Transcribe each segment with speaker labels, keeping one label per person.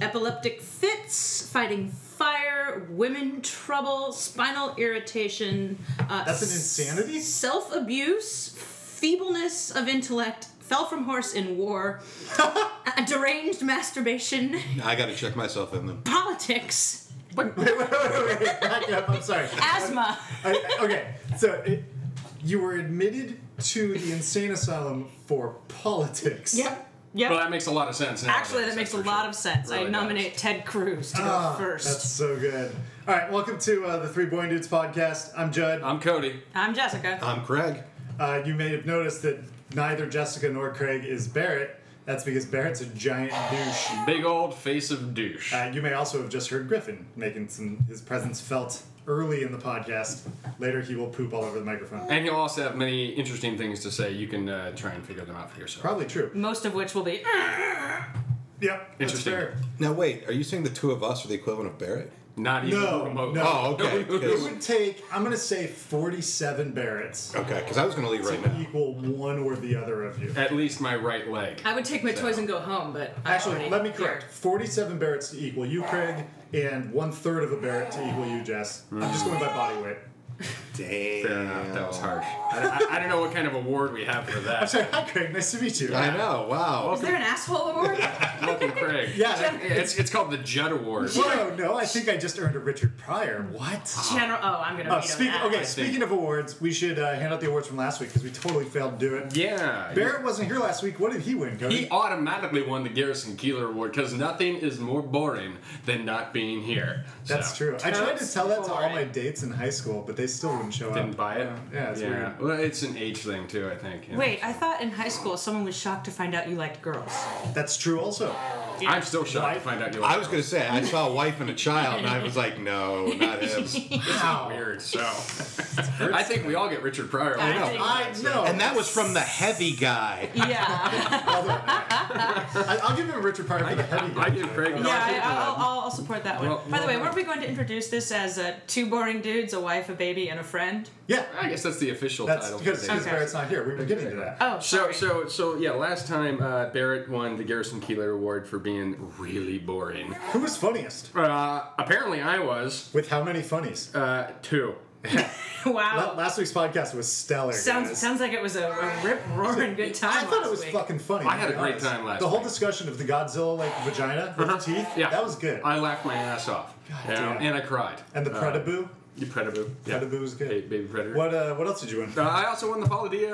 Speaker 1: epileptic fits, fighting fire, women trouble, spinal irritation. Uh,
Speaker 2: That's an insanity?
Speaker 1: Self abuse, feebleness of intellect, fell from horse in war, uh, deranged masturbation,
Speaker 3: I gotta check myself in them.
Speaker 1: politics,
Speaker 2: Wait, wait, wait, wait, wait. Back up. I'm sorry.
Speaker 1: asthma.
Speaker 2: I- I- okay, so it, you were admitted to the insane asylum for politics.
Speaker 1: Yep. Yep.
Speaker 4: Well, that makes a lot of sense. Now,
Speaker 1: Actually, that makes a lot of sense. I
Speaker 4: Really
Speaker 1: nominate
Speaker 4: does.
Speaker 1: Ted Cruz to
Speaker 2: Ah,
Speaker 1: go first.
Speaker 2: That's so good. All right, welcome to uh, the Three Boy Dudes podcast. I'm Judd.
Speaker 4: I'm Cody.
Speaker 1: I'm Jessica.
Speaker 3: I'm Craig.
Speaker 2: Uh, you may have noticed that neither Jessica nor Craig is Barrett. That's because Barrett's a giant douche.
Speaker 4: Big old face of douche.
Speaker 2: Uh, you may also have just heard Griffin making some his presence felt early in the podcast. Later, he will poop all over the microphone.
Speaker 4: and he'll also have many interesting things to say. You can uh, try and figure them out for yourself.
Speaker 2: Probably true.
Speaker 1: Most of which will be. "Ah."
Speaker 2: Yep. That's
Speaker 4: Interesting.
Speaker 2: fair.
Speaker 3: Now wait, are you saying the two of us are the equivalent of Barrett?
Speaker 4: Not even
Speaker 2: No,
Speaker 4: remote.
Speaker 2: no.
Speaker 3: Oh, okay. 'cause-
Speaker 2: It would take, I'm going to say 47 Barretts
Speaker 3: okay, because I was gonna leave right
Speaker 2: to
Speaker 3: now.
Speaker 2: equal one or the other of you.
Speaker 4: At least my right leg.
Speaker 1: I would take my toys and go home, but I'm
Speaker 2: Actually,
Speaker 1: already
Speaker 2: let me
Speaker 1: here.
Speaker 2: correct 47 Barretts to equal you, Craig, and one third of a Barrett to equal you, Jess. I'm just going by body weight.
Speaker 3: Damn.
Speaker 4: Fair enough. That was harsh. I, I, I don't know what kind of award we have for that.
Speaker 2: I'm sorry. Hi, Craig. Nice to meet you.
Speaker 3: I know. Wow.
Speaker 1: Is there an asshole award?
Speaker 4: Welcome, Craig.
Speaker 2: Yeah.
Speaker 4: It's, it's called the Judd Award.
Speaker 2: Whoa, no, I think I just earned a Richard Pryor. What?
Speaker 1: General. Oh, I'm gonna.
Speaker 2: Uh,
Speaker 1: veto
Speaker 2: speak,
Speaker 1: that.
Speaker 2: okay,
Speaker 4: think.
Speaker 2: speaking of awards, we should uh, hand out the awards from last week because we totally failed to do it.
Speaker 4: Yeah.
Speaker 2: Barrett wasn't here last week. What did he win, Cody?
Speaker 4: He automatically won the Garrison Keeler Award because nothing is more boring than not being here.
Speaker 2: That's
Speaker 4: So,
Speaker 2: true. I tried to
Speaker 1: Totes
Speaker 2: tell that to all
Speaker 1: boring.
Speaker 2: my dates in high school, but they still wouldn't show
Speaker 4: Didn't
Speaker 2: up.
Speaker 4: buy it.
Speaker 2: Yeah, it's weird.
Speaker 4: Well, Oh. it's an age thing too. I think. yeah.
Speaker 1: Wait, I thought in high school someone was shocked to find out you liked girls.
Speaker 2: That's true also.
Speaker 4: I'm still shocked
Speaker 2: Why-
Speaker 4: to find out you.
Speaker 3: I was gonna say I saw a wife and a child, and I was like, no, not him.
Speaker 2: Wow.
Speaker 4: weird. So I think we all get Richard Pryor.
Speaker 1: I
Speaker 4: Award.
Speaker 1: think-
Speaker 2: I know.
Speaker 3: And that was from the heavy guy.
Speaker 1: Yeah.
Speaker 2: Although- I, I'll give him Richard Pryor for the heavy.
Speaker 4: I give Craig.
Speaker 1: Yeah, I, I'll, I'll, I'll support that one.
Speaker 4: Well,
Speaker 1: By the way,
Speaker 4: well-
Speaker 1: weren't we going to introduce this as uh, two boring dudes, a wife, a baby, and a friend?
Speaker 2: Yeah,
Speaker 4: I guess that's the official
Speaker 2: that's
Speaker 4: title.
Speaker 2: because
Speaker 4: today.
Speaker 2: because
Speaker 1: Okay.
Speaker 2: Barrett's not here. We were getting to that.
Speaker 1: Oh,
Speaker 4: So,
Speaker 1: sorry.
Speaker 4: so, so, yeah. Last time, uh, Barrett won the Garrison Keeler Award for being really boring.
Speaker 2: Who was funniest?
Speaker 4: Uh, apparently, I was
Speaker 2: With how many funnies?
Speaker 4: uh, two.
Speaker 2: La-
Speaker 4: Oh.
Speaker 1: wow.
Speaker 2: last week's podcast was stellar.
Speaker 1: Sounds
Speaker 2: guys.
Speaker 1: sounds like it was a, a rip roaring good time.
Speaker 2: I thought it
Speaker 1: last
Speaker 2: was
Speaker 1: week.
Speaker 2: fucking funny.
Speaker 4: I
Speaker 2: to
Speaker 4: had
Speaker 2: be
Speaker 4: a great
Speaker 2: honest.
Speaker 4: time last
Speaker 2: The whole
Speaker 4: night.
Speaker 2: discussion of the Godzilla like vagina with the teeth,
Speaker 4: Yeah,
Speaker 2: that was good.
Speaker 4: I laughed my ass off,
Speaker 2: God
Speaker 4: you know,
Speaker 2: damn.
Speaker 4: and I cried. Uh,
Speaker 2: and the Predaboo,
Speaker 4: You predator. Yeah.
Speaker 2: Predaboo was good.
Speaker 4: Hey, baby predator.
Speaker 2: What uh, what else did you win?
Speaker 4: Uh, I also won the Paula Deen-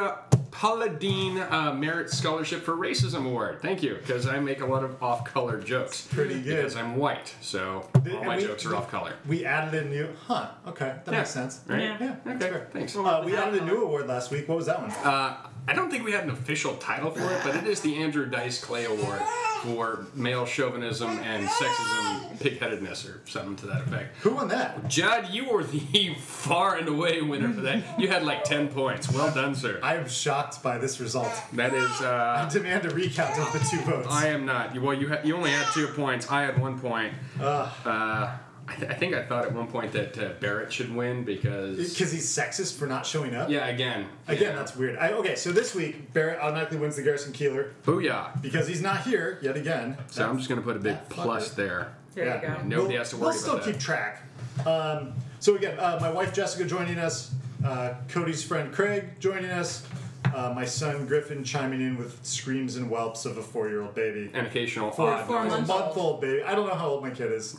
Speaker 4: Paula Dean uh, Merit Scholarship for Racism Award. Thank you, because I make a lot of off-color jokes.
Speaker 2: Pretty good.
Speaker 4: Because I'm white, so all
Speaker 2: And
Speaker 4: my
Speaker 2: we-
Speaker 4: jokes are off-color.
Speaker 2: We added a new, huh? Okay, that
Speaker 4: Yeah.
Speaker 2: makes sense.
Speaker 4: Right?
Speaker 1: Yeah.
Speaker 2: Yeah, that's
Speaker 4: Okay,
Speaker 2: fair.
Speaker 4: thanks.
Speaker 2: Uh, we added a new award last week. What was that one?
Speaker 4: Uh, I don't think we had an official title for it, but it is the Andrew Dice Clay Award for male chauvinism and sexism, pigheadedness, or something to that effect.
Speaker 2: Who won that?
Speaker 4: Judd, you were the far and away winner for that. You had like 10 points. Well done, sir.
Speaker 2: I am shocked by this result.
Speaker 4: That is, uh,
Speaker 2: I demand a recount of the two votes.
Speaker 4: I am not. You- Well, you ha- you only had two points. I had one point.
Speaker 2: Ugh.
Speaker 4: Uh, I, th- I think I thought at one point that uh, Barrett should win because
Speaker 2: Because he's sexist for not showing up.
Speaker 4: yeah, again,
Speaker 2: Again,
Speaker 4: yeah.
Speaker 2: that's weird. I, okay, so this week Barrett automatically wins the Garrison Keeler
Speaker 4: booyah.
Speaker 2: because he's not here yet again.
Speaker 4: So I'm just gonna put a big
Speaker 2: That
Speaker 4: plus
Speaker 2: fucker.
Speaker 4: there.
Speaker 1: There
Speaker 2: Yeah.
Speaker 1: you go.
Speaker 4: Nobody has to worry
Speaker 2: We'll still
Speaker 4: about that.
Speaker 2: keep track. Um, so again, uh, my wife Jessica joining us, uh, Cody's friend Craig joining us, uh, my son Griffin chiming in with screams and whelps of a four-year-old baby.
Speaker 4: An occasional
Speaker 1: Four-
Speaker 4: odd.
Speaker 1: four
Speaker 4: noise.
Speaker 1: months.
Speaker 2: month old baby. I don't know how old my kid is.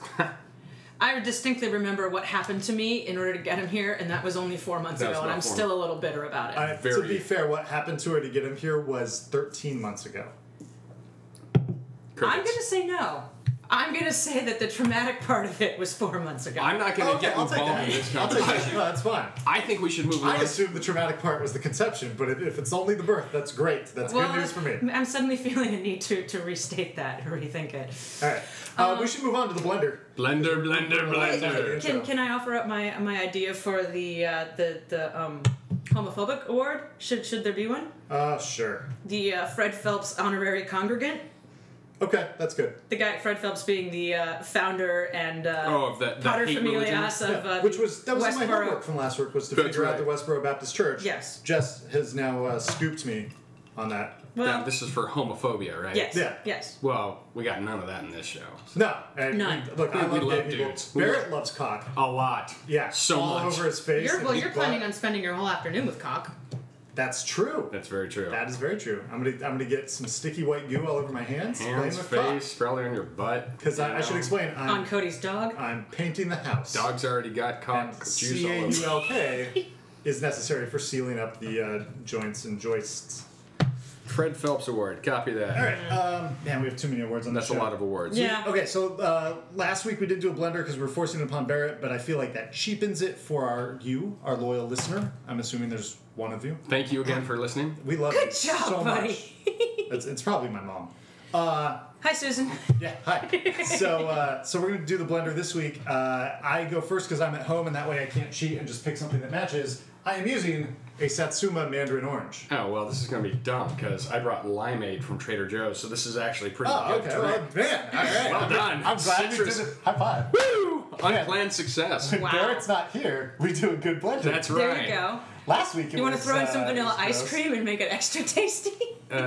Speaker 1: I distinctly remember what happened to me in order to get him here, and that was only four months
Speaker 4: That was
Speaker 1: ago, and
Speaker 4: not
Speaker 1: I'm
Speaker 4: four
Speaker 1: still a little bitter about it.
Speaker 2: I, to
Speaker 4: Very-
Speaker 2: be fair, what happened to her to get him here was 13 months ago.
Speaker 4: Crickets.
Speaker 1: I'm gonna say no. I'm gonna say that the traumatic part of it was four months ago.
Speaker 4: I'm not gonna get
Speaker 2: I'll take
Speaker 4: involved
Speaker 2: that.
Speaker 4: in this
Speaker 2: I'll take that.
Speaker 4: conversation.
Speaker 2: No, that's fine.
Speaker 4: I think we should move on.
Speaker 2: I assume the traumatic part was the conception, but if, if it's only the birth, that's great. That's
Speaker 1: well,
Speaker 2: good news for me.
Speaker 1: I'm suddenly feeling a need to, to restate that or rethink it.
Speaker 2: All right,
Speaker 1: um,
Speaker 2: uh, we should move on to the blender.
Speaker 4: blender, blender, blender.
Speaker 1: Can, can I offer up my my idea for the uh, the the um, homophobic award? Should should there be one?
Speaker 2: Uh, sure.
Speaker 1: The uh, Fred Phelps honorary congregant.
Speaker 2: Okay, that's good.
Speaker 1: The guy Fred Phelps being the uh, founder and uh,
Speaker 4: Oh, of that- that
Speaker 1: Pater
Speaker 4: hate religion?
Speaker 1: familias of
Speaker 2: Yeah,
Speaker 1: uh,
Speaker 2: which was that was my
Speaker 1: Westboro.
Speaker 2: homework from last week was to
Speaker 4: That's
Speaker 2: figure out the
Speaker 4: right.
Speaker 2: Westboro Baptist Church.
Speaker 1: Yes.
Speaker 2: Jess has now uh, scooped me on that.
Speaker 1: Well-
Speaker 4: Now, this is for homophobia, right?
Speaker 1: Yes.
Speaker 2: Yeah.
Speaker 1: Yes.
Speaker 4: Well, we got none of that in this show.
Speaker 2: No, and
Speaker 1: None.
Speaker 2: we- look, I
Speaker 4: We
Speaker 2: love,
Speaker 4: love
Speaker 2: gay people.
Speaker 4: dudes. We
Speaker 2: Barrett loves cock.
Speaker 4: A lot.
Speaker 2: Yeah,
Speaker 4: So
Speaker 2: all
Speaker 4: much.
Speaker 2: over his face.
Speaker 1: You're,
Speaker 2: and
Speaker 1: well,
Speaker 2: his
Speaker 1: you're
Speaker 2: butt.
Speaker 1: planning on spending your whole afternoon with cock.
Speaker 2: That's true.
Speaker 4: That's very true.
Speaker 2: That is very true. I'm gonna I'm gonna get some sticky white goo all over my hands.
Speaker 4: Hands, face, probably on your butt.
Speaker 2: Because
Speaker 4: you
Speaker 2: I, I
Speaker 4: know.
Speaker 2: should explain.
Speaker 1: On
Speaker 2: I'm,
Speaker 1: Cody's dog.
Speaker 2: I'm painting the house.
Speaker 4: Dog's already got
Speaker 2: And
Speaker 4: cock juice
Speaker 2: C
Speaker 4: all
Speaker 2: A
Speaker 4: over.
Speaker 2: U L K is necessary for sealing up the uh, joints and joists.
Speaker 4: Fred Phelps Award. Copy that.
Speaker 2: All right, um, man, we have too many awards on
Speaker 4: That's
Speaker 2: the
Speaker 4: a
Speaker 2: show.
Speaker 4: lot of awards.
Speaker 1: Yeah.
Speaker 2: Okay, so uh, last week we did do a blender because we are forcing it upon Barrett, but I feel like that cheapens it for our you, our loyal listener. I'm assuming there's one of you.
Speaker 4: Thank you again for listening.
Speaker 2: We love you
Speaker 1: Good job,
Speaker 2: so
Speaker 1: buddy.
Speaker 2: much. It's, it's probably my mom.
Speaker 1: Hi, Susan.
Speaker 2: Yeah, hi. so, uh, so we're gonna do the blender this week. Uh, I go first because I'm at home, and that way I can't cheat and just pick something that matches. I am using a Satsuma Mandarin Orange.
Speaker 4: Oh well, this is gonna be dumb because I brought limeade from Trader Joe's, so this is actually pretty
Speaker 2: Oh,
Speaker 4: good
Speaker 2: okay. Well,
Speaker 4: drink.
Speaker 2: man, all right.
Speaker 4: Well
Speaker 2: I'm-
Speaker 4: done.
Speaker 2: I'm glad
Speaker 4: Citrus.
Speaker 2: we did it. High five.
Speaker 4: Woo! Unplanned success.
Speaker 1: Wow.
Speaker 2: Barrett's not here. We do a good blender.
Speaker 4: That's right.
Speaker 1: There you go.
Speaker 2: Last week it
Speaker 1: You want to
Speaker 2: was,
Speaker 1: throw in some
Speaker 2: uh,
Speaker 1: vanilla
Speaker 2: it was
Speaker 1: ice
Speaker 2: gross.
Speaker 1: cream and make it extra tasty?
Speaker 2: No,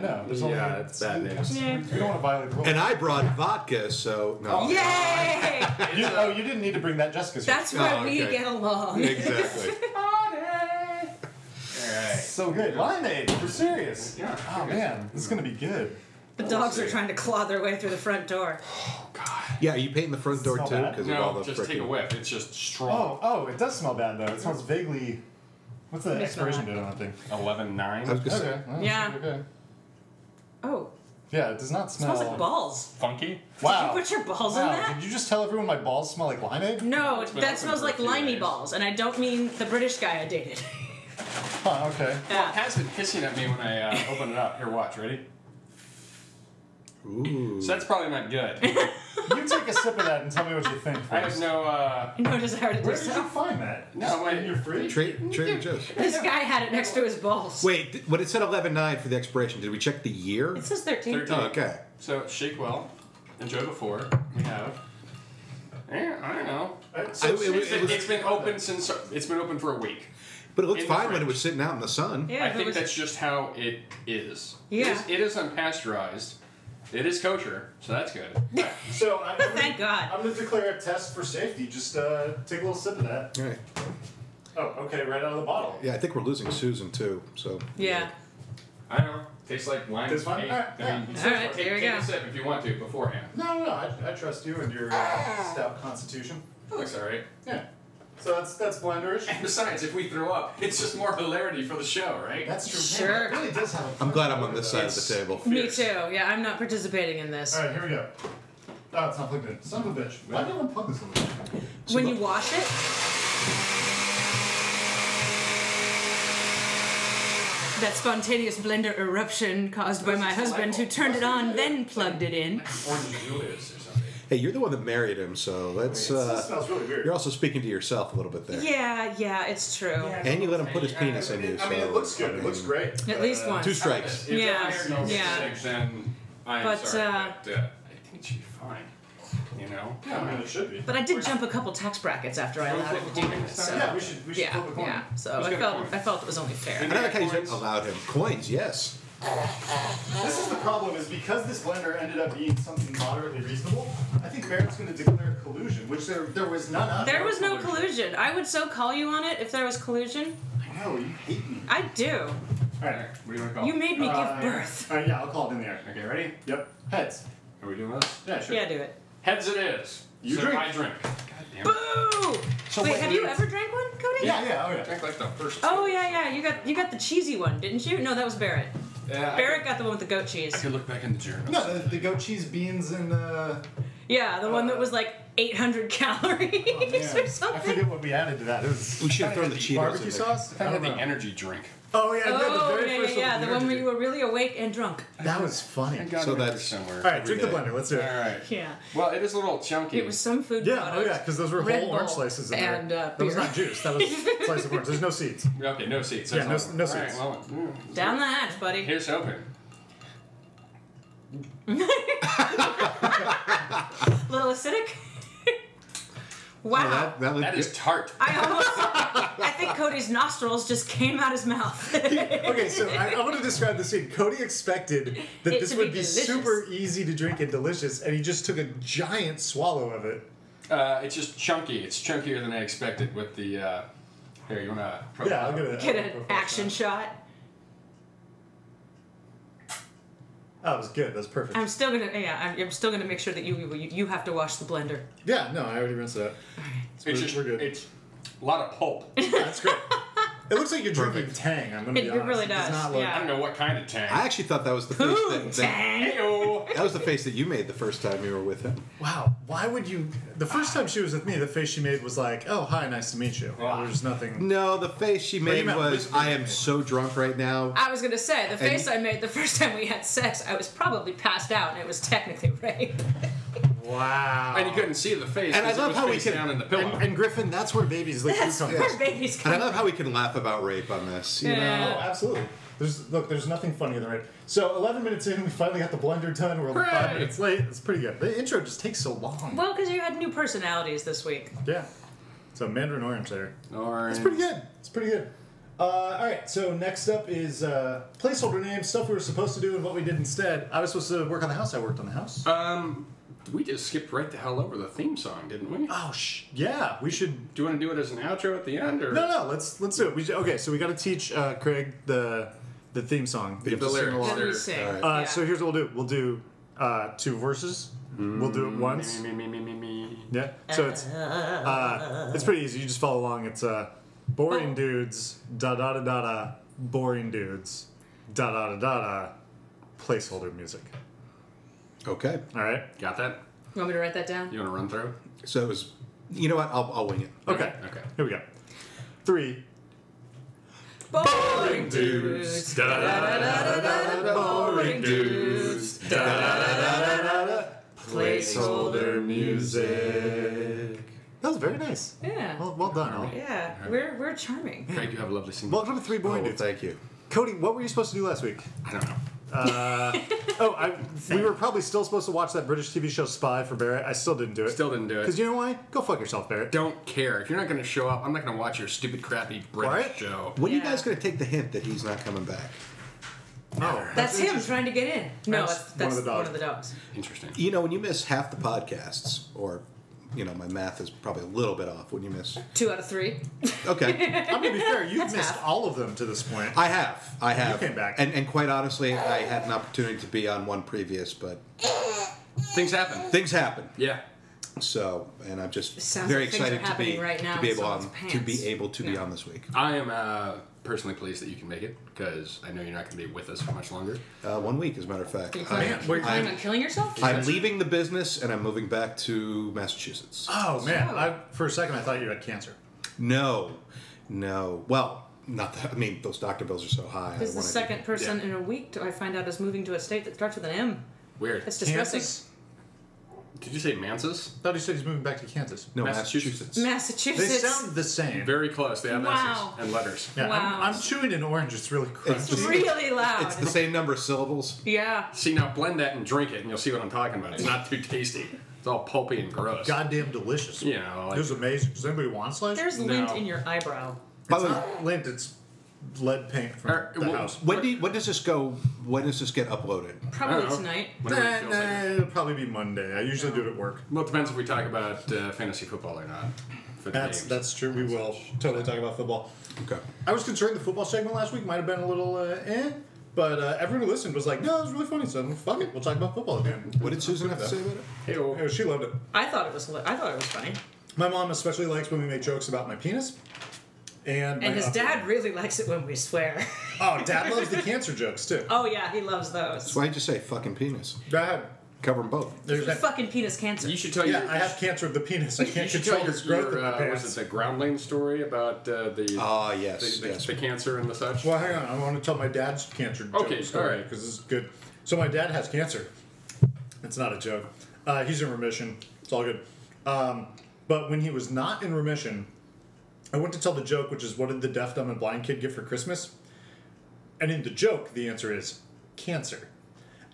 Speaker 2: no. There's only
Speaker 4: Uh, yeah, it's bad news.
Speaker 1: Yeah.
Speaker 2: We don't want to violate the rules.
Speaker 3: And I brought vodka, so no.
Speaker 1: Yay!
Speaker 2: You, oh, you didn't need to bring that Jessica's.
Speaker 1: That's
Speaker 3: Oh,
Speaker 1: where we
Speaker 3: okay.
Speaker 1: get along.
Speaker 3: Exactly.
Speaker 2: so good. Limeade. We're serious.
Speaker 4: Yeah,
Speaker 2: Oh man, this is gonna be good.
Speaker 1: The dogs
Speaker 4: We'll
Speaker 1: are
Speaker 4: see.
Speaker 1: trying to claw their way through the front door.
Speaker 3: Yeah, are you painting the front door
Speaker 2: Smell
Speaker 3: too?
Speaker 2: bad.
Speaker 3: Because of all
Speaker 4: No,
Speaker 3: the
Speaker 4: just take a
Speaker 3: frickin-
Speaker 4: whiff. It's just strong.
Speaker 2: Oh, oh, it does smell bad though. It smells vaguely. What's the
Speaker 1: It's
Speaker 2: expiration
Speaker 1: not.
Speaker 2: date on that thing?
Speaker 4: Eleven nine.
Speaker 3: I was gonna
Speaker 2: Okay.
Speaker 3: say,
Speaker 2: well,
Speaker 1: Yeah.
Speaker 2: Okay.
Speaker 1: Oh,
Speaker 2: Yeah, it does not
Speaker 1: it
Speaker 2: smell.
Speaker 1: smells like balls.
Speaker 4: Funky.
Speaker 2: Wow.
Speaker 1: Did you put your balls in
Speaker 2: wow.
Speaker 1: that?
Speaker 2: Did you just tell everyone my balls smell like limeade?
Speaker 1: No,
Speaker 4: It's been
Speaker 1: that
Speaker 4: open
Speaker 1: smells
Speaker 4: for a
Speaker 1: like
Speaker 4: few
Speaker 1: limey
Speaker 4: days.
Speaker 1: balls, and I don't mean the British guy I dated.
Speaker 2: Huh. Okay.
Speaker 4: Well, it
Speaker 1: Yeah.
Speaker 4: has been hissing at me when I uh, open it up. Here, watch. Ready?
Speaker 3: Ooh.
Speaker 4: So that's probably not good.
Speaker 2: You take a sip of that and tell me what you think. First.
Speaker 4: I have no. Uh,
Speaker 1: I know just how to do
Speaker 2: Where did you
Speaker 1: so.
Speaker 2: find that?
Speaker 4: No,
Speaker 2: Just
Speaker 4: wait.
Speaker 2: in your fridge.
Speaker 3: Tra- Trader Joe's.
Speaker 1: This guy had it next to his balls.
Speaker 3: Wait, th- when it said 11.9 for the expiration, did we check the year?
Speaker 1: It says 13.
Speaker 3: Oh,
Speaker 4: 13.
Speaker 3: okay.
Speaker 4: So shake well. Enjoy before. We have. Eh, I don't know.
Speaker 2: Uh,
Speaker 3: I-
Speaker 2: so-
Speaker 3: it was-
Speaker 4: It's been, it's been open since it's been open for a week.
Speaker 3: But it looked
Speaker 4: in the
Speaker 3: fine when it
Speaker 4: fridge.
Speaker 3: was sitting out in the sun.
Speaker 1: Yeah,
Speaker 4: I
Speaker 1: if it
Speaker 4: think
Speaker 1: was-
Speaker 4: that's just how it is. It
Speaker 1: Yeah.
Speaker 4: is, it is unpasteurized. It is kosher, so that's good.
Speaker 2: So I'm gonna,
Speaker 1: Thank God.
Speaker 2: I'm gonna declare a test for safety. Just uh, take a little sip of that.
Speaker 3: All right.
Speaker 2: Oh, okay, right out of the bottle.
Speaker 3: Yeah, I think we're losing Susan too. So
Speaker 1: Yeah.
Speaker 4: I don't know. Tastes like wine.
Speaker 2: This one?
Speaker 4: Hey,
Speaker 2: Alright,
Speaker 4: I mean,
Speaker 2: yeah.
Speaker 4: it's-
Speaker 1: Alright,
Speaker 4: take,
Speaker 1: here we
Speaker 4: take
Speaker 1: go.
Speaker 4: a sip if you want to beforehand.
Speaker 2: No, no, no. I, I trust you and your uh, stout constitution.
Speaker 4: Looks all right.
Speaker 2: Yeah. So that's that's blenderish.
Speaker 4: And besides, if we throw up, it's just more hilarity for the show, right?
Speaker 2: That's true.
Speaker 1: Sure.
Speaker 2: Man, it really does have. A
Speaker 3: I'm glad I'm on this side of
Speaker 4: It's-
Speaker 3: the table.
Speaker 1: Me
Speaker 4: Fierce.
Speaker 1: too. Yeah, I'm not participating in this.
Speaker 2: All right, here we go. Oh, it's not plugged in. Son of a bitch. Why did I unplug this? One?
Speaker 1: When you wash it, that spontaneous blender eruption caused by my husband, who turned it on, then plugged it in.
Speaker 4: Orange Julius or something.
Speaker 3: Hey, you're the one that married him, so let's.
Speaker 2: this
Speaker 3: Uh,
Speaker 2: smells really weird.
Speaker 3: you're also speaking to yourself a little bit there.
Speaker 1: Yeah, yeah, it's true.
Speaker 3: And you let him put his penis in you.
Speaker 2: I mean,
Speaker 3: so,
Speaker 2: it looks good.
Speaker 3: I
Speaker 2: It looks
Speaker 3: mean,
Speaker 2: great. uh,
Speaker 1: At least once.
Speaker 3: Two strikes.
Speaker 4: If the
Speaker 1: Yeah,
Speaker 4: iron don't
Speaker 1: yeah.
Speaker 4: stick, Then I'm
Speaker 1: But,
Speaker 4: sorry,
Speaker 1: uh,
Speaker 4: but uh, I think she's fine. You know.
Speaker 2: Yeah, I mean, it should be.
Speaker 1: But I did jump a couple tax brackets after I allowed him to do it. So
Speaker 2: yeah, we should. We should
Speaker 1: yeah,
Speaker 2: flip a coin.
Speaker 1: yeah. So
Speaker 4: Who's
Speaker 1: I
Speaker 4: got a
Speaker 1: felt
Speaker 4: coin?
Speaker 1: I felt it was only fair.
Speaker 3: I like how you said allowed him coins. Yes.
Speaker 2: This is the problem, is because this blender ended up being something moderately reasonable, I think Barrett's gonna declare collusion, which there there was none of.
Speaker 1: There was no collusion. I would so call you on it if there was collusion.
Speaker 2: I know, you hate me.
Speaker 1: I do.
Speaker 2: Alright.
Speaker 4: What do you want to call?
Speaker 1: You made me
Speaker 2: Uh,
Speaker 1: give birth.
Speaker 2: Alright, yeah, I'll call it in there.
Speaker 4: Okay, ready?
Speaker 2: Yep. Heads.
Speaker 4: Are we doing this?
Speaker 2: Yeah, sure.
Speaker 1: Yeah, do it.
Speaker 4: Heads it is.
Speaker 2: You
Speaker 4: so
Speaker 2: drink.
Speaker 4: I drink. God damn it.
Speaker 1: Boo! Wait,
Speaker 2: what
Speaker 1: have you
Speaker 2: is-
Speaker 1: ever drank one, Cody?
Speaker 2: Yeah, yeah, oh yeah.
Speaker 4: Drink like the first.
Speaker 1: Oh yeah, yeah. You got you got the cheesy one, didn't you? No, that was Barrett.
Speaker 4: yeah I
Speaker 1: Barrett
Speaker 4: could,
Speaker 1: got the one with the goat
Speaker 4: I
Speaker 1: cheese.
Speaker 4: could look back in the journal.
Speaker 2: No, the, the goat cheese beans and uh
Speaker 1: Yeah, the one that was like 800 calories or
Speaker 2: Oh, I forget
Speaker 1: something.
Speaker 2: what we added to that. It was
Speaker 3: We should have thrown the Cheetos
Speaker 2: barbecue
Speaker 3: in there.
Speaker 2: sauce?
Speaker 4: I
Speaker 2: I
Speaker 4: had
Speaker 2: don't
Speaker 4: the
Speaker 2: know.
Speaker 4: energy drink.
Speaker 2: Oh yeah, yeah, the
Speaker 1: Oh
Speaker 2: very
Speaker 1: yeah, yeah,
Speaker 2: first
Speaker 1: yeah. The one where you
Speaker 2: were
Speaker 1: were really awake and drunk.
Speaker 2: That was funny.
Speaker 4: I got
Speaker 3: So
Speaker 4: it
Speaker 3: that's-
Speaker 4: somewhere.
Speaker 2: Alright, drink the
Speaker 3: Every day.
Speaker 2: blender, let's do it.
Speaker 4: All right.
Speaker 1: Yeah.
Speaker 4: Well, it is a little chunky.
Speaker 1: It was some food
Speaker 2: Yeah, oh
Speaker 1: product.
Speaker 2: yeah, because those were
Speaker 1: Red
Speaker 2: whole orange
Speaker 1: Bull
Speaker 2: slices in
Speaker 1: and,
Speaker 2: there.
Speaker 1: uh,
Speaker 2: that was
Speaker 1: beer.
Speaker 2: not juice. That was slice of orange. There's no seeds.
Speaker 4: okay. No seats.
Speaker 2: Yeah,
Speaker 4: that's
Speaker 2: no- no
Speaker 4: all. All right,
Speaker 2: seats.
Speaker 4: well, mm.
Speaker 1: Down the hatch, buddy.
Speaker 4: Here's open.
Speaker 1: Little acidic.
Speaker 5: Wow.
Speaker 3: Oh, that, that was
Speaker 4: That is
Speaker 3: good.
Speaker 4: tart.
Speaker 5: I almost. I think Cody's nostrils just came out his mouth.
Speaker 2: okay, so I, I want to describe the scene. Cody expected that
Speaker 5: It
Speaker 2: this
Speaker 5: to
Speaker 2: would
Speaker 5: be
Speaker 2: be
Speaker 5: delicious.
Speaker 2: super easy to drink and delicious, and he just took a giant swallow of it.
Speaker 4: Uh, it's just chunky. It's chunkier than I expected with the. Uh, here, you wanna?
Speaker 2: Yeah, I'm gonna
Speaker 5: Get
Speaker 2: I'll go
Speaker 5: an
Speaker 2: for a
Speaker 5: action
Speaker 2: shot.
Speaker 5: shot.
Speaker 2: That was good. That was perfect.
Speaker 5: I'm still gonna. Yeah, I'm, I'm still gonna make sure that you, you you have to wash the blender.
Speaker 2: yeah, no, I already rinsed that.
Speaker 4: It's
Speaker 2: We're-
Speaker 4: just.
Speaker 2: we're good.
Speaker 4: It's a lot of pulp.
Speaker 2: That's great. It looks like you're drinking
Speaker 3: Perfect.
Speaker 2: Tang. I'm gonna
Speaker 5: It-
Speaker 2: be
Speaker 5: it
Speaker 2: honest.
Speaker 5: really
Speaker 2: does
Speaker 5: does,
Speaker 2: not look-
Speaker 5: yeah.
Speaker 4: I don't know what kind of tang.
Speaker 3: I actually thought that was the
Speaker 5: Poo,
Speaker 3: face that, that,
Speaker 5: Tang.
Speaker 4: Ayo.
Speaker 3: that was the face that you made the first time you were with him.
Speaker 2: Wow. Why would you? The first time she was with me, the face she made was like, "Oh, hi, nice to meet you."
Speaker 4: Ah.
Speaker 2: There's nothing.
Speaker 3: No, the face she made
Speaker 2: meant
Speaker 3: was,
Speaker 2: whispering.
Speaker 3: "I am so drunk right now."
Speaker 5: I was gonna say the face I made the first time we had sex. I was probably passed out, and it was technically rape.
Speaker 2: Wow.
Speaker 4: And you couldn't see the face.
Speaker 3: And I
Speaker 4: 'cause it
Speaker 3: love
Speaker 4: was
Speaker 3: how we
Speaker 4: face
Speaker 3: can-
Speaker 4: down in the pillow.
Speaker 2: And, and Griffin, that's where babies like
Speaker 5: That's
Speaker 2: you come
Speaker 5: where babies
Speaker 3: And I
Speaker 5: come.
Speaker 3: love how we can laugh about rape on this. You know,
Speaker 2: Oh,
Speaker 5: Yeah.
Speaker 2: absolutely. There's look. There's nothing funnier than it. So 11 minutes in, we finally got the blender done. We're only five
Speaker 4: Hooray!
Speaker 2: minutes late. It's pretty good. The intro just takes so long.
Speaker 5: Well, because you had new personalities this week.
Speaker 2: Yeah. So Mandarin Orange there.
Speaker 4: Or
Speaker 2: It's pretty good. It's pretty good. Uh, all right. So next up is uh, placeholder names, stuff we were supposed to do and what we did instead. I was supposed to work on the house. I worked on the house.
Speaker 4: Um, we just skipped right the hell over the theme song, didn't we?
Speaker 2: oh sh. Yeah. We should
Speaker 4: Do you want to do it as an outro at the end, or
Speaker 2: No, no. Let's let's do it. We, should- okay, so we got to teach uh, Craig the the theme song. You have
Speaker 4: the
Speaker 2: to sing
Speaker 4: lyrics.
Speaker 2: along.
Speaker 5: Let me
Speaker 4: They're-
Speaker 5: see.
Speaker 3: all right.
Speaker 2: Uh, So here's what we'll do. We'll do uh, two verses.
Speaker 4: Mm-hmm.
Speaker 2: We'll do it once.
Speaker 4: Me, me, me, me, me.
Speaker 2: Yeah. So it's uh, it's pretty easy. You just follow along. It's uh, boring dudes. Da da da da da. Boring dudes. Da da da da da. Placeholder music.
Speaker 3: okay.
Speaker 2: All right.
Speaker 4: Got that?
Speaker 5: You want me to write that down?
Speaker 4: You want to run through?
Speaker 3: So it was. You know what? I'll, I'll wing it.
Speaker 2: Okay.
Speaker 4: Okay.
Speaker 2: Here we go. Three.
Speaker 5: Boring dudes.
Speaker 4: Da, da, da, da,
Speaker 5: Boring
Speaker 4: dudes.
Speaker 5: Placeholder
Speaker 2: music. That was very nice.
Speaker 5: Yeah.
Speaker 2: Well, well done. Al.
Speaker 5: Yeah. We're we're charming.
Speaker 4: Craig, you have a lovely scene.
Speaker 2: Welcome to Three
Speaker 3: Oh,
Speaker 2: Boring
Speaker 3: well,
Speaker 2: Dudes.
Speaker 3: thank you.
Speaker 2: Cody, what were you supposed to do last week?
Speaker 4: I don't know.
Speaker 2: Oh, I, we were probably still supposed to watch that British TV show Spy for Barrett. I still didn't do it.
Speaker 4: Still didn't do it.
Speaker 2: Because you know why? Go fuck yourself, Barrett.
Speaker 4: don't care. If you're not going to show up, I'm not going to watch your stupid, crappy British
Speaker 2: Alright.
Speaker 4: show.
Speaker 3: When are you
Speaker 5: Yeah.
Speaker 3: guys going to take the hint that he's not coming back?
Speaker 2: No.
Speaker 5: That's him trying to get in. No,
Speaker 2: That's
Speaker 5: that's,
Speaker 2: one
Speaker 5: that's
Speaker 2: of the
Speaker 5: one
Speaker 2: dogs.
Speaker 5: of the dogs.
Speaker 4: Interesting.
Speaker 3: You know, when you miss half the podcasts, or you know, my math is probably a little bit off when you miss.
Speaker 5: Two out of three.
Speaker 3: Okay,
Speaker 2: I'm going to be fair. You've missed
Speaker 5: half.
Speaker 2: all of them to this point.
Speaker 3: I have, I have,
Speaker 2: came back.
Speaker 3: and and quite honestly, I had an opportunity to be on one previous, but
Speaker 4: Things happen.
Speaker 3: things happen.
Speaker 4: Yeah.
Speaker 3: So, and I'm just
Speaker 5: Sounds
Speaker 3: very
Speaker 5: like things are
Speaker 3: excited to be
Speaker 5: happening right now
Speaker 3: to be
Speaker 5: in
Speaker 3: able on,
Speaker 5: someone's
Speaker 3: to
Speaker 5: pants.
Speaker 3: be able to be
Speaker 5: No.
Speaker 3: on this week.
Speaker 4: I am uh, personally pleased that you can make it because I know you're not going to be with us for much longer.
Speaker 3: Uh, one week, as a matter of fact.
Speaker 5: Are you
Speaker 3: I,
Speaker 5: planning,
Speaker 2: man, we're-
Speaker 5: you planning on killing yourself?
Speaker 3: I'm leaving the business and I'm moving back to Massachusetts.
Speaker 2: oh, man.
Speaker 5: So-
Speaker 2: I, for a second, I thought you had cancer.
Speaker 3: No, no. Well, not that. I mean, those doctor bills are so high. I
Speaker 5: This is the
Speaker 3: wanna-
Speaker 5: second person in a week to, I find out is moving to a state that starts with an M.
Speaker 4: Weird.
Speaker 5: That's distressing.
Speaker 2: Kansas?
Speaker 4: Did you say Mansus?
Speaker 2: thought he said he's moving back to Kansas.
Speaker 3: No, Massachusetts.
Speaker 4: Massachusetts.
Speaker 2: They
Speaker 5: Massachusetts.
Speaker 2: sound the same.
Speaker 4: Very close. They have
Speaker 5: Wow.
Speaker 4: S's and letters.
Speaker 2: yeah,
Speaker 5: Wow.
Speaker 2: I'm, I'm chewing an orange. It's really
Speaker 3: It's
Speaker 2: crunchy.
Speaker 5: it's
Speaker 3: the-
Speaker 5: really loud.
Speaker 3: It's the same number of syllables.
Speaker 5: yeah.
Speaker 4: See, now blend that and drink it, and you'll see what I'm talking about. It's not too tasty. It's all pulpy
Speaker 2: Oh,
Speaker 4: and gross.
Speaker 2: Goddamn delicious.
Speaker 4: You know, like-
Speaker 2: it was amazing. Does anybody want slice?
Speaker 5: There's
Speaker 4: No.
Speaker 5: lint in your eyebrow.
Speaker 3: By the way,
Speaker 2: not lint. It's lead paint from
Speaker 4: Or-
Speaker 2: the
Speaker 4: Er, well,
Speaker 2: house.
Speaker 3: when do you, when does this go? When does this get uploaded?
Speaker 4: I
Speaker 5: Probably
Speaker 4: don't know.
Speaker 5: tonight.
Speaker 4: Whenever it
Speaker 2: Nah,
Speaker 4: feels like
Speaker 2: nah,
Speaker 4: it.
Speaker 2: it'll Eh, probably be Monday. I usually do it at work.
Speaker 4: Well, it depends if we talk about uh, fantasy football or not. For the
Speaker 2: That's
Speaker 4: games.
Speaker 2: that's true. We will totally talk about football.
Speaker 3: Okay.
Speaker 2: I was concerned the football segment last week might have been a little uh, eh, but uh, everyone who listened was like, "No, it was really funny." So fuck it, we'll talk about football again.
Speaker 3: What did Susan have to say about it?
Speaker 4: Hey-o.
Speaker 2: Yeah, she loved it.
Speaker 5: I thought it was. li- I thought it was funny.
Speaker 2: My mom especially likes when we make jokes about my penis. And, my
Speaker 5: And his
Speaker 2: upper-
Speaker 5: dad really likes it when we swear.
Speaker 2: Oh, dad loves the cancer jokes too.
Speaker 5: oh yeah, he loves those.
Speaker 3: Why'd you say fucking penis?
Speaker 2: Dad,
Speaker 3: Cover them both.
Speaker 2: there's that.
Speaker 5: Fucking penis cancer.
Speaker 4: You should tell
Speaker 2: Yeah,
Speaker 4: your,
Speaker 2: I have cancer of the penis. I
Speaker 4: you
Speaker 2: can't
Speaker 4: should tell
Speaker 2: control
Speaker 4: your,
Speaker 2: this growth
Speaker 4: your
Speaker 2: in my
Speaker 4: uh, was
Speaker 2: pants.
Speaker 4: it the Groundling story about uh, the
Speaker 3: Ah, yes,
Speaker 4: the, the,
Speaker 3: yes.
Speaker 4: the cancer and the such.
Speaker 2: Well, hang on. I want to tell my dad's cancer joke
Speaker 4: Okay,
Speaker 2: story
Speaker 4: alright.
Speaker 2: because this is good. So my dad has cancer. It's not a joke. Uh, he's in remission. It's all good. Um, but when he was not in remission, I went to tell the joke, which is what did the deaf, dumb, and blind kid get for Christmas? And in the joke, the answer is cancer.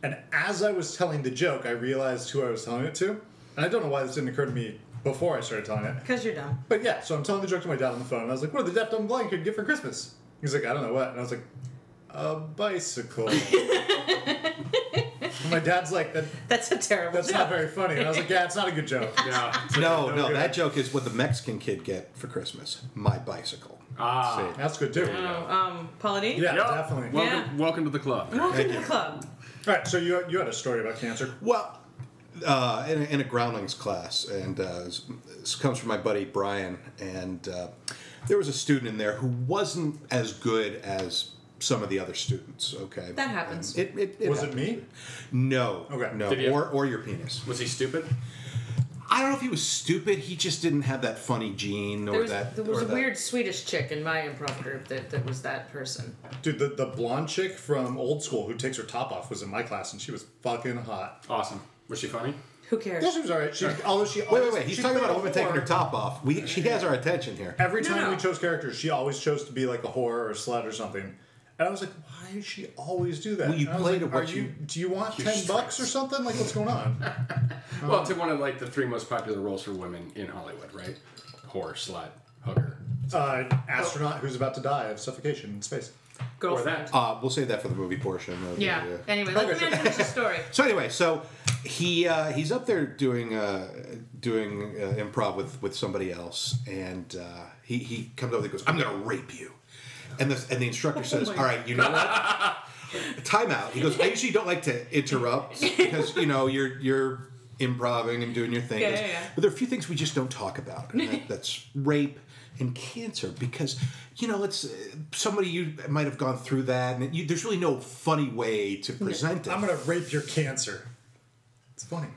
Speaker 2: And as I was telling the joke, I realized who I was telling it to. And I don't know why this didn't occur to me before I started telling it.
Speaker 1: Because you're dumb.
Speaker 2: But yeah, so I'm telling the joke to my dad on the phone, and I was like, "What did the deaf dumb blind kid get for Christmas?" He's like, "I don't know what," and I was like, "A bicycle." and my dad's like, that,
Speaker 1: That's a terrible
Speaker 2: "That's
Speaker 1: joke.
Speaker 2: not very funny," and I was like, "Yeah, it's not a good joke."
Speaker 4: Yeah.
Speaker 3: No, no,
Speaker 2: good.
Speaker 3: that joke is what the Mexican kid get for Christmas. My bicycle.
Speaker 4: Ah.
Speaker 2: That's good too.
Speaker 1: Oh, um, Paula Deen?
Speaker 2: Yeah,
Speaker 4: Yep.
Speaker 2: definitely. All
Speaker 4: Welcome, welcome to the club.
Speaker 1: Welcome to the club.
Speaker 2: right, so you you had a story about cancer.
Speaker 3: Well, uh, in, a, in a groundlings class, and uh, this- this comes from my buddy Brian, and uh, there was a student in there who wasn't as good as some of the other students. Okay,
Speaker 1: That happens.
Speaker 3: And It, it, it
Speaker 2: Was it
Speaker 3: happens.
Speaker 2: me?
Speaker 3: No.
Speaker 2: Okay.
Speaker 3: No.
Speaker 4: Did he-
Speaker 3: Or or your penis.
Speaker 4: Was he stupid?
Speaker 3: I don't know if he was stupid. He just didn't have that funny gene or
Speaker 1: There was,
Speaker 3: that.
Speaker 1: there was
Speaker 3: or
Speaker 1: a
Speaker 3: that-
Speaker 1: weird Swedish chick in my improv group that, that was that person.
Speaker 2: Dude, the, the blonde chick from old school who takes her top off was in my class, and she was fucking hot.
Speaker 4: Awesome. Was she funny?
Speaker 1: Who cares?
Speaker 2: Yeah, she was alright. She although Oh, she
Speaker 3: Wait,
Speaker 2: always,
Speaker 3: wait, wait. He's
Speaker 2: she
Speaker 3: talking about a
Speaker 2: played
Speaker 3: woman taking her
Speaker 2: whore.
Speaker 3: top off. We, she has our attention here.
Speaker 2: Every
Speaker 1: No,
Speaker 2: time
Speaker 1: no.
Speaker 2: we chose characters, she always chose to be like a whore or a slut or something. And I was like, why does she always do that?
Speaker 3: Well, you
Speaker 2: And I was
Speaker 3: played
Speaker 2: like,
Speaker 3: it what
Speaker 2: "Are
Speaker 3: you-
Speaker 2: Do you want
Speaker 4: your
Speaker 2: ten bucks or something? Like, what's going on?
Speaker 4: Well, to one of like the three most popular roles for women in Hollywood, right? Whore, slut, hooker.
Speaker 2: uh, astronaut who's about to die of suffocation in space.
Speaker 4: Or
Speaker 1: Girlfriend.
Speaker 4: that.
Speaker 3: Uh, we'll save that for the movie portion. of the,
Speaker 1: Yeah.
Speaker 3: uh,
Speaker 1: Anyway, let the man finish the story.
Speaker 3: So anyway, so he uh, he's up there doing uh, doing uh, improv with, with somebody else, and uh, he he comes over and goes, "I'm going to rape you," and the and the instructor says,
Speaker 1: Oh
Speaker 3: "All right, you know what? Time out." He goes, "I usually don't like to interrupt because you know you're you're improving and doing your thing,
Speaker 1: Yeah, yeah, yeah.
Speaker 3: but there are a few things we just don't talk about. And that, that's rape." And cancer, because you know, it's uh, somebody you might have gone through that, and you, there's really no funny way to present it.
Speaker 2: I'm gonna rape your cancer. It's funny.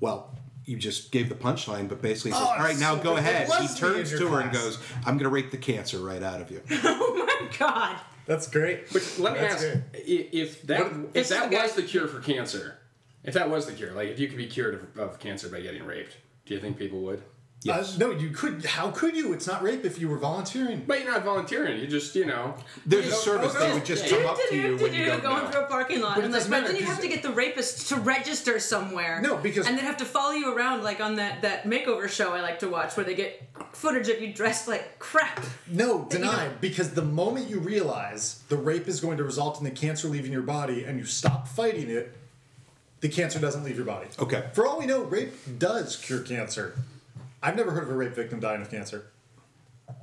Speaker 3: Well, you just gave the punchline, but basically, says,
Speaker 2: Oh,
Speaker 3: all right, now
Speaker 2: so
Speaker 3: go
Speaker 2: there
Speaker 3: ahead.
Speaker 2: was
Speaker 3: He
Speaker 2: me in
Speaker 3: turns
Speaker 2: your
Speaker 3: to her and
Speaker 2: class.
Speaker 3: goes, I'm going to rape the cancer right out of you.
Speaker 1: Oh my god.
Speaker 2: That's great.
Speaker 4: Which let me
Speaker 2: That's
Speaker 4: ask
Speaker 2: good.
Speaker 4: i- if that if
Speaker 1: This
Speaker 4: that
Speaker 1: is a
Speaker 4: was
Speaker 1: guy-
Speaker 4: the cure for cancer, if that was the cure, like if you could be cured of, of cancer by getting raped, do you think people would?
Speaker 2: Uh, no, you could. How could you? It's not rape if you were volunteering.
Speaker 4: But you're not volunteering. You just you know.
Speaker 3: There's a service
Speaker 2: okay.
Speaker 3: they would just come up to you when you don't
Speaker 1: going
Speaker 3: know.
Speaker 1: through a parking lot,
Speaker 2: But it
Speaker 1: and, like,
Speaker 2: doesn't
Speaker 1: but
Speaker 2: matter,
Speaker 1: then you
Speaker 2: because-
Speaker 1: have to get the rapist to register somewhere.
Speaker 2: No, because-
Speaker 1: and they have to follow you around, like on that that makeover show I like to watch, where they get footage of you dressed like crap.
Speaker 2: No, denied. Because the moment you realize the rape is going to result in the cancer leaving your body and you stop fighting it, the cancer doesn't leave your body.
Speaker 3: Okay.
Speaker 2: For all we know, rape does cure cancer. I've never heard of a rape victim dying of cancer.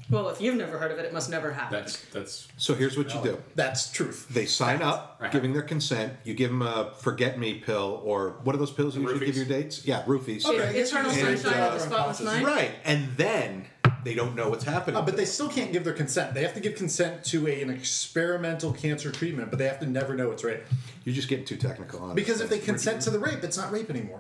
Speaker 1: Well, if you've never heard of it, it must never happen.
Speaker 4: That's that's
Speaker 3: So here's what you do
Speaker 2: That's truth.
Speaker 3: they sign up,
Speaker 4: Right.
Speaker 3: giving their consent. You give them a forget me pill, or what are those pills you usually give
Speaker 4: Roofies.
Speaker 3: your dates? Yeah, roofies.
Speaker 2: Okay.
Speaker 1: It- Eternal
Speaker 2: And,
Speaker 1: Sunshine
Speaker 2: uh,
Speaker 1: of the Spotless Mind.
Speaker 3: Right. And then they don't know what's happening.
Speaker 2: Uh, but
Speaker 3: to
Speaker 2: they
Speaker 3: them.
Speaker 2: still can't give their consent. They have to give consent to a, an experimental cancer treatment, but they have to never know it's rape.
Speaker 3: You're just getting too technical on it.
Speaker 2: Because if they consent to the rape, it's not rape anymore.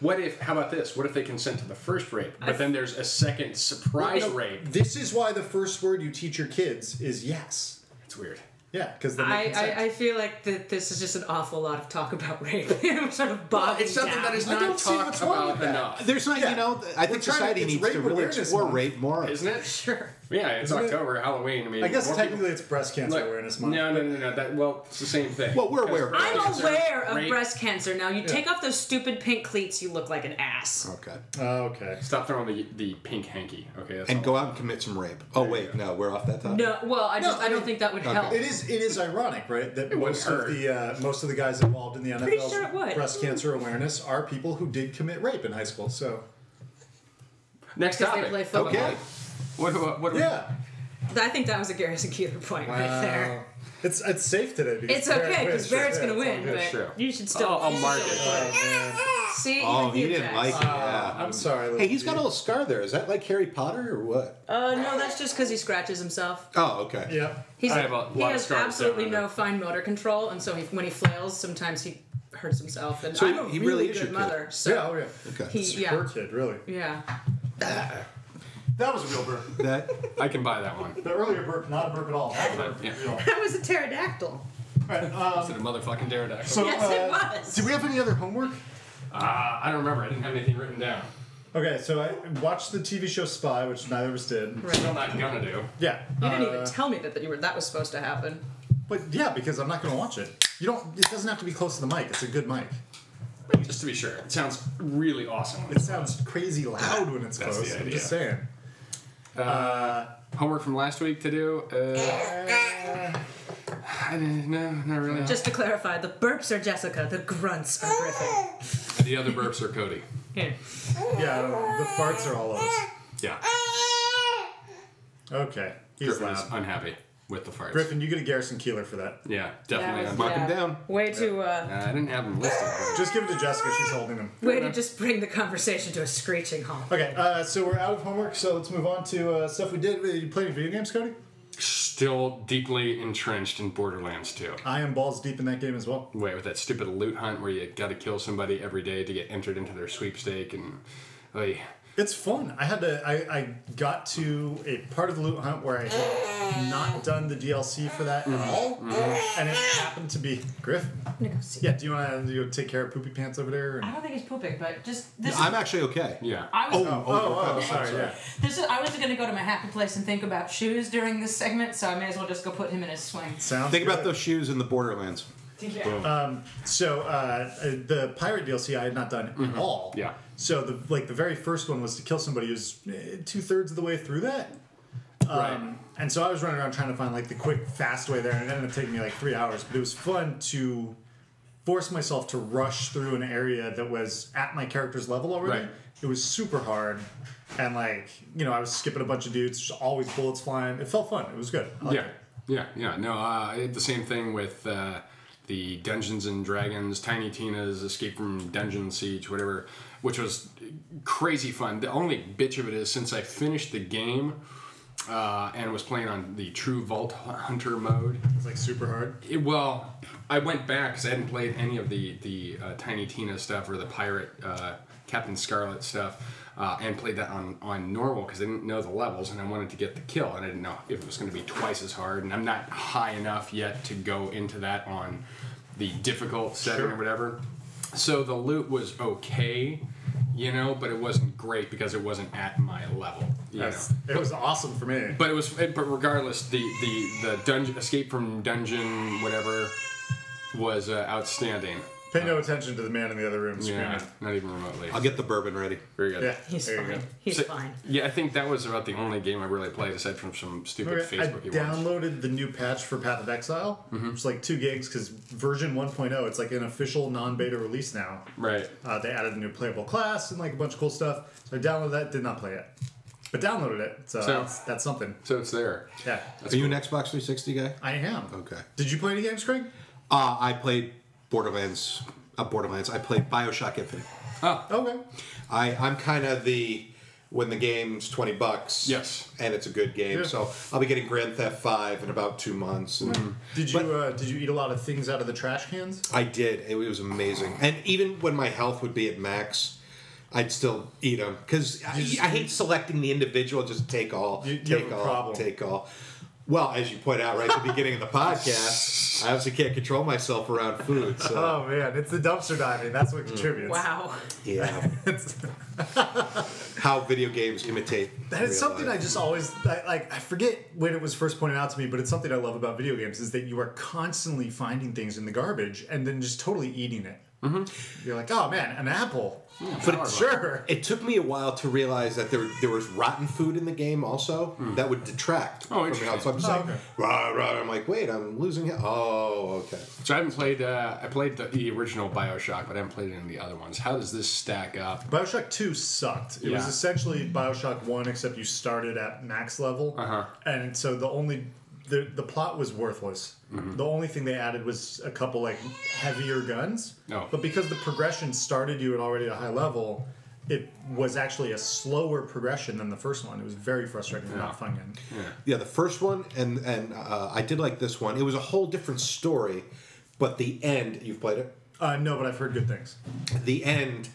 Speaker 4: What if? How about this? What if they consent to the first rape, but then there's a second surprise
Speaker 2: No,
Speaker 4: rape?
Speaker 2: This is why the first word you teach your kids is yes.
Speaker 4: It's weird.
Speaker 2: Yeah, because then they
Speaker 1: I,
Speaker 2: consent.
Speaker 1: I, I feel like that this is just an awful lot of talk about rape. I'm sort of bogged
Speaker 4: Uh, It's something
Speaker 1: down.
Speaker 4: that is
Speaker 2: I
Speaker 4: not
Speaker 2: don't see
Speaker 4: talked
Speaker 2: what's wrong
Speaker 4: about
Speaker 2: with that.
Speaker 4: enough,
Speaker 3: There's not,
Speaker 2: Yeah.
Speaker 3: you know, I
Speaker 2: We're
Speaker 3: think
Speaker 2: trying to-
Speaker 3: society
Speaker 2: it's
Speaker 3: needs
Speaker 2: rape
Speaker 3: to really
Speaker 2: awareness
Speaker 3: explore
Speaker 2: month.
Speaker 3: rape more.
Speaker 4: isn't it?
Speaker 1: sure.
Speaker 4: Yeah, it's
Speaker 2: Isn't it?
Speaker 4: October, Halloween. I mean,
Speaker 2: I guess
Speaker 4: more
Speaker 2: technically
Speaker 4: people-
Speaker 2: it's breast cancer
Speaker 4: Look,
Speaker 2: awareness month.
Speaker 4: No, no, no, no. That well, it's the same thing.
Speaker 3: Well, we're
Speaker 4: Because
Speaker 3: aware of
Speaker 4: breast
Speaker 3: it.
Speaker 1: I'm
Speaker 4: cancer,
Speaker 1: aware of
Speaker 4: rape-
Speaker 1: breast cancer now. You take off those stupid pink cleats, you look like an ass.
Speaker 3: Okay.
Speaker 2: Oh, okay.
Speaker 4: Stop throwing the, the pink hanky. Okay, that's
Speaker 3: and
Speaker 4: all.
Speaker 3: go out and commit some rape. Oh wait, no, we're off that topic.
Speaker 1: No, well, I just
Speaker 2: I
Speaker 1: I, don't
Speaker 2: mean-
Speaker 1: think that would help.
Speaker 2: It is it is ironic, right? That most of
Speaker 4: hurt.
Speaker 2: the uh, most of the guys involved in the NFL's
Speaker 1: sure it would.
Speaker 2: breast cancer awareness are people who did commit rape in high school. So
Speaker 4: Next
Speaker 1: Because
Speaker 4: topic.
Speaker 1: they play football.
Speaker 3: Okay.
Speaker 4: What, what, what,
Speaker 2: yeah,
Speaker 1: I think that was a Garrison Keeler point right there.
Speaker 2: Uh, it's it's safe today. Because
Speaker 1: It's okay
Speaker 2: Barrett
Speaker 1: because
Speaker 2: wins.
Speaker 1: Barrett's
Speaker 2: Yeah,
Speaker 1: gonna
Speaker 2: it's all
Speaker 1: win,
Speaker 2: good.
Speaker 1: but
Speaker 4: That's true.
Speaker 1: you should still.
Speaker 4: I'll, I'll mark
Speaker 1: still-
Speaker 4: it.
Speaker 1: See,
Speaker 3: Oh,
Speaker 1: even
Speaker 3: he
Speaker 1: the
Speaker 3: didn't like
Speaker 1: objects.
Speaker 2: Uh,
Speaker 3: it. Yeah.
Speaker 2: I'm sorry.
Speaker 3: Hey, he's got a little scar there. Is that like Harry Potter or what?
Speaker 1: Uh, no, that's just because he scratches himself.
Speaker 3: Oh, okay.
Speaker 2: Yep.
Speaker 1: He's,
Speaker 4: I have a lot
Speaker 1: he
Speaker 4: of
Speaker 1: has
Speaker 4: scars down
Speaker 1: absolutely
Speaker 4: under.
Speaker 1: no fine motor control, and so he, when he flails, sometimes he hurts himself. And
Speaker 3: So
Speaker 1: I'm a
Speaker 3: he really
Speaker 1: really,
Speaker 3: is your
Speaker 1: good
Speaker 3: kid.
Speaker 1: mother, so
Speaker 2: Yeah. Oh yeah.
Speaker 3: Okay.
Speaker 1: he, yeah,
Speaker 2: Her kid, really.
Speaker 1: yeah.
Speaker 2: That was a real burp.
Speaker 3: That
Speaker 4: I can buy that one.
Speaker 2: The earlier burp, not a burp at all. That burp,
Speaker 4: Yeah.
Speaker 2: real.
Speaker 1: That was a pterodactyl.
Speaker 4: It's a motherfucking daredevil.
Speaker 2: Um, So,
Speaker 1: Yes, it
Speaker 2: uh,
Speaker 1: was.
Speaker 2: Do we have any other homework?
Speaker 4: Ah, I don't remember. I didn't have anything written down.
Speaker 2: Okay, so I watched the TV show Spy, which neither of us did.
Speaker 1: Right.
Speaker 4: Still not gonna do.
Speaker 2: Yeah.
Speaker 1: You didn't
Speaker 2: uh,
Speaker 1: even tell me that, that you were that was supposed to happen.
Speaker 2: But yeah, because I'm not gonna watch it. You don't. It doesn't have to be close to the mic. It's a good mic.
Speaker 4: Just to be sure, it sounds really awesome.
Speaker 2: It sounds crazy loud when it's
Speaker 4: That's the
Speaker 2: close. I'm
Speaker 4: idea.
Speaker 2: just saying.
Speaker 4: Homework from last week to do. Uh, I didn't, no, not really.
Speaker 5: Just to clarify, the burps are Jessica, the grunts are Griffin.
Speaker 4: the other burps are Cody.
Speaker 5: Yeah.
Speaker 2: Yeah, I don't know. the farts are all us.
Speaker 4: Yeah,
Speaker 2: Okay, he's
Speaker 4: Griffin is
Speaker 2: loud.
Speaker 4: unhappy with the farts.
Speaker 2: Griffin, you get a Garrison Keeler for that.
Speaker 4: Yeah, definitely.
Speaker 5: That was-
Speaker 4: unhappy.
Speaker 1: uh,
Speaker 3: Mark him
Speaker 5: Yeah.
Speaker 3: down.
Speaker 5: Way to uh,
Speaker 4: Uh, I didn't have them listed. but-
Speaker 2: Just give it to Jessica. She's holding him.
Speaker 5: way to just bring the conversation to a screeching halt.
Speaker 2: Okay, uh, so we're out of homework, so let's move on to uh, stuff we did. You played any video games, Cody?
Speaker 4: Still deeply entrenched in Borderlands 2.
Speaker 2: I am balls deep in that game as well.
Speaker 4: Wait, with that stupid loot hunt where you got to kill somebody every day to get entered into their sweepstake and like
Speaker 2: It's fun. I had to. I, I got to a part of the loot hunt where I had not done the DLC for that at all, and it happened to be Griffin.
Speaker 5: I'm gonna go see.
Speaker 2: Yeah, do you want to go take care of Poopy Pants over there?
Speaker 1: I don't think he's pooping, but just this.
Speaker 3: I'm actually okay.
Speaker 4: yeah.
Speaker 1: I was,
Speaker 2: Oh, oh, oh, sorry, yeah.
Speaker 1: this is, I was going to go to my happy place and think about shoes during this segment, so I may as well just go put him in his swing.
Speaker 2: Sounds
Speaker 3: Think about
Speaker 2: good.
Speaker 3: those shoes in the Borderlands.
Speaker 2: So uh, uh, the pirate DLC I had not done at all.
Speaker 4: Mm-hmm. Yeah.
Speaker 2: So the like the very first one was to kill somebody who's two thirds of the way through that, Um,
Speaker 4: right.
Speaker 2: and so I was running around trying to find like the quick fast way there, and it ended up taking me like three hours. But it was fun to force myself to rush through an area that was at my character's level already.
Speaker 4: Right.
Speaker 2: It was super hard, and like you know I was skipping a bunch of dudes, just always bullets flying. It felt fun. It was good. I liked
Speaker 4: Yeah.
Speaker 2: it.
Speaker 4: Yeah, yeah. No, uh, I did the same thing with uh, the Dungeons and Dragons, Tiny Tina's Escape from Dungeon Siege, whatever, which was crazy fun. The only bitch of it is since I finished the game uh, and was playing on the true Vault Hunter mode,
Speaker 2: It's like super hard.
Speaker 4: It- well, I went back because I hadn't played any of the the uh, Tiny Tina stuff or the pirate uh, Captain Scarlet stuff, uh, and played that on on normal because I didn't know the levels and I wanted to get the kill and I didn't know if it was going to be twice as hard and I'm not high enough yet to go into that on the difficult setting
Speaker 2: Sure.
Speaker 4: or whatever. So the loot was okay, you know, but it wasn't great because it wasn't at my level. You
Speaker 2: Yes.
Speaker 4: know?
Speaker 2: It was awesome for me.
Speaker 4: But it was, but regardless, the the the dungeon escape from dungeon whatever was uh, outstanding.
Speaker 2: Pay no attention to the man in the other room screaming.
Speaker 4: Yeah, not even remotely.
Speaker 3: I'll get the bourbon ready.
Speaker 4: Very good.
Speaker 2: Yeah,
Speaker 5: He's
Speaker 2: there you go.
Speaker 5: fine. He's
Speaker 4: So-
Speaker 5: fine.
Speaker 4: Yeah, I think that was about the only game I really played, aside from some stupid
Speaker 2: Okay, I
Speaker 4: Facebook. you watched.
Speaker 2: downloaded the new patch for Path of Exile. It's like two gigs because version 1.0. It's like an official non-beta release now.
Speaker 4: Right.
Speaker 2: Uh, they added a new playable class and like a bunch of cool stuff. So I downloaded that. Did not play it, but downloaded it. So,
Speaker 4: So-
Speaker 2: that's, that's something.
Speaker 4: So it's there.
Speaker 2: Yeah,
Speaker 3: Are you an Xbox 360 guy?
Speaker 2: I am.
Speaker 3: Okay.
Speaker 2: Did you play any games, Craig?
Speaker 3: Uh, I played Borderlands. Uh, Borderlands. I played Bioshock Infinite.
Speaker 2: Okay.
Speaker 3: I, I'm kind of the when the game's 20 bucks.
Speaker 4: Yes.
Speaker 3: And it's a good game.
Speaker 2: Yeah.
Speaker 3: So I'll be getting Grand Theft 5 in about two months. And
Speaker 2: Did you uh, did you eat a lot of things out of the trash cans?
Speaker 3: I did. It was amazing. And even when my health would be at max, I'd still eat them because I, I hate selecting the individual. Just take all,
Speaker 2: You- you
Speaker 3: take
Speaker 2: have a
Speaker 3: all,
Speaker 2: problem.
Speaker 3: take all. Well, as you point out right at the beginning of the podcast, I obviously can't control myself around food. So
Speaker 2: Oh man, it's the dumpster diving. That's what contributes.
Speaker 5: Wow.
Speaker 3: yeah, how video games imitate.
Speaker 2: That is something I just always I, like. I forget when it was first pointed out to me, but it's something I love about video games is that you are constantly finding things in the garbage and then just totally eating it. Mm-hmm. You're like, oh man, an apple.
Speaker 3: But it,
Speaker 2: Sure.
Speaker 3: it took me a while to realize that there there was rotten food in the game also that would detract
Speaker 4: Hmm. Oh,
Speaker 3: from health.
Speaker 4: interesting.
Speaker 3: So I'm just
Speaker 2: Oh,
Speaker 3: like,
Speaker 2: okay.
Speaker 3: rah, rah. I'm like, wait, I'm losing. health. Oh, okay.
Speaker 4: So I haven't played. Uh, I played the, the original Bioshock, but I haven't played any of the other ones. How does this stack up?
Speaker 2: Bioshock 2 sucked. It was
Speaker 4: Yeah.
Speaker 2: essentially Bioshock 1, except you started at max level.
Speaker 4: Uh-huh.
Speaker 2: And so the only. The, the plot was worthless.
Speaker 4: Mm-hmm.
Speaker 2: The only thing they added was a couple like heavier guns.
Speaker 4: Oh.
Speaker 2: But because the progression started you at already a high level, it was actually a slower progression than the first one. It was very frustrating and not fun. Again.
Speaker 3: Yeah, the first one, and and uh, I did like this one. It was a whole different story, but the end you've played it.
Speaker 2: Uh, no, but I've heard good things.
Speaker 3: The end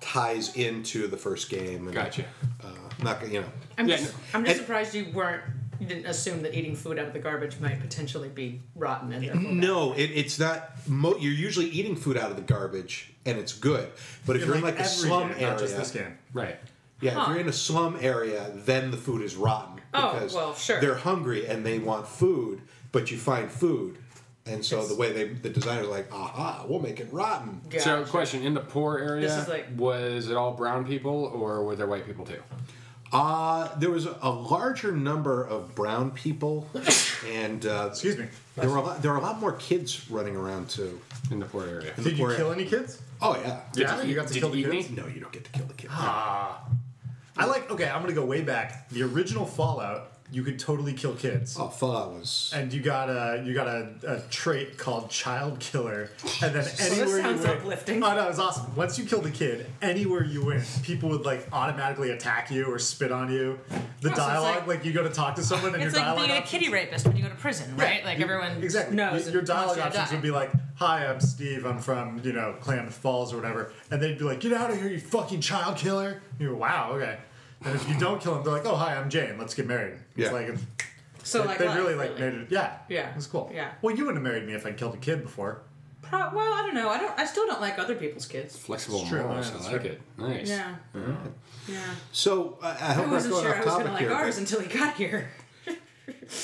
Speaker 3: ties into the first game. And,
Speaker 4: Gotcha.
Speaker 3: Uh, not gonna- you know.
Speaker 5: I'm
Speaker 4: Yeah,
Speaker 5: just,
Speaker 4: no.
Speaker 5: I'm just
Speaker 3: And-
Speaker 5: surprised you weren't you didn't assume that eating food out of the garbage might potentially be rotten and therefore bad.
Speaker 3: No, it, it's not. Mo- you're usually eating food out of the garbage, and it's good. But if you're in like a
Speaker 2: every
Speaker 3: slum
Speaker 2: game,
Speaker 3: area,
Speaker 2: not just this game.
Speaker 4: Right.
Speaker 3: yeah, if you're in a slum area, then the food is rotten
Speaker 5: Oh, well, sure.
Speaker 3: they're hungry and they want food, but you find food, And so the way they the designers like, aha, we'll make it rotten.
Speaker 4: So, question: In the poor area,
Speaker 1: This is like-
Speaker 4: was it all brown people, or were there white people too?
Speaker 3: Uh, there was a larger number of brown people, and uh,
Speaker 2: Excuse me.
Speaker 3: there were a lot, there were a lot more kids running around too.
Speaker 4: In the poor area.
Speaker 2: Did you
Speaker 3: Where-
Speaker 2: kill any kids?
Speaker 3: Oh yeah,
Speaker 2: Yeah,
Speaker 4: you-
Speaker 2: you got to
Speaker 4: did
Speaker 2: kill the
Speaker 4: you eat
Speaker 2: kids.
Speaker 4: me?
Speaker 3: no, you don't get to kill the kid.
Speaker 2: I like. Okay, I'm gonna go way back. The original Fallout, you could totally kill kids.
Speaker 3: Oh, Fallout was
Speaker 2: And you got a you got a, a trait called child killer, and then anywhere
Speaker 5: sounds
Speaker 2: you went,
Speaker 5: uplifting.
Speaker 2: Oh no, it was awesome. Once you killed a kid, anywhere you went, people would like automatically attack you or spit on you. The
Speaker 1: it's
Speaker 2: dialogue,
Speaker 1: like-
Speaker 2: like, you go to talk to someone and
Speaker 1: It's
Speaker 2: your
Speaker 1: like
Speaker 2: dialogue
Speaker 1: being a
Speaker 2: options-
Speaker 1: kitty rapist when you go to prison, right? like
Speaker 2: you-
Speaker 1: everyone
Speaker 2: exactly.
Speaker 1: knows.
Speaker 2: Y- your
Speaker 1: and wants
Speaker 2: dialogue
Speaker 1: you to
Speaker 2: options
Speaker 1: die.
Speaker 2: would be like, "Hi, I'm Steve. I'm from you know Klamath Falls or whatever," and they'd be like, "Get out of here, you fucking child killer!" You're wow, okay. And if you don't kill them, they're like, "Oh, hi, I'm Jane. Let's get married."
Speaker 3: Yeah.
Speaker 2: It's like it's,
Speaker 5: So
Speaker 2: they,
Speaker 5: like
Speaker 2: they
Speaker 5: life,
Speaker 2: really like made it. Yeah,
Speaker 5: Yeah.
Speaker 2: it was cool.
Speaker 5: Yeah.
Speaker 2: Well, you wouldn't have married me if I killed a kid before.
Speaker 5: Pro- well, I don't know. I don't. I still don't like other people's kids.
Speaker 4: Flexible
Speaker 2: It's true,
Speaker 4: morals.
Speaker 2: yeah,
Speaker 4: I
Speaker 2: that's
Speaker 4: like
Speaker 2: right.
Speaker 4: it. Nice.
Speaker 5: Yeah. Yeah.
Speaker 3: so. uh, I, I hope
Speaker 5: I
Speaker 3: I'm not
Speaker 5: wasn't
Speaker 3: going
Speaker 5: sure I
Speaker 3: off
Speaker 5: was gonna
Speaker 3: topic
Speaker 5: like
Speaker 3: here. but
Speaker 5: ours until he got here.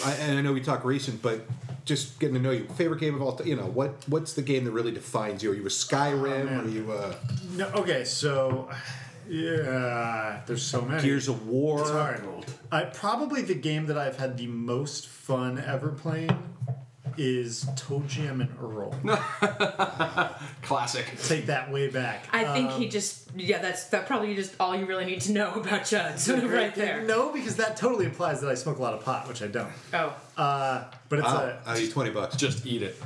Speaker 3: I, and I know we talk recent, but just getting to know you. Favorite game of all time? You know what? What's the game that really defines you? Are you a Skyrim?
Speaker 2: man.
Speaker 3: Are you uh,
Speaker 2: No. Okay. So, yeah. There's so many.
Speaker 3: Gears of War?
Speaker 2: It's hard. I probably the game that I've had the most fun ever playing is Toe Jam and Earl.
Speaker 4: Classic.
Speaker 2: Take that way back.
Speaker 5: I think he just. Yeah, that's that. Probably just all you really need to know about Chud. Sort of right there.
Speaker 2: No, because that totally implies that I smoke a lot of pot, which I don't.
Speaker 5: Oh.
Speaker 2: Uh, but it's
Speaker 3: Oh,
Speaker 2: a.
Speaker 3: I owe you twenty bucks.
Speaker 4: Just eat it.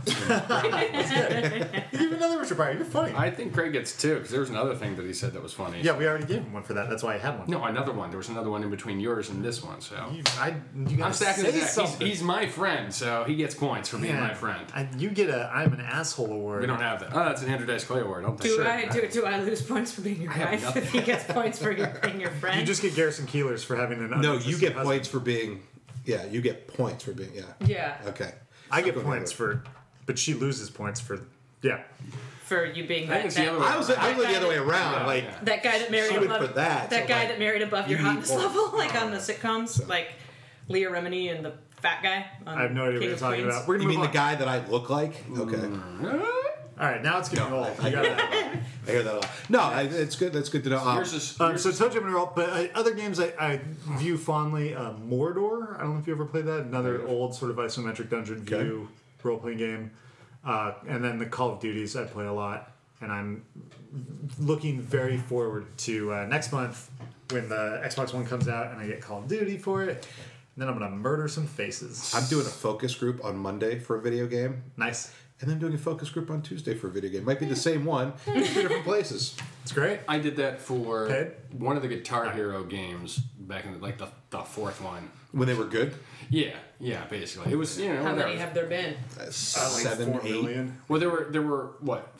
Speaker 2: You give another Richard Pryor. You're funny.
Speaker 4: I think Craig gets two because there was another thing that he said that was funny.
Speaker 2: yeah, we already gave him one for that. That's why I had one.
Speaker 4: No, another one. There was another one in between yours and this one. So
Speaker 2: You, I, you gotta
Speaker 4: I'm stacking the
Speaker 2: say
Speaker 4: deck. He's,
Speaker 2: something.
Speaker 4: he's my friend, so he gets points for being
Speaker 2: Yeah.
Speaker 4: my friend.
Speaker 2: I, you get a I'm an asshole award.
Speaker 4: We don't have that. Oh, that's an Andrew Dice Clay award. I'll take
Speaker 5: Do
Speaker 4: it.
Speaker 5: I do, do I lose points for being your
Speaker 4: have
Speaker 5: wife?
Speaker 4: nothing.
Speaker 5: If he gets points for your, being your friend,
Speaker 2: You just get Garrison Keeler's for having an.
Speaker 3: No, you get
Speaker 2: husband.
Speaker 3: points for being. Yeah, you get points for being. Yeah.
Speaker 5: yeah,
Speaker 3: Okay.
Speaker 2: I get
Speaker 3: Go ahead.
Speaker 2: points for, but she loses points for. Yeah,
Speaker 5: for you being
Speaker 4: I think
Speaker 5: that,
Speaker 4: it's the other
Speaker 5: that,
Speaker 4: way.
Speaker 3: I was I was the other way around.
Speaker 4: Yeah,
Speaker 3: like
Speaker 4: yeah.
Speaker 5: that guy that married
Speaker 3: She went
Speaker 5: above
Speaker 3: for that, so,
Speaker 5: guy
Speaker 3: like,
Speaker 5: that married above your
Speaker 3: you need
Speaker 5: hotness
Speaker 3: points.
Speaker 5: level, like on the sitcoms, like Leah Remini and the fat guy. On
Speaker 2: I have no idea
Speaker 5: King
Speaker 2: what you're
Speaker 5: of
Speaker 2: talking
Speaker 5: Queens.
Speaker 2: about. We're gonna
Speaker 3: you mean
Speaker 2: move
Speaker 3: the guy that I look like? Okay.
Speaker 2: on. All right, now it's getting old.
Speaker 3: I
Speaker 2: You
Speaker 3: hear
Speaker 2: got
Speaker 3: that. I hear that a lot. No, I, it's good. That's good to know. Um,
Speaker 4: Yours is,
Speaker 2: Um,
Speaker 4: yours
Speaker 2: so
Speaker 4: is-
Speaker 2: Toe Jam and Earl, but uh, other games I, I view fondly, uh, Mordor. I don't know if you ever played that. Another old sort of isometric dungeon view role playing game, uh, and then the Call of Duties I play a lot, and I'm looking very forward to uh, next month when the Xbox One comes out and I get Call of Duty for it. And then I'm gonna murder some faces.
Speaker 3: I'm doing a focus group on Monday for a video game,
Speaker 2: Nice.
Speaker 3: and then doing a focus group on Tuesday for a video game. Might
Speaker 5: Hmm.
Speaker 3: be the same one, in two different places.
Speaker 2: It's great.
Speaker 4: I did that for
Speaker 2: Ted?
Speaker 4: one of the Guitar Hero games back in the, like the, the fourth one.
Speaker 3: When they were good,
Speaker 4: Yeah, yeah, basically it was you know
Speaker 5: How
Speaker 4: whatever.
Speaker 5: many have there been?
Speaker 3: uh, seven,
Speaker 2: Uh, four
Speaker 3: eight.
Speaker 2: million.
Speaker 4: well there were there were what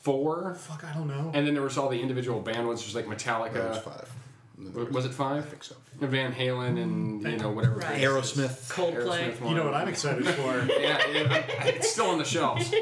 Speaker 4: four
Speaker 2: Fuck, I don't know.
Speaker 4: and then there was all the individual band ones. There's like
Speaker 3: That was
Speaker 4: Metallica.
Speaker 3: five.
Speaker 4: W- Was it five? I
Speaker 3: think so.
Speaker 4: Van Halen and you know whatever.
Speaker 5: Right.
Speaker 3: Aerosmith.
Speaker 5: Coldplay.
Speaker 4: Aerosmith
Speaker 2: you know
Speaker 4: one.
Speaker 2: what I'm excited for?
Speaker 4: Yeah, yeah, it's still on the shelves.
Speaker 2: The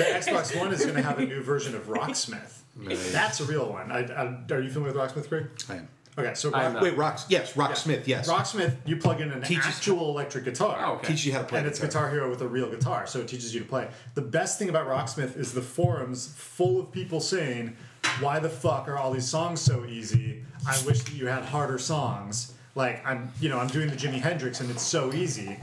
Speaker 2: Xbox One is going to have a new version of Rocksmith.
Speaker 3: Nice.
Speaker 2: That's a real one. I, I, are you familiar with Rocksmith, Greg?
Speaker 3: I am.
Speaker 2: Okay, so
Speaker 4: I
Speaker 2: Rock-
Speaker 4: am not.
Speaker 3: Wait, Rocks. Yes, Rocksmith. Yes.
Speaker 2: Rocksmith, you plug in an
Speaker 3: Teaches-
Speaker 2: actual electric guitar.
Speaker 4: Oh, okay.
Speaker 3: Teach you how to play.
Speaker 2: And it's
Speaker 3: guitar.
Speaker 2: Guitar Hero with a real guitar, so it teaches you to play. The best thing about Rocksmith is the forums full of people saying, "Why the fuck are all these songs so easy? I wish that you had harder songs." Like I'm, you know, I'm doing the Jimi Hendrix, and it's so easy.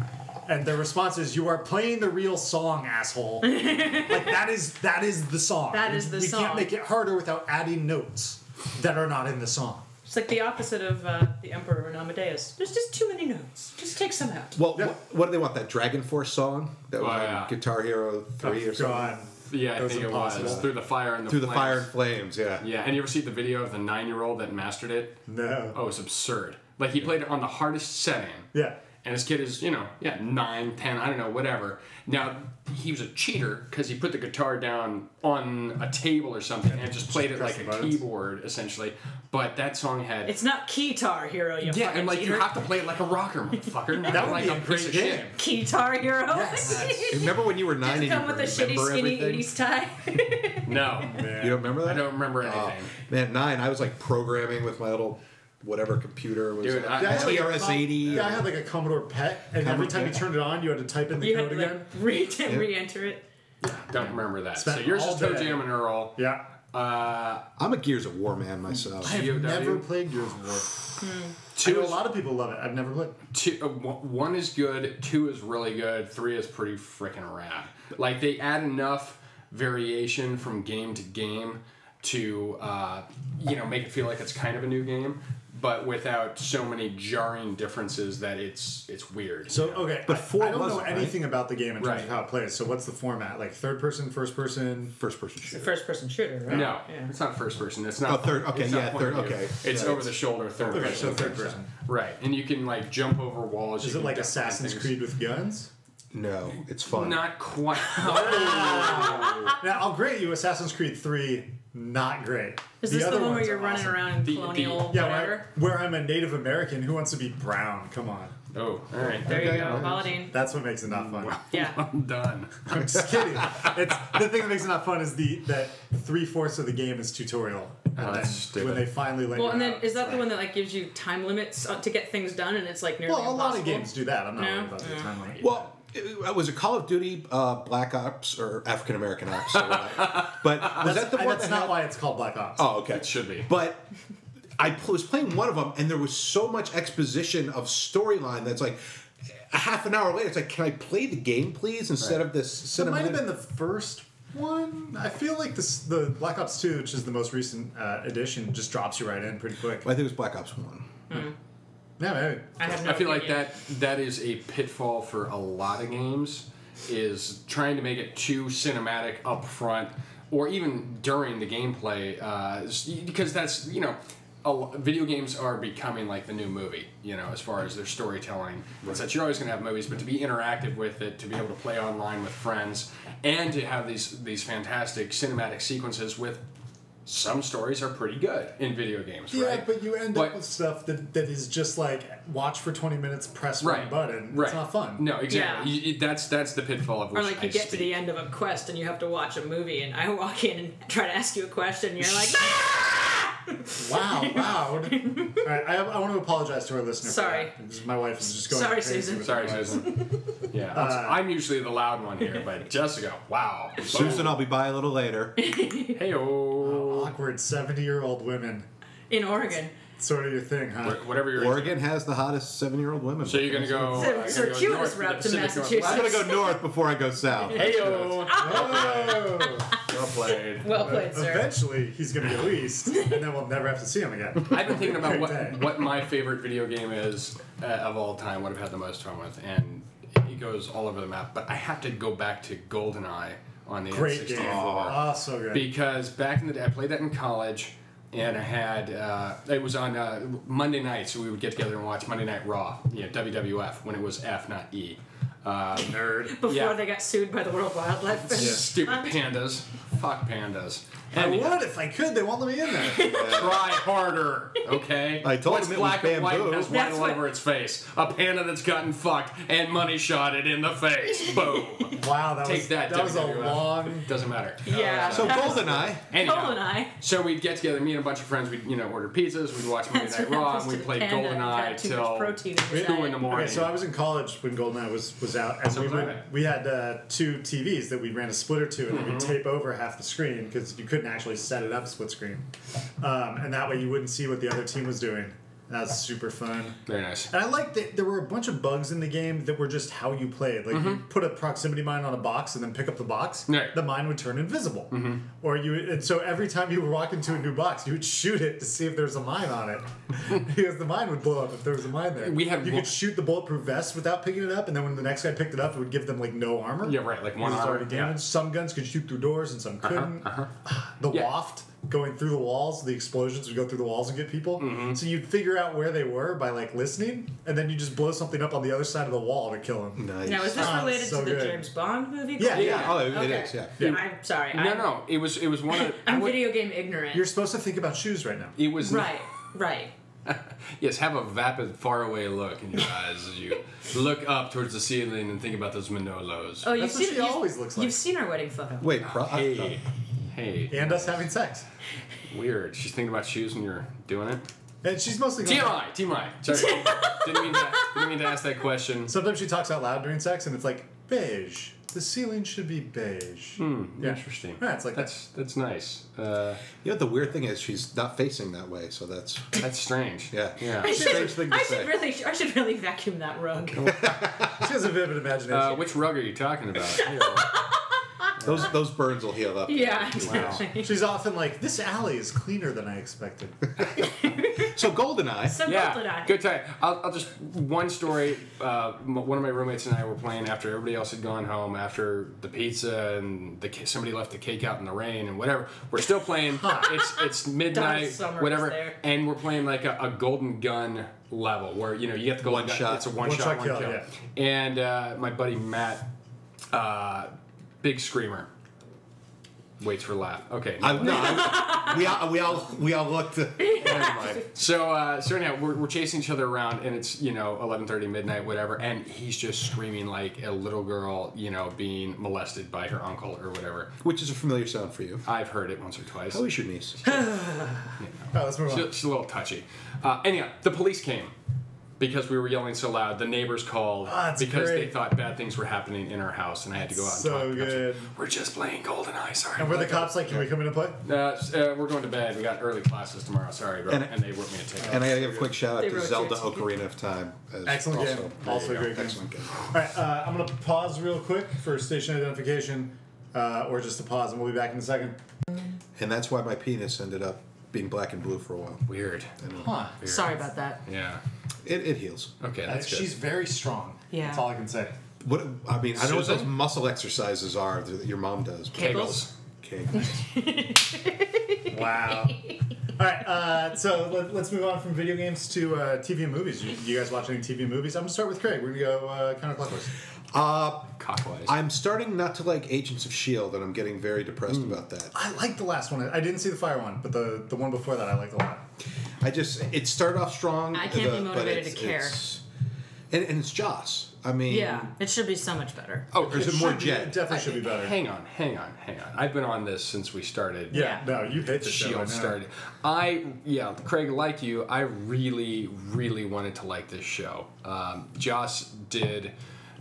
Speaker 2: And their response is, "You are playing the real song, asshole." like that is that is the song.
Speaker 5: That is the
Speaker 2: we We
Speaker 5: song.
Speaker 2: can't make it harder without adding notes that are not in the song.
Speaker 5: It's like the opposite of uh, the Emperor and Amadeus. There's just too many notes. Just take some out.
Speaker 3: Well, what, what do they want? That Dragon Force song that was
Speaker 4: Oh,
Speaker 3: on
Speaker 4: yeah.
Speaker 3: Guitar Hero three or something.
Speaker 2: God.
Speaker 4: Yeah, I
Speaker 2: That was
Speaker 4: think it
Speaker 2: impossible.
Speaker 4: was through the fire and the
Speaker 3: Through the
Speaker 4: flames.
Speaker 3: fire and flames. Yeah.
Speaker 4: Yeah, and you ever see the video of the nine-year-old that mastered it?
Speaker 2: No.
Speaker 4: Oh, it's absurd. Like he played it on the hardest setting.
Speaker 2: Yeah.
Speaker 4: And this kid is, you know, yeah, nine, ten, I don't know, whatever. Now he was a cheater because he put the guitar down on a table or something and just played it
Speaker 2: press
Speaker 4: like
Speaker 2: the
Speaker 4: a
Speaker 2: buttons.
Speaker 4: keyboard essentially. But that song had
Speaker 5: It's not Guitar Hero, you
Speaker 4: yeah,
Speaker 5: fucking
Speaker 4: and like
Speaker 5: cheater.
Speaker 4: you have to play it like a rocker, motherfucker. not
Speaker 2: That would
Speaker 4: like
Speaker 2: be a
Speaker 4: piece
Speaker 2: great
Speaker 4: of
Speaker 2: game.
Speaker 4: shit.
Speaker 5: Guitar Hero.
Speaker 3: Remember when you were nine
Speaker 5: Just
Speaker 3: and
Speaker 5: come
Speaker 3: you
Speaker 5: with a
Speaker 3: remember
Speaker 5: shitty skinny
Speaker 3: everything?
Speaker 5: 80s tie.
Speaker 4: No,
Speaker 3: You don't remember
Speaker 2: Oh,
Speaker 3: that? Oh,
Speaker 4: I don't remember anything.
Speaker 3: Man, at nine, I was like programming with my little whatever computer was
Speaker 4: Dude, I-
Speaker 2: Yeah, I had, like, a
Speaker 3: TRS
Speaker 2: com-
Speaker 3: eighty.
Speaker 2: Yeah, I had like a Commodore PET, and every time you
Speaker 3: Commodore-
Speaker 2: turned it on, you had to type in the
Speaker 5: You had
Speaker 2: code
Speaker 5: to
Speaker 2: again.
Speaker 5: like re- re-enter it.
Speaker 4: Don't remember that.
Speaker 2: Spent
Speaker 4: so yours
Speaker 2: all
Speaker 4: is Toe
Speaker 2: day.
Speaker 4: Jam and Earl.
Speaker 2: yeah.
Speaker 4: Uh,
Speaker 3: I'm a Gears of War man myself.
Speaker 4: I- GOW.
Speaker 2: Never played Gears of War. I
Speaker 4: two
Speaker 2: know a
Speaker 4: is,
Speaker 2: lot of people love it. I've never played.
Speaker 4: two, uh, one one is good. Two is really good. Three is pretty freaking rad. Like they add enough variation from game to game to uh, you know make it feel like it's kind of a new game, but without so many jarring differences that it's it's weird.
Speaker 2: So okay,
Speaker 3: But
Speaker 2: I-
Speaker 3: four
Speaker 2: I don't know
Speaker 3: wasn't, right?
Speaker 2: anything about the game in terms
Speaker 4: Right.
Speaker 2: of how it plays. So what's the format? Like third person, first person.
Speaker 3: First person shooter.
Speaker 5: First person shooter, right?
Speaker 4: No,
Speaker 5: Yeah.
Speaker 4: it's not first person. It's not
Speaker 3: Oh, third- okay,
Speaker 4: it's not
Speaker 3: yeah,
Speaker 4: point of
Speaker 3: third-
Speaker 4: view.
Speaker 3: okay.
Speaker 4: It's
Speaker 3: Yeah,
Speaker 4: over the shoulder, third
Speaker 2: Okay,
Speaker 4: person.
Speaker 2: so third
Speaker 4: type
Speaker 2: person.
Speaker 4: stuff. Right, and you can like jump over walls.
Speaker 2: Is
Speaker 4: you
Speaker 2: it
Speaker 4: can
Speaker 2: like
Speaker 4: dodge
Speaker 2: Assassin's
Speaker 4: things.
Speaker 2: Creed with guns?
Speaker 3: No, it's fun.
Speaker 4: Not quite.
Speaker 2: Now I'll grade you Assassin's Creed Three, not great.
Speaker 5: Is this the, one where
Speaker 2: ones
Speaker 5: you're
Speaker 2: are
Speaker 5: running
Speaker 2: awesome.
Speaker 5: around in
Speaker 4: The- the-
Speaker 5: colonial
Speaker 2: Yeah,
Speaker 5: whatever?
Speaker 2: where, where I'm a Native American who wants to be brown. Come on,
Speaker 4: oh, all right.
Speaker 5: There
Speaker 3: Okay,
Speaker 5: you go,
Speaker 3: alright.
Speaker 5: Holiday.
Speaker 2: that's what makes it not fun.
Speaker 5: Yeah.
Speaker 4: I'm done.
Speaker 2: I'm just kidding. It's the thing that makes it not fun is the that three fourths of the game is tutorial. And
Speaker 4: Oh,
Speaker 2: then
Speaker 4: that's stupid.
Speaker 2: when they finally let
Speaker 5: Well,
Speaker 2: you
Speaker 5: and then
Speaker 2: out,
Speaker 5: is
Speaker 2: it's
Speaker 5: that the
Speaker 2: like-
Speaker 5: one that like gives you time limits uh, to get things done, and it's like nearly
Speaker 2: Well, a lot of
Speaker 5: impossible?
Speaker 2: games do that. I'm not
Speaker 5: No?
Speaker 2: worried about the
Speaker 5: Yeah.
Speaker 2: time limit.
Speaker 3: Well, it, was it Call of Duty uh, Black Ops or African American Ops? Or whatever? but was
Speaker 2: that's,
Speaker 3: that the
Speaker 2: and
Speaker 3: one
Speaker 2: that's
Speaker 3: that
Speaker 2: not
Speaker 3: had-
Speaker 2: why it's called Black Ops.
Speaker 3: Oh, okay.
Speaker 4: It should be.
Speaker 3: But I pl- was playing one of them, and there was so much exposition of storyline that's like a half an hour later. It's like, can I play the game, please, instead of this
Speaker 2: It might have
Speaker 3: cinematic?
Speaker 2: been the first one. I feel like this, the Black Ops 2, which is the most recent uh, edition, just drops you right in pretty quick.
Speaker 3: I think it was Black Ops One.
Speaker 2: Yeah, maybe.
Speaker 5: I have no
Speaker 4: I feel like
Speaker 5: opinion.
Speaker 4: that that is a pitfall for a lot of games is trying to make it too cinematic up front or even during the gameplay uh, s- because that's you know a, lo- video games are becoming like the new movie you know as far as their storytelling It's that you're always going to have movies but to be interactive with it to be able to play online with friends and to have these these fantastic cinematic sequences with some stories are pretty good in video games
Speaker 2: Yeah,
Speaker 4: right
Speaker 2: but you end
Speaker 4: But-
Speaker 2: up with stuff that, that is just like watch for 20 minutes, press
Speaker 4: right
Speaker 2: one button.
Speaker 4: right
Speaker 2: It's not fun.
Speaker 4: no exactly You- it- that's that's the pitfall of which
Speaker 5: Or like you
Speaker 4: I
Speaker 5: get to
Speaker 4: speak.
Speaker 5: the end of a quest and you have to watch a movie, and I walk in and try to ask you a question, and you're like, "Ah!"
Speaker 2: Wow, loud. All right, I, I want to apologize to our listener. for
Speaker 5: Sorry.
Speaker 2: that. This is- My wife is just going.
Speaker 5: Sorry,
Speaker 2: crazy
Speaker 5: Susan.
Speaker 2: with
Speaker 4: sorry
Speaker 2: my noise.
Speaker 4: susan yeah that's-
Speaker 2: Uh,
Speaker 4: i'm usually the loud one here but jessica wow
Speaker 3: Susan, I'll be by a little later.
Speaker 4: hey oh
Speaker 2: Awkward 70 year old women.
Speaker 5: in Oregon.
Speaker 2: Sort of your thing, huh?
Speaker 4: whatever you're
Speaker 3: Oregon has the hottest seven-year-old women.
Speaker 4: so you're gonna go
Speaker 5: So-
Speaker 4: uh, gonna
Speaker 5: so
Speaker 4: go
Speaker 5: cutest
Speaker 4: north the
Speaker 5: route to
Speaker 4: Pacific
Speaker 5: Massachusetts.
Speaker 3: I'm gonna go north before I go south.
Speaker 4: Northwest. hey-o
Speaker 2: Whoa.
Speaker 4: well played
Speaker 5: Well played, sir.
Speaker 2: Eventually, he's going to go east, and then we'll never have to see him again.
Speaker 4: I've been thinking about
Speaker 2: Great day.
Speaker 4: what, what my favorite video game is uh, of all time, what I've had the most fun with, and it goes all over the map. But I have to go back to GoldenEye on the
Speaker 2: Great
Speaker 4: N64.
Speaker 2: game. Oh, so good.
Speaker 4: because back in the day, I played that in college, and I had uh, it was on uh, Monday nights. we would get together and watch Monday Night Raw, you know, WWF when it was F not E. Uh,
Speaker 2: Nerd.
Speaker 5: Before
Speaker 4: yeah.
Speaker 5: they got sued by the World Wildlife Fund.
Speaker 4: Stupid pandas, fuck pandas.
Speaker 2: I
Speaker 4: Anyhow,
Speaker 2: would if I could. They won't let me in there.
Speaker 4: Try harder, okay?
Speaker 3: I told
Speaker 4: What's
Speaker 3: him it was
Speaker 4: black and white and has
Speaker 3: bamboo.
Speaker 4: white
Speaker 5: That's
Speaker 4: all
Speaker 5: what-
Speaker 4: over its face. A panda that's gotten fucked and money shot it in the face. Boom.
Speaker 2: Wow, that
Speaker 4: Take
Speaker 2: was
Speaker 4: that,
Speaker 2: was a
Speaker 4: WWF.
Speaker 2: long.
Speaker 4: Doesn't matter.
Speaker 5: Yeah.
Speaker 3: So Goldeneye.
Speaker 4: Anyhow.
Speaker 5: Cole and I.
Speaker 4: So we'd get together, me and a bunch of friends. We'd you know order pizzas. We'd watch Monday
Speaker 5: That's
Speaker 4: Night
Speaker 5: what
Speaker 4: Raw,
Speaker 5: happens
Speaker 4: and we'd
Speaker 5: to
Speaker 4: play
Speaker 5: the panda.
Speaker 4: GoldenEye
Speaker 5: It's got too much
Speaker 4: till
Speaker 5: protein in its
Speaker 4: two in the
Speaker 5: diet.
Speaker 4: morning.
Speaker 2: Okay, so I was in college when Goldeneye was was out, and
Speaker 4: So
Speaker 2: we
Speaker 4: was
Speaker 2: would,
Speaker 4: I. Mm-hmm.
Speaker 2: we had uh, two TVs that we ran a splitter to, and we'd tape over half the screen because you couldn't actually set it up split screen, um, and that way you wouldn't see what the other team was doing. And that was super fun.
Speaker 4: Very
Speaker 5: Uh,
Speaker 4: nice.
Speaker 2: And I liked that there were a bunch of bugs in the game that were just how you played. Like you put a proximity mine on a box and then pick up the box,
Speaker 4: Mm-hmm. Right. Mm-hmm.
Speaker 2: the mine would turn invisible. Or you and so every time you would walk into a new box, you would shoot it to see if there's a mine on it. because the mine would blow up if there was a mine there.
Speaker 4: We had
Speaker 2: you
Speaker 4: one-
Speaker 2: could shoot the bulletproof vest without picking it up, and then when the next guy picked it up, it would give them like no armor.
Speaker 4: Yeah, right, like one
Speaker 2: Because it's
Speaker 4: armor,
Speaker 2: already
Speaker 4: yeah. Uh-huh,
Speaker 2: damaged. Some guns could shoot through doors and some couldn't. The
Speaker 4: Yeah.
Speaker 2: waft going through the walls, the explosions would go through the walls and get people.
Speaker 4: Mm-hmm.
Speaker 2: So you'd figure out where they were by like listening, and then you just blow something up on the other side of the wall to kill them.
Speaker 3: Nice.
Speaker 5: Now, is this
Speaker 2: Ah,
Speaker 5: related
Speaker 2: so
Speaker 5: to the
Speaker 2: good.
Speaker 5: James Bond movie?
Speaker 2: Yeah,
Speaker 5: Cole?
Speaker 3: yeah. Oh, it- it
Speaker 5: Okay.
Speaker 3: is. Yeah.
Speaker 5: I'm sorry.
Speaker 4: No,
Speaker 5: I'm,
Speaker 4: no, it was it was one of I
Speaker 5: I'm
Speaker 4: would-
Speaker 5: video game ignorant.
Speaker 2: You're supposed to think about shoes right now.
Speaker 4: It was
Speaker 5: right, right.
Speaker 4: Yes, have a vapid, faraway look in your eyes as you look up towards the ceiling and think about those Manolos.
Speaker 5: Oh, you've
Speaker 2: That's what
Speaker 5: seen
Speaker 2: she
Speaker 5: you've-
Speaker 2: always looks like.
Speaker 5: You've seen our wedding photo.
Speaker 3: Wait, pro-
Speaker 2: Uh,
Speaker 4: hey, hey,
Speaker 2: And us having sex.
Speaker 4: weird. She's thinking about shoes when you're doing it.
Speaker 2: And she's mostly going-
Speaker 4: TMI, TMI. Sorry, didn't mean to, didn't mean to ask that question.
Speaker 2: Sometimes she talks out loud during sex, and it's like beige. The ceiling should be beige.
Speaker 4: Hmm.
Speaker 2: yeah.
Speaker 4: Interesting.
Speaker 2: Yeah, it's like
Speaker 4: that's that's nice. Uh,
Speaker 3: You know, the weird thing is she's not facing that way, so that's
Speaker 4: that's strange.
Speaker 3: Yeah.
Speaker 5: I
Speaker 4: Yeah.
Speaker 5: should,
Speaker 3: Strange thing to
Speaker 5: I should
Speaker 3: say.
Speaker 5: really, I should really vacuum that rug.
Speaker 2: She has a vivid imagination.
Speaker 4: Uh, which rug are you talking about?
Speaker 3: those those burns will heal up.
Speaker 5: yeah.
Speaker 2: She's often like, "This alley is cleaner than I expected."
Speaker 4: Oh
Speaker 3: So Goldeneye.
Speaker 5: So yeah.
Speaker 4: yeah, good time. I'll, I'll just one story. Uh, m- one of my roommates and I were playing after everybody else had gone home after the pizza and the ca- somebody left the cake out in the rain and whatever. We're still playing. it's it's midnight,
Speaker 5: Summer was
Speaker 4: whatever,
Speaker 5: there.
Speaker 4: and we're playing like a, a golden gun level where you know you get the golden
Speaker 3: One
Speaker 4: gun.
Speaker 3: shot.
Speaker 4: It's a one,
Speaker 2: One
Speaker 4: shot,
Speaker 2: shot
Speaker 4: one
Speaker 2: kill,
Speaker 4: kill.
Speaker 2: yeah.
Speaker 4: And uh, my buddy Matt, uh, big screamer, waits for laugh. Okay,
Speaker 3: I, no, I- we all we all we all looked. Never mind.
Speaker 4: So, uh, so anyhow, we're, we're chasing each other around, and it's you know eleven thirty, midnight, whatever, and he's just screaming like a little girl, you know, being molested by her uncle or whatever.
Speaker 3: Which is a familiar sound for you.
Speaker 4: I've heard it once or twice.
Speaker 3: How is your niece?
Speaker 2: Oh, let's move on.
Speaker 4: She- she's a little touchy. Uh, anyhow, the police came because we were yelling so loud. The neighbors called
Speaker 2: Ah, that's
Speaker 4: because they
Speaker 2: great.
Speaker 4: thought bad things were happening in our house, and I had to go out.
Speaker 2: So
Speaker 4: and talk to them.
Speaker 2: good.
Speaker 4: We're just playing Goldeneye. Sorry.
Speaker 2: and were the cops like, "Can we come in and play?"
Speaker 4: Uh, s- uh, we're going to bed. We got early classes tomorrow. Sorry, bro.
Speaker 3: And-
Speaker 4: And, they wrote me a ticket.
Speaker 3: And I gotta give a quick shout
Speaker 5: They
Speaker 3: out to
Speaker 5: wrote
Speaker 3: Zelda
Speaker 5: your ticket.
Speaker 3: Ocarina of Time. as
Speaker 2: Excellent
Speaker 3: also-
Speaker 2: game. Also a great game.
Speaker 3: Excellent game.
Speaker 2: All right, uh, I'm gonna pause real quick for station identification, uh, or just a pause, and we'll be back in a second.
Speaker 3: And that's why my penis ended up being black and blue for a while.
Speaker 4: Weird.
Speaker 2: Huh? Uh,
Speaker 1: Sorry about that.
Speaker 4: Yeah.
Speaker 3: It, it heals.
Speaker 4: Okay, that's good.
Speaker 2: She's very strong.
Speaker 1: Yeah.
Speaker 2: That's all I can say.
Speaker 3: What I mean, I know what
Speaker 4: Susan?
Speaker 3: those muscle exercises are that your mom does. but-
Speaker 1: Kegels.
Speaker 3: Okay.
Speaker 2: Wow. all right, uh, so let, let's move on from video games to uh, TV and movies. You, you guys watch any TV and movies? I'm gonna start with Craig. We're gonna go uh, counterclockwise.
Speaker 3: Uh,
Speaker 4: Cockwise.
Speaker 3: I'm starting not to like Agents of Shield, E and I'm getting very depressed about that.
Speaker 2: I liked the last one. I didn't see the fire one, but the the one before that I liked a lot.
Speaker 3: I just it started off strong.
Speaker 1: I can't be
Speaker 3: but
Speaker 1: motivated
Speaker 3: it's-
Speaker 1: to care.
Speaker 3: it's- and, and it's Joss. I mean,
Speaker 1: Yeah, it should be so much better.
Speaker 4: Oh,
Speaker 3: Or is it more
Speaker 2: Should be-
Speaker 3: Jed?
Speaker 2: Definitely should be better.
Speaker 4: Hang on, hang on, hang on. I've been on this since we started.
Speaker 2: Yeah,
Speaker 1: Yeah.
Speaker 2: no, you hate the show. I know.
Speaker 4: Shield started. I yeah, Craig, like you, I really, really wanted to like this show. Um, Joss did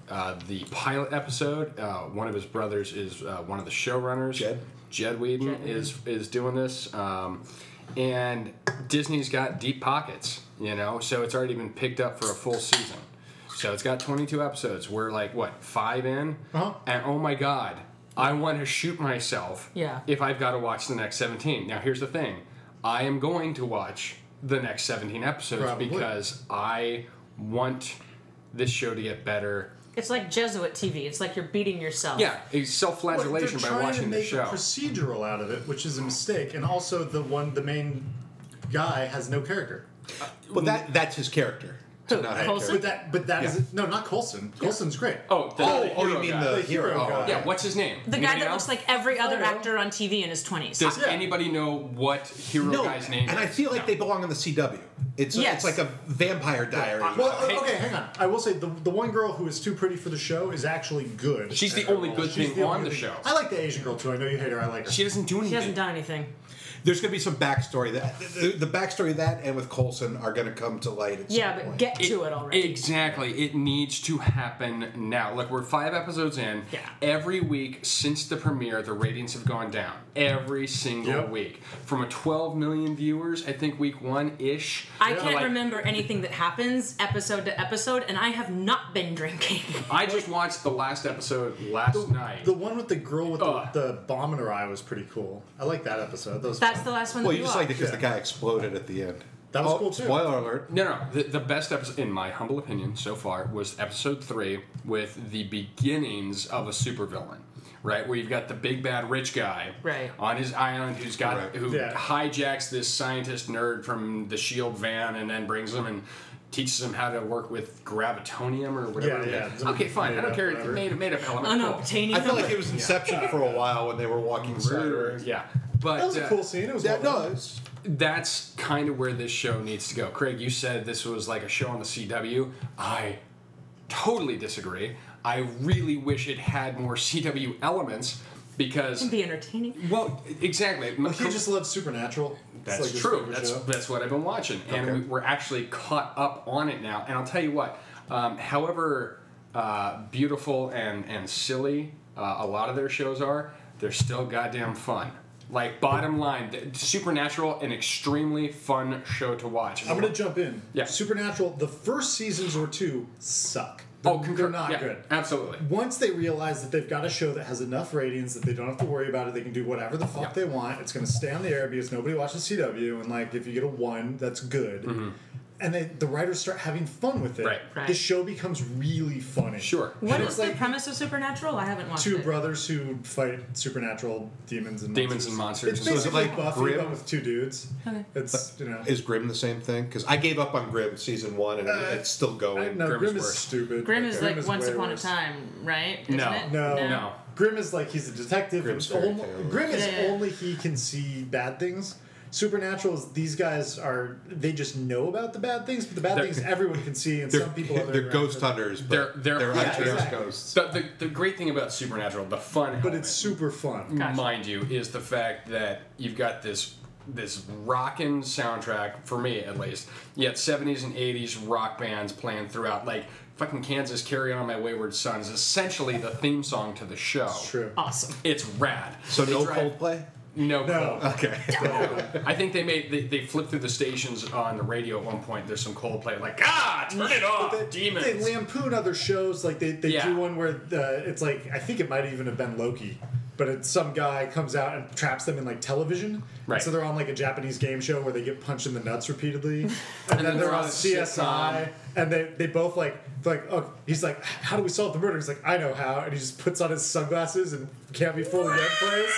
Speaker 4: uh, the pilot episode. Uh, one of his brothers is uh, one of the showrunners.
Speaker 3: Jed?
Speaker 4: Jed Whedon is is doing this, um, and Disney's got deep pockets, you know. So it's already been picked up for a full season. So it's got 22 episodes. We're like what five in,
Speaker 2: Uh-huh.
Speaker 4: and oh my god, I want to shoot myself
Speaker 1: Yeah.
Speaker 4: if I've got to watch the next 17. Now, here's the thing I am going to watch the next 17 episodes
Speaker 2: Probably.
Speaker 4: because I want this show to get better.
Speaker 1: It's like Jesuit TV. It's like you're beating yourself.
Speaker 4: Yeah, it's self
Speaker 2: But they're
Speaker 4: flagellation by
Speaker 2: trying to
Speaker 4: watching the
Speaker 2: make a
Speaker 4: show.
Speaker 2: procedural out of it, which is a mistake. And also, the one the main guy has no character.
Speaker 3: But that that's his character. to
Speaker 1: Who,
Speaker 3: not have
Speaker 1: Coulson?
Speaker 2: But
Speaker 3: character.
Speaker 2: that but that is
Speaker 3: Yeah.
Speaker 2: no, not Colson. Colson's great.
Speaker 4: oh, the,
Speaker 3: Oh,
Speaker 4: the
Speaker 3: oh, you
Speaker 4: hero
Speaker 3: mean
Speaker 4: guy.
Speaker 3: the,
Speaker 2: The
Speaker 3: hero?
Speaker 2: hero
Speaker 3: Oh,
Speaker 2: guy.
Speaker 3: okay.
Speaker 4: Yeah, what's his name?
Speaker 1: The guy that looks like every other
Speaker 2: Photo.
Speaker 1: actor on TV in his 20s.
Speaker 4: Does
Speaker 2: Yeah.
Speaker 4: anybody know what hero
Speaker 3: No,
Speaker 4: guy's name
Speaker 3: and I
Speaker 4: is?
Speaker 3: feel like
Speaker 4: No.
Speaker 3: they belong on the CW. It's
Speaker 1: Yes.
Speaker 3: it's like a Vampire Diary.
Speaker 2: Well, uh,
Speaker 4: Hey.
Speaker 2: okay, hang on. I will say the, the one girl who is too pretty for the show is actually good.
Speaker 4: She's the
Speaker 2: at her
Speaker 4: only
Speaker 2: role.
Speaker 4: good
Speaker 2: She's
Speaker 4: thing
Speaker 2: the
Speaker 4: on
Speaker 2: only
Speaker 4: the
Speaker 2: thing-
Speaker 4: show.
Speaker 2: I like the Asian girl too. I know you hate her. I like her.
Speaker 4: She doesn't do anything.
Speaker 1: She hasn't done anything.
Speaker 3: There's going to be some backstory that the, the backstory of that and with Colson are going to come to light. At
Speaker 1: Yeah,
Speaker 3: some
Speaker 1: but
Speaker 3: point.
Speaker 1: get to it already.
Speaker 4: Exactly. It needs to happen now. Look, we're five episodes in.
Speaker 1: Yeah.
Speaker 4: Every week since the premiere, the ratings have gone down. Every single
Speaker 2: Yep.
Speaker 4: week. From a 12 million viewers, I think week one ish.
Speaker 1: I can't
Speaker 4: like-
Speaker 1: remember anything that happens episode to episode, and I have not been drinking.
Speaker 4: I just watched the last episode last night.
Speaker 2: The one with the girl with
Speaker 4: Ugh.
Speaker 2: the, the bomb in her eye was pretty cool. I like that episode. That was
Speaker 1: That's
Speaker 2: fun.
Speaker 1: the last one.
Speaker 3: well,
Speaker 1: that
Speaker 3: you
Speaker 1: we
Speaker 3: just liked it
Speaker 1: watched.
Speaker 3: because
Speaker 2: Yeah.
Speaker 3: the guy exploded at the end.
Speaker 2: That was
Speaker 3: Oh,
Speaker 2: cool, too.
Speaker 3: Spoiler alert.
Speaker 4: no, no. The, the best episode, in my humble opinion, so far was episode three with the beginnings of a supervillain. Right, where you've got the big bad rich guy
Speaker 1: Right.
Speaker 4: on his island who's got
Speaker 3: Right.
Speaker 4: who
Speaker 2: Yeah.
Speaker 4: hijacks this scientist nerd from the shield E van and then brings him and teaches him how to work with gravitonium or whatever.
Speaker 2: Yeah,
Speaker 4: it
Speaker 2: yeah.
Speaker 4: is. Okay, fine. I
Speaker 2: Made
Speaker 4: don't
Speaker 2: up,
Speaker 4: care.
Speaker 2: whatever.
Speaker 4: Made made up
Speaker 5: Oh,
Speaker 4: element. cool.
Speaker 1: Unobtainium.
Speaker 3: I felt like it was Inception for a while when they were walking sideways.
Speaker 4: Yeah, but
Speaker 2: That was a
Speaker 4: uh,
Speaker 2: cool scene. It was
Speaker 3: Yeah,
Speaker 2: well
Speaker 3: no,
Speaker 2: done.
Speaker 3: it's,
Speaker 4: that's kind of where this show needs to go. Craig, you said this was like a show on the CW. I totally disagree. I really wish it had more CW elements because
Speaker 5: Be entertaining.
Speaker 4: well, exactly.
Speaker 2: Like, he just loves Supernatural. It's
Speaker 4: That's
Speaker 2: like his
Speaker 4: true.
Speaker 2: favorite
Speaker 4: That's
Speaker 2: show.
Speaker 4: that's what I've been watching, and
Speaker 3: Okay.
Speaker 4: we, we're actually caught up on it now. And I'll tell you what, um, however uh, beautiful and and silly uh, a lot of their shows are, they're still goddamn fun. Like bottom line, th- Supernatural, an extremely fun show to watch.
Speaker 2: I'm gonna jump in.
Speaker 4: Yeah.
Speaker 2: Supernatural. The first seasons or two suck.
Speaker 4: oh,
Speaker 2: They're-
Speaker 4: concur-
Speaker 2: they're not
Speaker 4: yeah,
Speaker 2: good.
Speaker 4: Absolutely.
Speaker 2: Once they realize that they've got a show that has enough ratings that they don't have to worry about it, they can do whatever the fuck
Speaker 4: Yeah.
Speaker 2: they want. It's gonna stay on the air because nobody watches CW, and like if you get a one, that's good. And they, the writers start having fun with it.
Speaker 4: Mm-hmm. Right.
Speaker 5: Right.
Speaker 2: The show becomes really funny.
Speaker 4: Sure.
Speaker 5: What
Speaker 4: sure.
Speaker 5: is the premise of Supernatural? I haven't watched
Speaker 2: Two
Speaker 5: it.
Speaker 2: brothers who fight supernatural demons and monsters.
Speaker 4: Demons and monsters.
Speaker 2: It's
Speaker 4: So
Speaker 3: is it
Speaker 2: basically
Speaker 3: like
Speaker 2: Buffy,
Speaker 3: Grimm?
Speaker 2: but with two dudes.
Speaker 1: Okay.
Speaker 2: It's you know.
Speaker 3: Is Grimm the same thing? Because I gave up on Grimm season one, and
Speaker 2: Uh,
Speaker 3: it's still
Speaker 2: I,
Speaker 3: going.
Speaker 2: no,
Speaker 4: Grimm
Speaker 2: Grimm,
Speaker 4: is
Speaker 2: is,
Speaker 4: worse.
Speaker 2: stupid.
Speaker 1: Grim is like once
Speaker 2: way
Speaker 1: upon
Speaker 2: worse.
Speaker 1: a time, right? Isn't
Speaker 4: No.
Speaker 1: it?
Speaker 2: No.
Speaker 4: No.
Speaker 2: Grimm is like he's a detective.
Speaker 3: Grimm's
Speaker 2: It's only-
Speaker 3: fairy tale.
Speaker 2: Grimm is
Speaker 1: Yeah, yeah.
Speaker 2: only he can see bad things. Supernatural is these guys are they just know about the bad things, but the bad
Speaker 4: They're-
Speaker 2: things everyone can see, and
Speaker 3: They're,
Speaker 2: some people
Speaker 3: they're ghost
Speaker 2: hunters.
Speaker 3: hunters,
Speaker 4: They're-
Speaker 3: but
Speaker 4: they're-
Speaker 3: they're,
Speaker 4: yeah,
Speaker 3: hunters
Speaker 2: exactly.
Speaker 3: ghosts.
Speaker 4: the, the, the great thing about Supernatural, the fun
Speaker 2: But
Speaker 4: element,
Speaker 2: it's super fun.
Speaker 1: Gotcha.
Speaker 4: mind you, is the fact that you've got this this rockin' soundtrack for me at least. You got seventies and eighties rock bands playing throughout, like fucking Kansas Carry On My Wayward Son is essentially the theme song to the show.
Speaker 2: It's true.
Speaker 5: Awesome.
Speaker 4: It's rad.
Speaker 3: So
Speaker 4: They
Speaker 3: no
Speaker 4: drive-
Speaker 3: Coldplay.
Speaker 4: No,
Speaker 2: No.
Speaker 4: Coldplay.
Speaker 3: Okay.
Speaker 4: I think they made they, they flipped through the stations on the radio at one point. There's some Coldplay like ah turn it off
Speaker 2: They-
Speaker 4: demons.
Speaker 2: They lampoon other shows like they, they
Speaker 4: Yeah.
Speaker 2: do one where uh, it's like I think it might even have been Loki, but it's some guy comes out and traps them in like television. And
Speaker 4: Right.
Speaker 2: so they're on like a Japanese game show where they get punched in the nuts repeatedly, and, then
Speaker 4: then they're
Speaker 2: they're
Speaker 4: on
Speaker 2: on
Speaker 4: a
Speaker 2: CSI,
Speaker 4: sitcom.
Speaker 2: and they they both like they're like oh he's like how do we solve the murder? He's like I know how, and he just puts on his sunglasses and can't be fully red plays.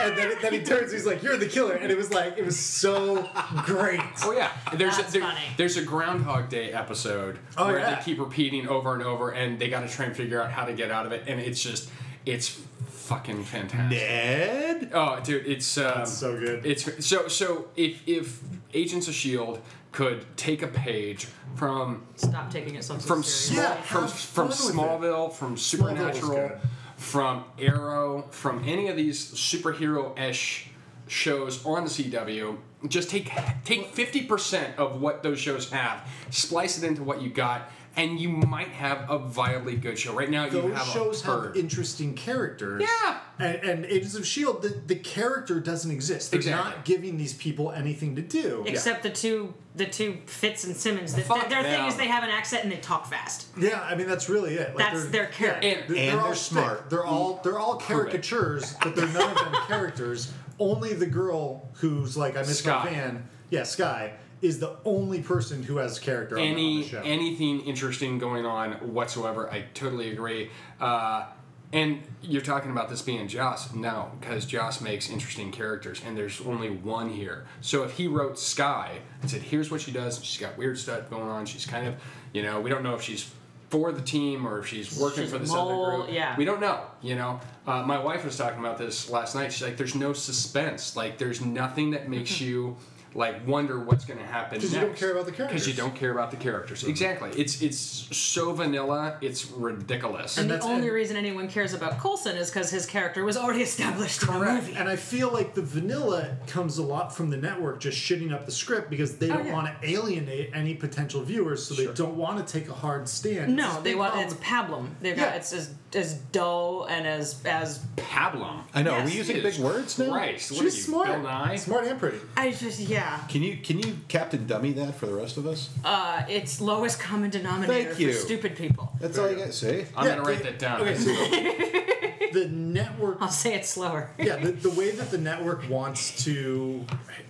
Speaker 2: And then, then he turns. He's like, "You're the killer," and it was like it was so great.
Speaker 4: Oh yeah, there's
Speaker 1: That's
Speaker 4: a, there-
Speaker 1: funny.
Speaker 4: there's a Groundhog Day episode
Speaker 2: Oh,
Speaker 4: where
Speaker 2: yeah.
Speaker 4: they keep repeating over and over, and they got to try and figure out how to get out of it, and it's just it's fucking fantastic.
Speaker 3: Ned.
Speaker 4: Oh, dude, it's um,
Speaker 2: so good.
Speaker 4: It's so so if if Agents of Shield E could take a page from
Speaker 1: Stop taking it so
Speaker 4: from
Speaker 1: serious.
Speaker 4: small
Speaker 2: Yeah,
Speaker 4: from
Speaker 2: have fun
Speaker 4: from
Speaker 2: with
Speaker 4: Smallville, from Supernatural,
Speaker 2: good.
Speaker 4: from Arrow, from any of these superhero ish shows on the CW. Just take take fifty percent of what those shows have, splice it into what you got, and you might have a viably good show. Right now, you
Speaker 2: those
Speaker 4: have
Speaker 2: shows
Speaker 4: a turd.
Speaker 2: have interesting characters.
Speaker 4: Yeah.
Speaker 2: And, and Agents of Shield, E the, the character doesn't exist. They're
Speaker 4: Exactly.
Speaker 2: not giving these people anything to do.
Speaker 5: Except the two, the two Fitz and Simmons. That,
Speaker 4: Fuck
Speaker 5: their thing is
Speaker 4: them.
Speaker 5: they have an accent and they talk fast.
Speaker 2: Yeah, I mean that's really it. Like,
Speaker 5: That's their character.
Speaker 2: yeah,
Speaker 4: And-
Speaker 2: they're,
Speaker 3: and
Speaker 2: all
Speaker 3: they're smart.
Speaker 2: thick. They're all they're all caricatures, but they're none of them characters. Only the girl who's like I miss
Speaker 4: Sky.
Speaker 2: my van. Yeah, Sky is the only person who has character on the- on the
Speaker 4: any
Speaker 2: show.
Speaker 4: anything interesting going on whatsoever. I totally agree. Uh, and you're talking about this being Joss? No, because Joss makes interesting characters, and there's only one here. So if he wrote Sky and said, "Here's what she does. She's got weird stuff going on. She's kind of, you know, we don't know if she's." For the team, or if she's working
Speaker 1: She's
Speaker 4: for
Speaker 1: a
Speaker 4: this other
Speaker 1: mole,
Speaker 4: group,
Speaker 1: yeah.
Speaker 4: we don't know. You know, uh, my wife was talking about this last night. She's like, "There's no suspense. Like, there's nothing that makes
Speaker 1: Mm-hmm.
Speaker 4: you like wonder what's going to happen."
Speaker 2: 'Cause you don't care about the
Speaker 4: Because you
Speaker 2: characters.
Speaker 4: don't care about the characters. Exactly. It's it's so vanilla. It's ridiculous.
Speaker 1: And the
Speaker 2: that's-
Speaker 1: only
Speaker 2: and-
Speaker 1: reason anyone cares about Coulson is because his character was already established in the movie.
Speaker 2: And I feel like the vanilla comes a lot from the network just shitting up the script because they don't
Speaker 1: Oh, yeah.
Speaker 2: want to alienate any potential viewers, so they don't want to take a hard stand. It's
Speaker 1: No,
Speaker 2: a
Speaker 1: they
Speaker 2: big
Speaker 1: want
Speaker 2: problem.
Speaker 1: it's pablum. They've got
Speaker 2: Yeah.
Speaker 1: it's as as dull and as as
Speaker 4: Pablum.
Speaker 3: I know. Are we
Speaker 1: Yes,
Speaker 3: using big words now?
Speaker 4: Christ, what are you,
Speaker 2: She's smart,
Speaker 4: Bill Nye?
Speaker 2: smart and pretty.
Speaker 1: I just yeah.
Speaker 3: Can you can you Captain Dummy that for the rest of us?
Speaker 1: Uh, it's lowest common denominator
Speaker 3: Thank
Speaker 1: for
Speaker 3: you.
Speaker 1: stupid people.
Speaker 3: That's all you got. See,
Speaker 4: I'm
Speaker 2: Yeah,
Speaker 4: gonna write
Speaker 2: they-
Speaker 4: that down.
Speaker 2: Okay, so the network
Speaker 1: I'll say it slower.
Speaker 2: yeah, the, the way that the network wants to,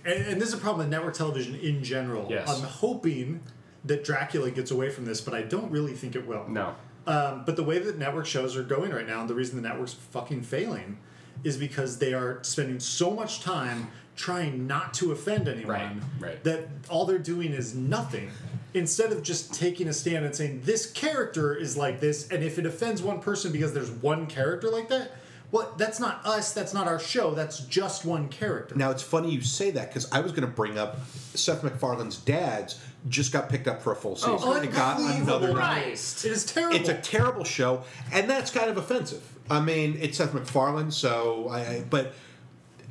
Speaker 2: and, and this is a problem with network television in general.
Speaker 4: Yes.
Speaker 2: I'm hoping that Dracula gets away from this, but I don't really think it will.
Speaker 4: no.
Speaker 2: Um, but the way that network shows are going right now, and the reason the network's fucking failing is because they are spending so much time trying not to offend anyone
Speaker 4: Right, right.
Speaker 2: that all they're doing is nothing. Instead of just taking a stand and saying, this character is like this, and if it offends one person because there's one character like that, well, that's not us, that's not our show, that's just one character.
Speaker 3: now it's funny you say that because I was going to bring up Seth MacFarlane's dad's just got picked up for a full season. and got
Speaker 2: Oh, Unbelievable.
Speaker 3: another.
Speaker 1: Christ.
Speaker 2: It is terrible.
Speaker 3: It's a terrible show, and that's kind of offensive. I mean, it's Seth MacFarlane, so I. I but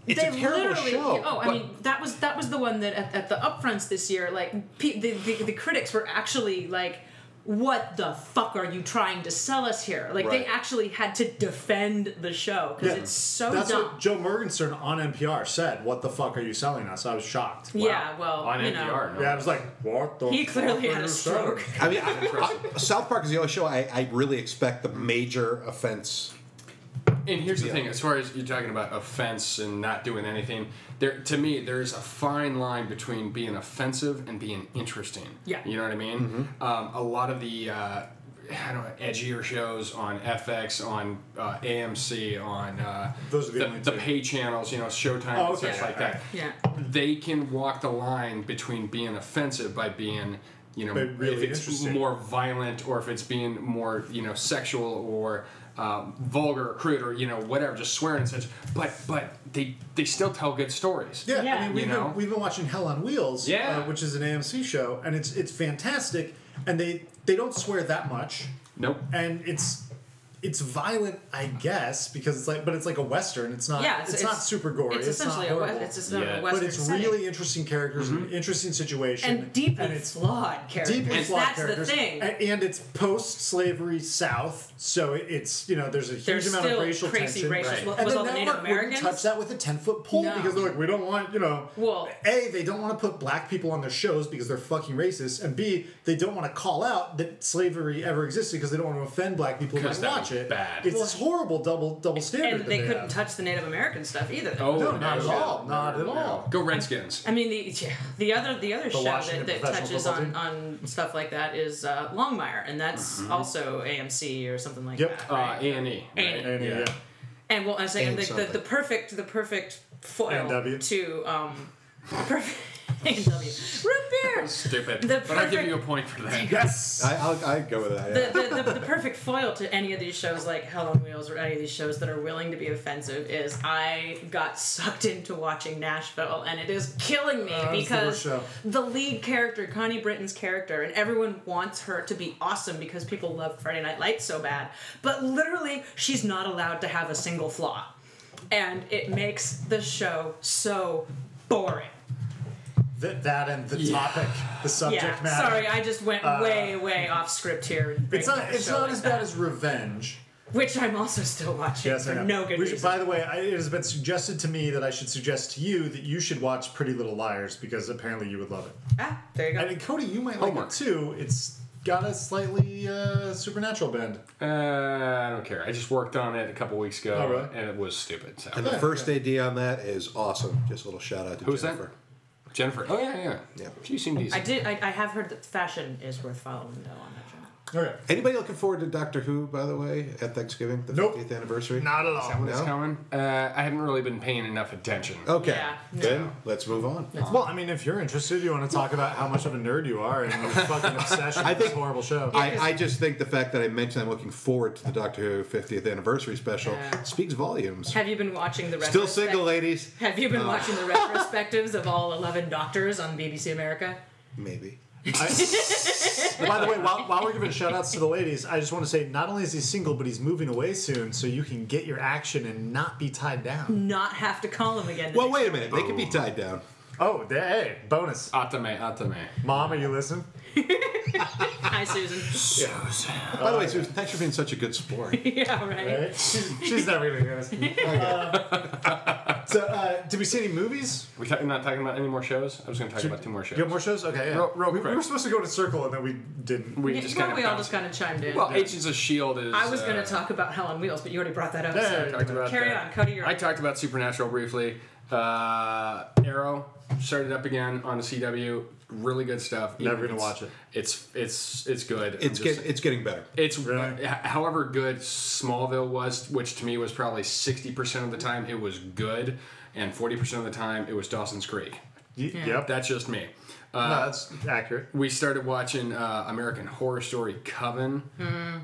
Speaker 3: it's a
Speaker 5: they
Speaker 3: terrible
Speaker 5: literally,
Speaker 3: show.
Speaker 5: Oh, I
Speaker 3: but-
Speaker 5: mean, that was that was the one that at, at the upfronts this year, like pe- the, the the critics were actually like, "What the fuck are you trying to sell us here?" Like they
Speaker 3: Right.
Speaker 5: actually had to defend the show because
Speaker 2: Yeah.
Speaker 5: it's so
Speaker 2: That's
Speaker 5: dumb.
Speaker 2: what Joe Morgenstern on NPR said. What the fuck are you selling us? I was shocked.
Speaker 5: Yeah, well,
Speaker 4: on
Speaker 5: you
Speaker 4: NPR.
Speaker 5: know,
Speaker 4: no.
Speaker 2: Yeah, I was like, what the?
Speaker 5: he
Speaker 2: fuck
Speaker 5: clearly
Speaker 2: are
Speaker 5: had
Speaker 2: you
Speaker 5: a stroke.
Speaker 2: selling?
Speaker 3: I mean, I, I, South Park is the only show I, I really expect the major offense.
Speaker 4: And here's the
Speaker 3: Yeah.
Speaker 4: thing: as far as you're talking about offense and not doing anything, there to me there is a fine line between being offensive and being interesting.
Speaker 5: Yeah.
Speaker 4: you know what I mean.
Speaker 2: Mm-hmm.
Speaker 4: Um, a lot of the uh, I don't know edgier shows on FX, on uh, AMC, on uh,
Speaker 2: Those are the
Speaker 4: the,
Speaker 2: only two.
Speaker 4: pay channels, you know, Showtime,
Speaker 2: Oh,
Speaker 4: and
Speaker 2: okay.
Speaker 4: stuff like that.
Speaker 5: Yeah.
Speaker 4: They can walk the line between being offensive by being. You know,
Speaker 2: But really
Speaker 4: if it's
Speaker 2: interesting.
Speaker 4: more violent or if it's being more you know sexual or uh, vulgar or crude or you know whatever just swearing and such but but they they still tell good stories
Speaker 2: Yeah,
Speaker 5: Yeah.
Speaker 2: I mean,
Speaker 5: You
Speaker 2: we've,
Speaker 4: know?
Speaker 2: been, we've been watching Hell on Wheels, uh,
Speaker 4: Yeah.
Speaker 2: which is an AMC show, and it's it's fantastic. And they they don't swear that much,
Speaker 4: nope
Speaker 2: and it's it's violent, I guess, because it's like, but it's like a western. It's not.
Speaker 5: Yeah,
Speaker 2: it's, not super gory. It's,
Speaker 5: It's essentially
Speaker 2: not
Speaker 5: a,
Speaker 2: horrible.
Speaker 5: we- it's just not
Speaker 4: Yeah.
Speaker 5: a
Speaker 4: But
Speaker 2: but
Speaker 5: western
Speaker 2: it's
Speaker 5: setting.
Speaker 2: really interesting characters, and
Speaker 4: Mm-hmm.
Speaker 2: interesting situation,
Speaker 5: and deeply
Speaker 2: and it's
Speaker 5: flawed characters.
Speaker 2: deeply
Speaker 5: and
Speaker 2: flawed
Speaker 5: that's
Speaker 2: characters,
Speaker 5: the thing.
Speaker 2: a- And, it's post-slavery South, so it- it's you know there's a huge
Speaker 5: There's
Speaker 2: amount
Speaker 5: still
Speaker 2: of racial
Speaker 5: crazy
Speaker 2: tension.
Speaker 5: racial-
Speaker 4: Right.
Speaker 5: was
Speaker 2: And
Speaker 5: all
Speaker 2: the
Speaker 5: the Native
Speaker 2: network wouldn't
Speaker 5: Americans?
Speaker 2: touch that with a ten-foot pole
Speaker 5: No.
Speaker 2: because they're like, we don't want you know.
Speaker 5: Well-
Speaker 2: a they don't want to put black people on their shows because they're fucking racist, and b they don't want to call out that slavery ever existed because they don't want to offend black people who might
Speaker 4: Because that
Speaker 2: watch it.
Speaker 4: would be bad.
Speaker 2: It's this horrible double double standard.
Speaker 5: and
Speaker 2: that
Speaker 5: they, couldn't
Speaker 2: have.
Speaker 5: touch the Native American stuff either.
Speaker 4: oh
Speaker 2: No, not at
Speaker 4: no,
Speaker 2: all, not at
Speaker 4: no.
Speaker 2: all.
Speaker 4: go redskins
Speaker 5: I mean, the yeah, the other the other show
Speaker 2: Washington
Speaker 5: that, that
Speaker 2: professional
Speaker 5: touches
Speaker 2: football
Speaker 5: on,
Speaker 2: team? Mm-hmm.
Speaker 5: on stuff like that is uh, Longmire, and that's also AMC or something like
Speaker 2: Yep.
Speaker 5: that.
Speaker 4: uh,
Speaker 5: Right?
Speaker 4: A&E right?
Speaker 5: A&E.
Speaker 2: And, yeah.
Speaker 5: and well, I'm saying
Speaker 3: and
Speaker 5: like the, the
Speaker 3: something.
Speaker 5: perfect the perfect foil
Speaker 2: A&W.
Speaker 5: to um, perfect A&W. root beer.
Speaker 4: stupid
Speaker 5: The
Speaker 4: but I give
Speaker 5: perfect-
Speaker 4: you a point for that
Speaker 2: Yes.
Speaker 3: I, I'll, I go with that. yeah.
Speaker 5: the, the, the, the perfect foil to any of these shows like Hell on Wheels or any of these shows that are willing to be offensive is I got sucked into watching Nashville and it is killing me
Speaker 2: Oh, it's the worst
Speaker 5: because
Speaker 2: show.
Speaker 5: the lead character, Connie Britton's character, and everyone wants her to be awesome because people love Friday Night Lights so bad, but literally she's not allowed to have a single flaw. And it makes the show so boring.
Speaker 2: Th- that and the topic, the subject
Speaker 5: Yeah,
Speaker 2: matter. Uh,
Speaker 5: sorry, I just went way, way off script here. in
Speaker 2: It's
Speaker 5: bringing
Speaker 2: not.
Speaker 5: up a
Speaker 2: It's
Speaker 5: show
Speaker 2: not
Speaker 5: like
Speaker 2: as
Speaker 5: that.
Speaker 2: bad as Revenge.
Speaker 5: Which I'm also still watching
Speaker 2: Yes, I
Speaker 5: for
Speaker 2: know.
Speaker 5: no good
Speaker 2: We should-
Speaker 5: reason.
Speaker 2: by the way, I, it has been suggested to me that I should suggest to you that you should watch Pretty Little Liars because apparently you would love it.
Speaker 5: ah, there you go.
Speaker 2: And then, Cody, you might like
Speaker 4: Homework.
Speaker 2: it too. It's got a slightly uh, supernatural bend.
Speaker 4: uh, I don't care I just worked on it a couple weeks ago
Speaker 2: Oh, really?
Speaker 4: and it was stupid so
Speaker 3: and the first AD on that is awesome. Just a little shout out to
Speaker 4: Who's that?
Speaker 3: Jennifer.
Speaker 4: Jennifer oh yeah yeah
Speaker 3: Yeah.
Speaker 4: she seemed
Speaker 5: I
Speaker 4: decent
Speaker 5: did. I, I have heard that fashion is worth following though on that channel.
Speaker 2: Okay.
Speaker 3: Anybody looking forward to Doctor Who, by the way, at Thanksgiving, the
Speaker 2: Nope.
Speaker 3: 50th anniversary?
Speaker 2: Not at all.
Speaker 4: When it's
Speaker 3: No?
Speaker 4: coming uh, I haven't really been paying enough attention
Speaker 2: Oh.
Speaker 3: Okay.
Speaker 5: Yeah, no.
Speaker 3: Then let's move on.
Speaker 2: Well, I mean, if you're interested, you want to talk about how much of a nerd you are and your fucking obsession with this
Speaker 3: think-
Speaker 2: horrible show.
Speaker 3: I, I just think the fact that I mentioned I'm looking forward to the Doctor Who 50th anniversary special
Speaker 5: Yeah.
Speaker 3: speaks volumes.
Speaker 5: Have you been watching the
Speaker 3: Still
Speaker 5: retrospect-
Speaker 3: single, uh. ladies.
Speaker 5: Have you been watching the retrospectives of all eleven doctors on BBC America?
Speaker 3: Maybe.
Speaker 2: I- by the way, while, while we're giving shout outs to the ladies, I just want to say not only is he single, but he's moving away soon, so you can get your action and not be tied down.
Speaker 3: Mm.
Speaker 5: Not have to call them again. the
Speaker 3: Well,
Speaker 5: next-
Speaker 3: wait a minute. They could be tied down.
Speaker 2: Oh, da- hey, bonus.
Speaker 4: Atame Atame
Speaker 2: Mom, are you listening?
Speaker 5: Hi, Susan.
Speaker 3: By the way, Susan, thanks for being such a good sport.
Speaker 5: yeah, right.
Speaker 2: Right? She's, she's never gonna hear this. Uh, so, uh, did we see any movies?
Speaker 4: we ta- not talking about any more shows I was gonna talk about two more shows
Speaker 2: You have more shows? Okay, yeah.
Speaker 4: Real- real
Speaker 2: we, we
Speaker 4: quick.
Speaker 2: were supposed to go in a circle and then we didn't.
Speaker 4: we
Speaker 5: Yeah,
Speaker 4: just
Speaker 5: well,
Speaker 4: kind of
Speaker 5: we all just kind of chimed in.
Speaker 4: Well, Agents of Shield is.
Speaker 5: I was
Speaker 4: uh,
Speaker 5: going to talk about Hell on Wheels, but you already brought that up.
Speaker 2: Yeah,
Speaker 5: so-
Speaker 2: yeah, yeah.
Speaker 4: talked about
Speaker 5: Carry
Speaker 4: that.
Speaker 5: on, Cody. You're
Speaker 4: I talked about Supernatural briefly. Uh, Arrow started up again on the CW. Really good stuff. Even
Speaker 2: Never gonna
Speaker 4: if
Speaker 2: watch
Speaker 4: it's-
Speaker 2: it.
Speaker 4: It's it's it's good. I'm
Speaker 3: It's,
Speaker 4: just-
Speaker 3: get, it's getting better.
Speaker 4: it's
Speaker 2: Really?
Speaker 4: uh, h- however good Smallville was, which to me was probably sixty percent of the time it was good, and forty percent of the time it was Dawson's Creek.
Speaker 2: Y- Yep.
Speaker 4: That's just me.
Speaker 2: no, that's accurate.
Speaker 5: Hmm.
Speaker 4: we started watching uh, American Horror Story Coven,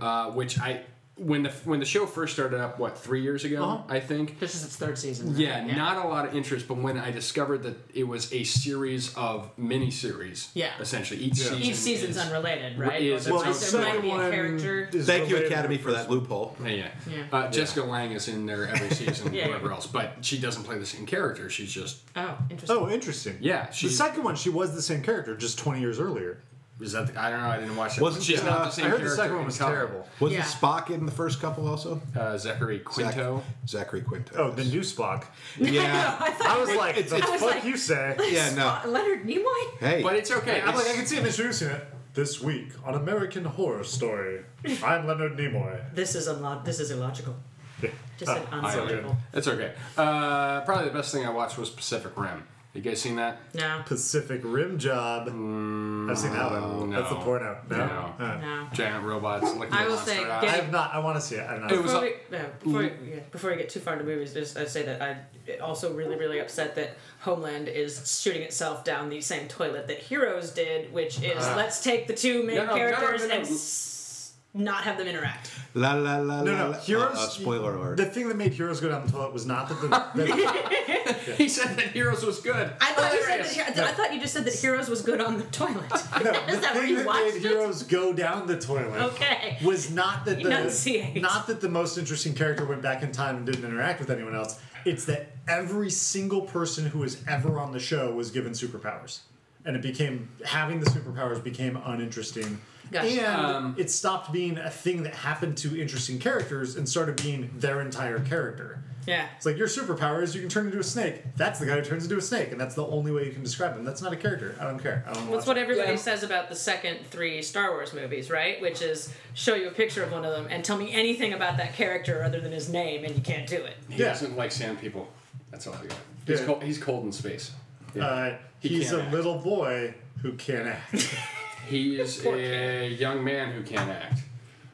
Speaker 4: uh, which I when the when the show first started up, what three years ago,
Speaker 5: Uh-huh.
Speaker 4: I think.
Speaker 5: This is its third season. right?
Speaker 4: Yeah, not a lot of interest, but when I discovered that it was a series of miniseries,
Speaker 5: Yeah.
Speaker 4: essentially each season,
Speaker 5: Each season's
Speaker 4: is-
Speaker 5: unrelated, right?
Speaker 4: is
Speaker 5: Or
Speaker 4: its own
Speaker 5: there might be a
Speaker 2: Someone
Speaker 5: character.
Speaker 2: is
Speaker 3: Thank you,
Speaker 2: related to
Speaker 3: Academy,
Speaker 2: the
Speaker 3: for that loophole.
Speaker 4: Yeah, yeah.
Speaker 5: Yeah.
Speaker 4: Uh, Jessica Lang is in there every season,
Speaker 5: Yeah.
Speaker 4: whoever else, but she doesn't play the same character. She's just
Speaker 5: Oh, interesting.
Speaker 2: Oh, interesting.
Speaker 4: Yeah, she-
Speaker 2: the second one, she was the same character, just twenty years earlier.
Speaker 4: is that the, I don't know. I didn't watch it.
Speaker 3: Wasn't,
Speaker 4: she's not
Speaker 3: uh,
Speaker 4: the same
Speaker 2: I heard the
Speaker 4: character.
Speaker 2: second one
Speaker 4: in
Speaker 2: was
Speaker 4: color.
Speaker 2: terrible.
Speaker 3: Wasn't
Speaker 5: Yeah.
Speaker 3: Spock in the first couple also?
Speaker 4: Uh, Zachary
Speaker 3: Zach-
Speaker 4: Quinto.
Speaker 3: Zachary Quinto.
Speaker 2: Oh, the new Spock.
Speaker 3: yeah.
Speaker 5: I thought
Speaker 2: I was like,
Speaker 3: it's-
Speaker 2: the
Speaker 3: it's-
Speaker 5: I was
Speaker 2: fuck
Speaker 5: like-
Speaker 2: you say?
Speaker 3: yeah, no.
Speaker 5: Spock- Leonard Nimoy.
Speaker 3: Hey,
Speaker 4: But it's okay.
Speaker 2: I'm like, I
Speaker 4: It's-
Speaker 2: can see him introducing it. This week on American Horror Story, I'm Leonard Nimoy.
Speaker 5: This is unlo- This is illogical. Just an
Speaker 2: Ah, so
Speaker 5: unsolvable.
Speaker 4: It's okay. Uh, probably the best thing I watched was Pacific Rim. You guys seen that?
Speaker 5: No,
Speaker 2: Pacific Rim Job.
Speaker 3: Mm,
Speaker 2: I've seen that one. That's the
Speaker 4: no.
Speaker 2: porno. No.
Speaker 4: No.
Speaker 2: Uh,
Speaker 5: no.
Speaker 4: Giant robots looking
Speaker 5: I
Speaker 4: at
Speaker 5: will
Speaker 4: monster
Speaker 5: say,
Speaker 4: eyes.
Speaker 2: I
Speaker 5: yeah.
Speaker 2: have not. I want to see it. I don't know.
Speaker 4: It was-
Speaker 5: Before
Speaker 4: a-
Speaker 5: we, no, before, we, yeah, before we get too far into movies, just I'd say that I'm also really, really upset that Homeland is shooting itself down the same toilet that Heroes did, which is let's take the two main
Speaker 4: No, no, no,
Speaker 5: characters
Speaker 4: no, no.
Speaker 5: and s- not have them interact.
Speaker 3: la la la
Speaker 2: no,
Speaker 3: la.
Speaker 2: no.
Speaker 3: la-
Speaker 2: Heroes.
Speaker 3: Uh, uh, spoiler alert.
Speaker 2: The thing that made Heroes go down the toilet was not that the. that-
Speaker 4: He said that Heroes was good.
Speaker 5: I thought, you said
Speaker 4: Hilarious.
Speaker 5: that, I thought you just said that Heroes was good on the toilet.
Speaker 2: no,
Speaker 5: is
Speaker 2: the
Speaker 5: that where
Speaker 2: thing
Speaker 5: you
Speaker 2: that made
Speaker 5: watched it?
Speaker 2: Heroes go down the toilet.
Speaker 5: Okay.
Speaker 2: Was not that the
Speaker 5: Enunciate.
Speaker 2: not that the most interesting character went back in time and didn't interact with anyone else. It's that every single person who was ever on the show was given superpowers, and it became having the superpowers became uninteresting.
Speaker 5: Gotcha.
Speaker 2: And
Speaker 4: Um,
Speaker 2: it stopped being a thing that happened to interesting characters and started being their entire character.
Speaker 5: Yeah.
Speaker 2: It's like your superpower is you can turn into a snake. That's the guy who turns into a snake, and that's the only way you can describe him. That's not a character. I don't care. I don't
Speaker 5: That's
Speaker 2: watch
Speaker 5: what everybody
Speaker 4: Yeah.
Speaker 5: says about the second three Star Wars movies, right? Which is show you a picture of one of them and tell me anything about that character other than his name, and you can't do it.
Speaker 4: He
Speaker 2: Yeah.
Speaker 4: doesn't like sand people. That's all I got. He's,
Speaker 2: Yeah.
Speaker 4: cold, he's cold in space. Yeah.
Speaker 2: Uh,
Speaker 4: He
Speaker 2: he's
Speaker 4: can't
Speaker 2: a
Speaker 4: act.
Speaker 2: little boy who can't act.
Speaker 4: he is
Speaker 5: Poor
Speaker 4: a young man who can't act.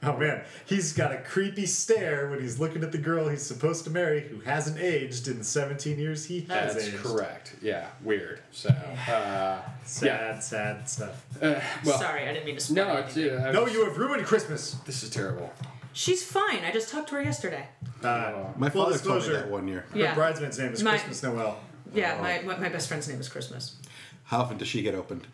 Speaker 2: oh man, he's got a creepy stare when he's looking at the girl he's supposed to marry who hasn't aged in 17 years. He has
Speaker 4: That's
Speaker 2: aged.
Speaker 4: correct. Yeah, weird. So, uh,
Speaker 2: Sad,
Speaker 4: yeah.
Speaker 2: sad stuff.
Speaker 4: Well,
Speaker 5: Sorry, I didn't mean to. Spoil
Speaker 4: No, it's,
Speaker 5: anything.
Speaker 4: uh,
Speaker 2: No, you have ruined Christmas.
Speaker 4: This is terrible.
Speaker 5: She's fine. I just talked to her yesterday.
Speaker 2: Uh,
Speaker 3: My
Speaker 2: Full
Speaker 3: father told me
Speaker 2: disclosure.
Speaker 3: that one year.
Speaker 5: Yeah.
Speaker 2: Her bridesmaid's name is
Speaker 5: My-
Speaker 2: Christmas Noel. Oh.
Speaker 5: Yeah, my, my my best friend's name is Christmas.
Speaker 3: How often does she get opened?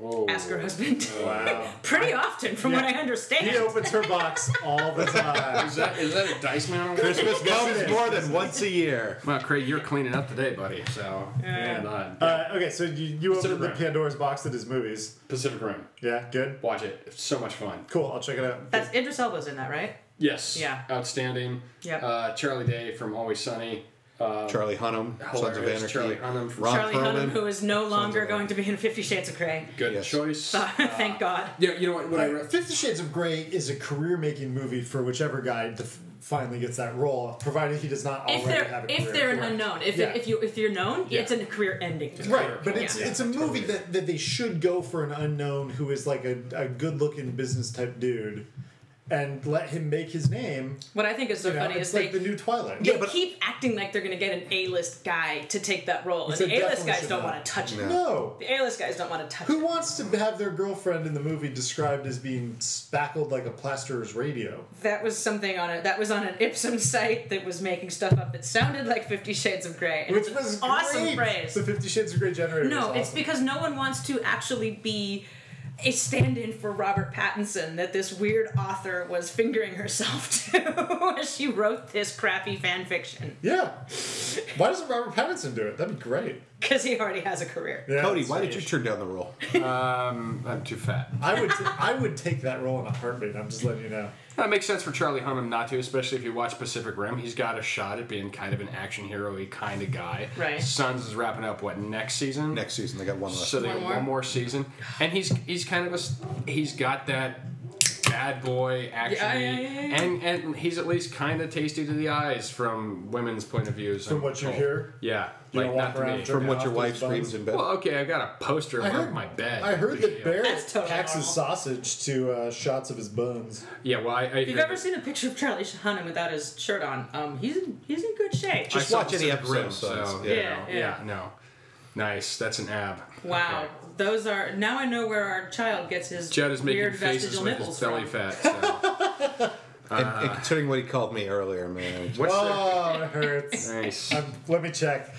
Speaker 4: Oh.
Speaker 5: Ask her husband.
Speaker 2: Wow.
Speaker 5: Pretty often, from what I understand.
Speaker 2: he opens her box all the time.
Speaker 4: Is that, is that a dice man?
Speaker 3: Christmas comes more than once a year.
Speaker 4: Well, Craig, you're cleaning up today, buddy. So, yeah.
Speaker 2: Uh, okay, so you, you opened the
Speaker 4: Rim.
Speaker 2: Pandora's box that is movies.
Speaker 4: Pacific Rim.
Speaker 2: Yeah, good.
Speaker 4: Watch it. It's so much fun.
Speaker 2: Cool, I'll check it out.
Speaker 5: That's Idris Elba's in that, right?
Speaker 4: Yes.
Speaker 5: Yeah.
Speaker 4: Outstanding.
Speaker 5: Yep.
Speaker 4: Uh, Charlie Day from Always Sunny.
Speaker 3: Charlie Hunnam, Sons of
Speaker 4: Hilarious.
Speaker 3: Anarchy.
Speaker 4: Charlie Hunnam from
Speaker 3: Ron
Speaker 5: Charlie Hunnam,
Speaker 3: Perlman.
Speaker 5: who is no longer
Speaker 3: Elba.
Speaker 5: going to be in Fifty Shades of Grey.
Speaker 4: Good
Speaker 3: Yes.
Speaker 4: choice.
Speaker 5: Uh,
Speaker 2: Uh,
Speaker 5: Thank God.
Speaker 4: yeah, you know what? What I re-
Speaker 2: Fifty Shades of Grey is a career-making movie for whichever guy def- finally gets that role, provided he does not already
Speaker 5: If they're
Speaker 2: have a career.
Speaker 5: if they're an unknown, if
Speaker 2: Yeah.
Speaker 5: if you if you're known,
Speaker 4: Yeah.
Speaker 5: it's a career ending.
Speaker 2: Right, but it's
Speaker 5: Yeah.
Speaker 2: it's a movie that, that they should go for an unknown who is like a, a good-looking business type dude, and let him make his name.
Speaker 5: What I think is so
Speaker 2: You know,
Speaker 5: funny
Speaker 2: it's
Speaker 5: is
Speaker 2: like
Speaker 5: they,
Speaker 2: the new Twilight.
Speaker 5: they keep acting like they're going to get an A-list guy to take that role, and
Speaker 2: It's a
Speaker 5: the A-list guys
Speaker 2: definition
Speaker 5: don't
Speaker 2: of-
Speaker 5: want to touch it.
Speaker 2: No,
Speaker 5: The A-list guys don't want to touch
Speaker 2: who
Speaker 5: it.
Speaker 2: wants to have their girlfriend in the movie described as being spackled like a plasterer's radio?
Speaker 5: That was something on it. That was on an Ipsum site that was making stuff up that sounded like Fifty Shades of Grey. and
Speaker 2: Which
Speaker 5: it's
Speaker 2: was
Speaker 5: an awesome
Speaker 2: great.
Speaker 5: phrase.
Speaker 2: The Fifty Shades of Grey generator. was
Speaker 5: No, it's
Speaker 2: awesome.
Speaker 5: because no one wants to actually be a stand-in for Robert Pattinson that this weird author was fingering herself to as she wrote this crappy fan fiction
Speaker 2: Yeah. Why doesn't Robert Pattinson do it? That'd be great.
Speaker 5: because he already has a career.
Speaker 2: Yeah,
Speaker 3: Cody,
Speaker 2: it's
Speaker 3: why did
Speaker 2: strange.
Speaker 3: you turn down the role?
Speaker 4: um, I'm too fat.
Speaker 2: I would, t- I would take that role in a heartbeat. I'm just letting you know.
Speaker 4: That makes sense for Charlie Hunnam not to, especially if you watch Pacific Rim. He's got a shot at being kind of an action hero-y kind of guy.
Speaker 5: Right.
Speaker 4: Sons is wrapping up what next season.
Speaker 3: Next season, they got one left.
Speaker 4: So they
Speaker 5: One
Speaker 4: have
Speaker 5: more?
Speaker 4: one more season, and he's he's kind of a s- he's got that bad boy action,
Speaker 5: yeah, yeah, yeah.
Speaker 4: and and he's at least kind of tasty to the eyes from women's point of views.
Speaker 2: From what you hear?
Speaker 4: yeah,
Speaker 2: You
Speaker 4: like
Speaker 2: don't walk
Speaker 4: not to
Speaker 2: around
Speaker 4: me.
Speaker 2: jerking
Speaker 3: From what
Speaker 2: off
Speaker 3: your
Speaker 2: to
Speaker 3: wife
Speaker 2: his buns.
Speaker 3: screams in bed.
Speaker 4: Well, okay, I've got a poster
Speaker 2: I
Speaker 4: above
Speaker 2: heard-
Speaker 4: my bed.
Speaker 2: I heard that Barrett
Speaker 5: That's totally
Speaker 2: packs his
Speaker 5: normal.
Speaker 2: sausage to uh, shots of his buns.
Speaker 4: Yeah, well, I, I
Speaker 5: If you've ever seen a picture of Charlie Hunnam without his shirt on, um, he's in, he's in good shape.
Speaker 3: Just watch any episode of
Speaker 4: so
Speaker 3: Sons.
Speaker 4: you
Speaker 5: Yeah,
Speaker 4: know,
Speaker 5: yeah.
Speaker 4: yeah, no, nice. That's an ab.
Speaker 5: wow,
Speaker 4: Okay.
Speaker 5: those are now I know where our child gets his
Speaker 4: Judd is making
Speaker 5: weird
Speaker 4: faces
Speaker 5: vestigial
Speaker 4: with
Speaker 5: nipples
Speaker 4: his belly
Speaker 5: from.
Speaker 4: fat. So.
Speaker 3: and,
Speaker 5: Ah.
Speaker 3: and considering what he called me earlier, man.
Speaker 4: What's
Speaker 2: Oh, it hurts.
Speaker 4: the, nice.
Speaker 2: Um, let me check.